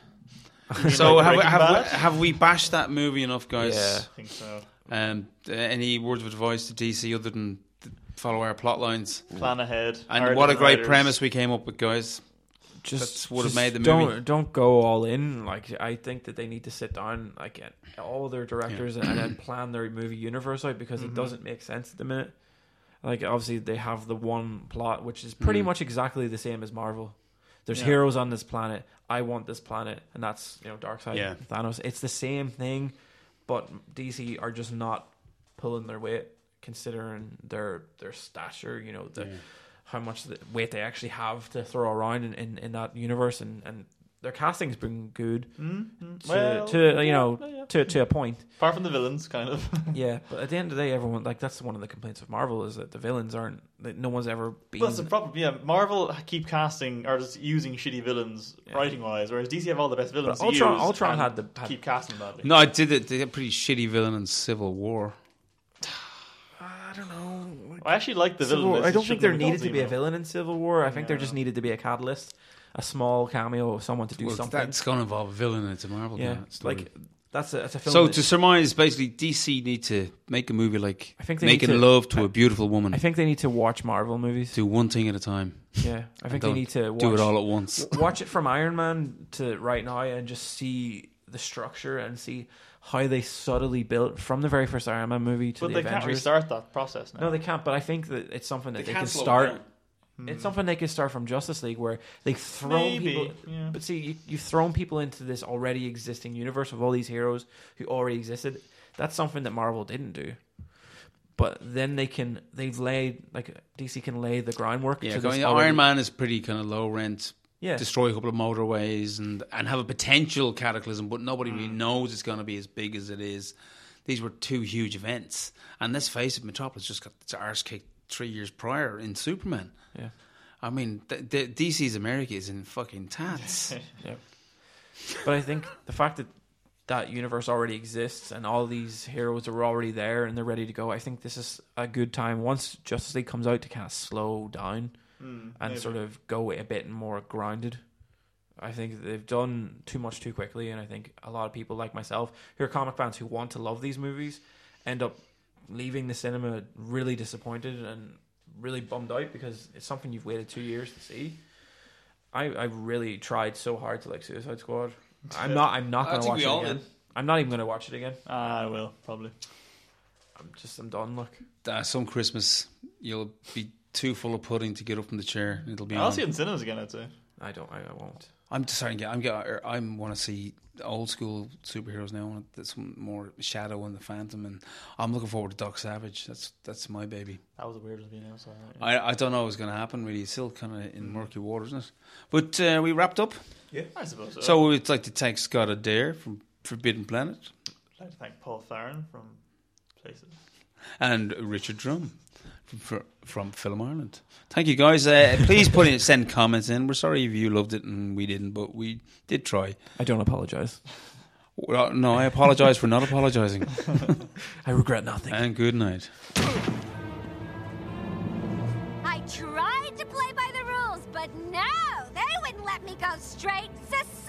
S1: mean
S2: so
S1: like
S2: have, we,
S1: Breaking
S2: have,
S1: Bad?
S2: we, have we bashed that movie enough,
S3: Yeah.
S2: guys?
S1: I think so.
S2: Um, uh, any words of advice to DC other than th- follow our plot lines?
S1: Plan ahead.
S2: And
S1: hire
S2: what a
S1: different
S2: great
S1: writers.
S2: premise we came up with, guys.
S3: just
S2: That's what
S3: just
S2: made the
S3: don't,
S2: movie.
S3: Don't go all in. Like I think that they need to sit down, like at all their directors, and then plan their movie universe out because
S1: Mhm.
S3: it doesn't make sense at the minute. Like obviously they have the one plot which is pretty
S2: Mm.
S3: much exactly the same as Marvel. There's
S1: Yeah.
S3: heroes on this planet. I want this planet, and that's you know Darkseid,
S2: Yeah.
S3: Thanos. It's the same thing, but DC are just not pulling their weight considering their their stature. You know the
S2: Yeah.
S3: how much the weight they actually have to throw around in, in, in that universe and, and their casting's been good
S1: Mm-hmm.
S3: to, to you know to to a point
S1: apart from the villains, kind of.
S3: yeah but at the end of the day everyone like that's one of the complaints of marvel is that the villains aren't that no one's ever been
S1: Well, that's the problem. Yeah, Marvel keep casting or just using shitty villains
S3: Yeah.
S1: writing wise, whereas DC have all the best villains.
S3: but
S1: to
S3: ultron
S1: use
S3: ultron
S1: and
S3: had the had,
S1: keep casting badly.
S2: No, I did it. They had a pretty shitty villain in Civil War.
S3: i don't know like,
S1: I actually like the
S3: Civil War-
S1: villain.
S3: i don't think there needed to be a villain in civil war i think there
S1: Yeah.
S3: just needed to be a catalyst a small cameo of someone to do
S2: Well,
S3: something
S2: that's going to involve a villain. and It's a Marvel
S3: yeah
S2: kind of story.
S3: like that's a, that's a film
S2: so
S3: that-
S2: to surmise, basically, DC need to make a movie like
S3: I think they
S2: making
S3: need to-
S2: love to a
S3: I-
S2: beautiful woman.
S3: i think they need to watch marvel movies
S2: do one thing at a time.
S3: Yeah, I think they
S2: don't
S3: need to watch,
S2: Do it all at once.
S3: w- watch it from Iron Man to right now and just see the structure and see how they subtly built from the very first Iron Man movie to
S1: But
S3: the
S1: they
S3: Avengers.
S1: can't restart that process now.
S3: no, they can't. But I think that it's something that they, can start.
S2: Hmm.
S3: It's something they can start from Justice League, where they've thrown
S1: Maybe.
S3: people.
S1: yeah.
S3: But see, you, you've thrown people into this already existing universe of all these heroes who already existed. That's something that Marvel didn't do. But then they can they've laid like DC can lay the groundwork.
S2: Yeah,
S3: to
S2: going,
S3: this
S2: Iron
S3: already-
S2: Man is pretty kind of low rent.
S3: Yeah,
S2: Destroy a couple of motorways and and have a potential cataclysm, but nobody
S1: Mm.
S2: really knows it's going to be as big as it is. These were two huge events, and let's face it, Metropolis just got its arse kicked three years prior in Superman.
S3: yeah.
S2: I mean, th- th- DC's America is in fucking tats.
S3: But I think the fact that that universe already exists and all these heroes are already there and they're ready to go, I think this is a good time once Justice League comes out to kind of slow down
S1: Mm,
S3: Hmm, and
S1: maybe.
S3: sort of go a bit more grounded. I think they've done too much too quickly, and I think a lot of people like myself, who are comic fans who want to love these movies, end up leaving the cinema really disappointed and really bummed out because it's something you've waited two years to see. I, I really tried so hard to like Suicide Squad. I'm not I'm not
S2: I
S3: gonna
S2: think
S3: watch
S2: we
S3: it
S2: all
S3: again.
S2: did.
S3: I'm not even gonna watch it again.
S1: Ah, I will probably.
S3: I'm just I'm done. Look,
S2: uh, some Christmas, you'll be too full of pudding to get up from the chair. It'll be.
S1: I'll
S2: on.
S1: see it in cinemas again. I'd say.
S3: I don't. I, I won't.
S2: I'm just starting to get. I'm get, er, I'm want to see old school superheroes now. I want to, some more Shadow and the Phantom, and I'm looking forward to Doc Savage. That's that's my baby.
S1: That was a weird review. So, yeah.
S2: I I don't know what's going to happen. Really, it's still kind of in murky water, isn't it? But uh, we wrapped up.
S1: I suppose so.
S2: So we'd like to thank Scott Adair from Forbidden Planet
S1: I'd like to thank Paul Farron from Places.
S2: and Richard Drum from from Film Ireland. Thank you guys. Uh, please put in send comments in. We're sorry if you loved it and we didn't, but we did try.
S3: I don't apologize.
S2: Well, no, I apologise for not apologising.
S3: I regret nothing.
S2: And good night.
S4: I tried to play by the rules, but no, they wouldn't let me go straight. Society!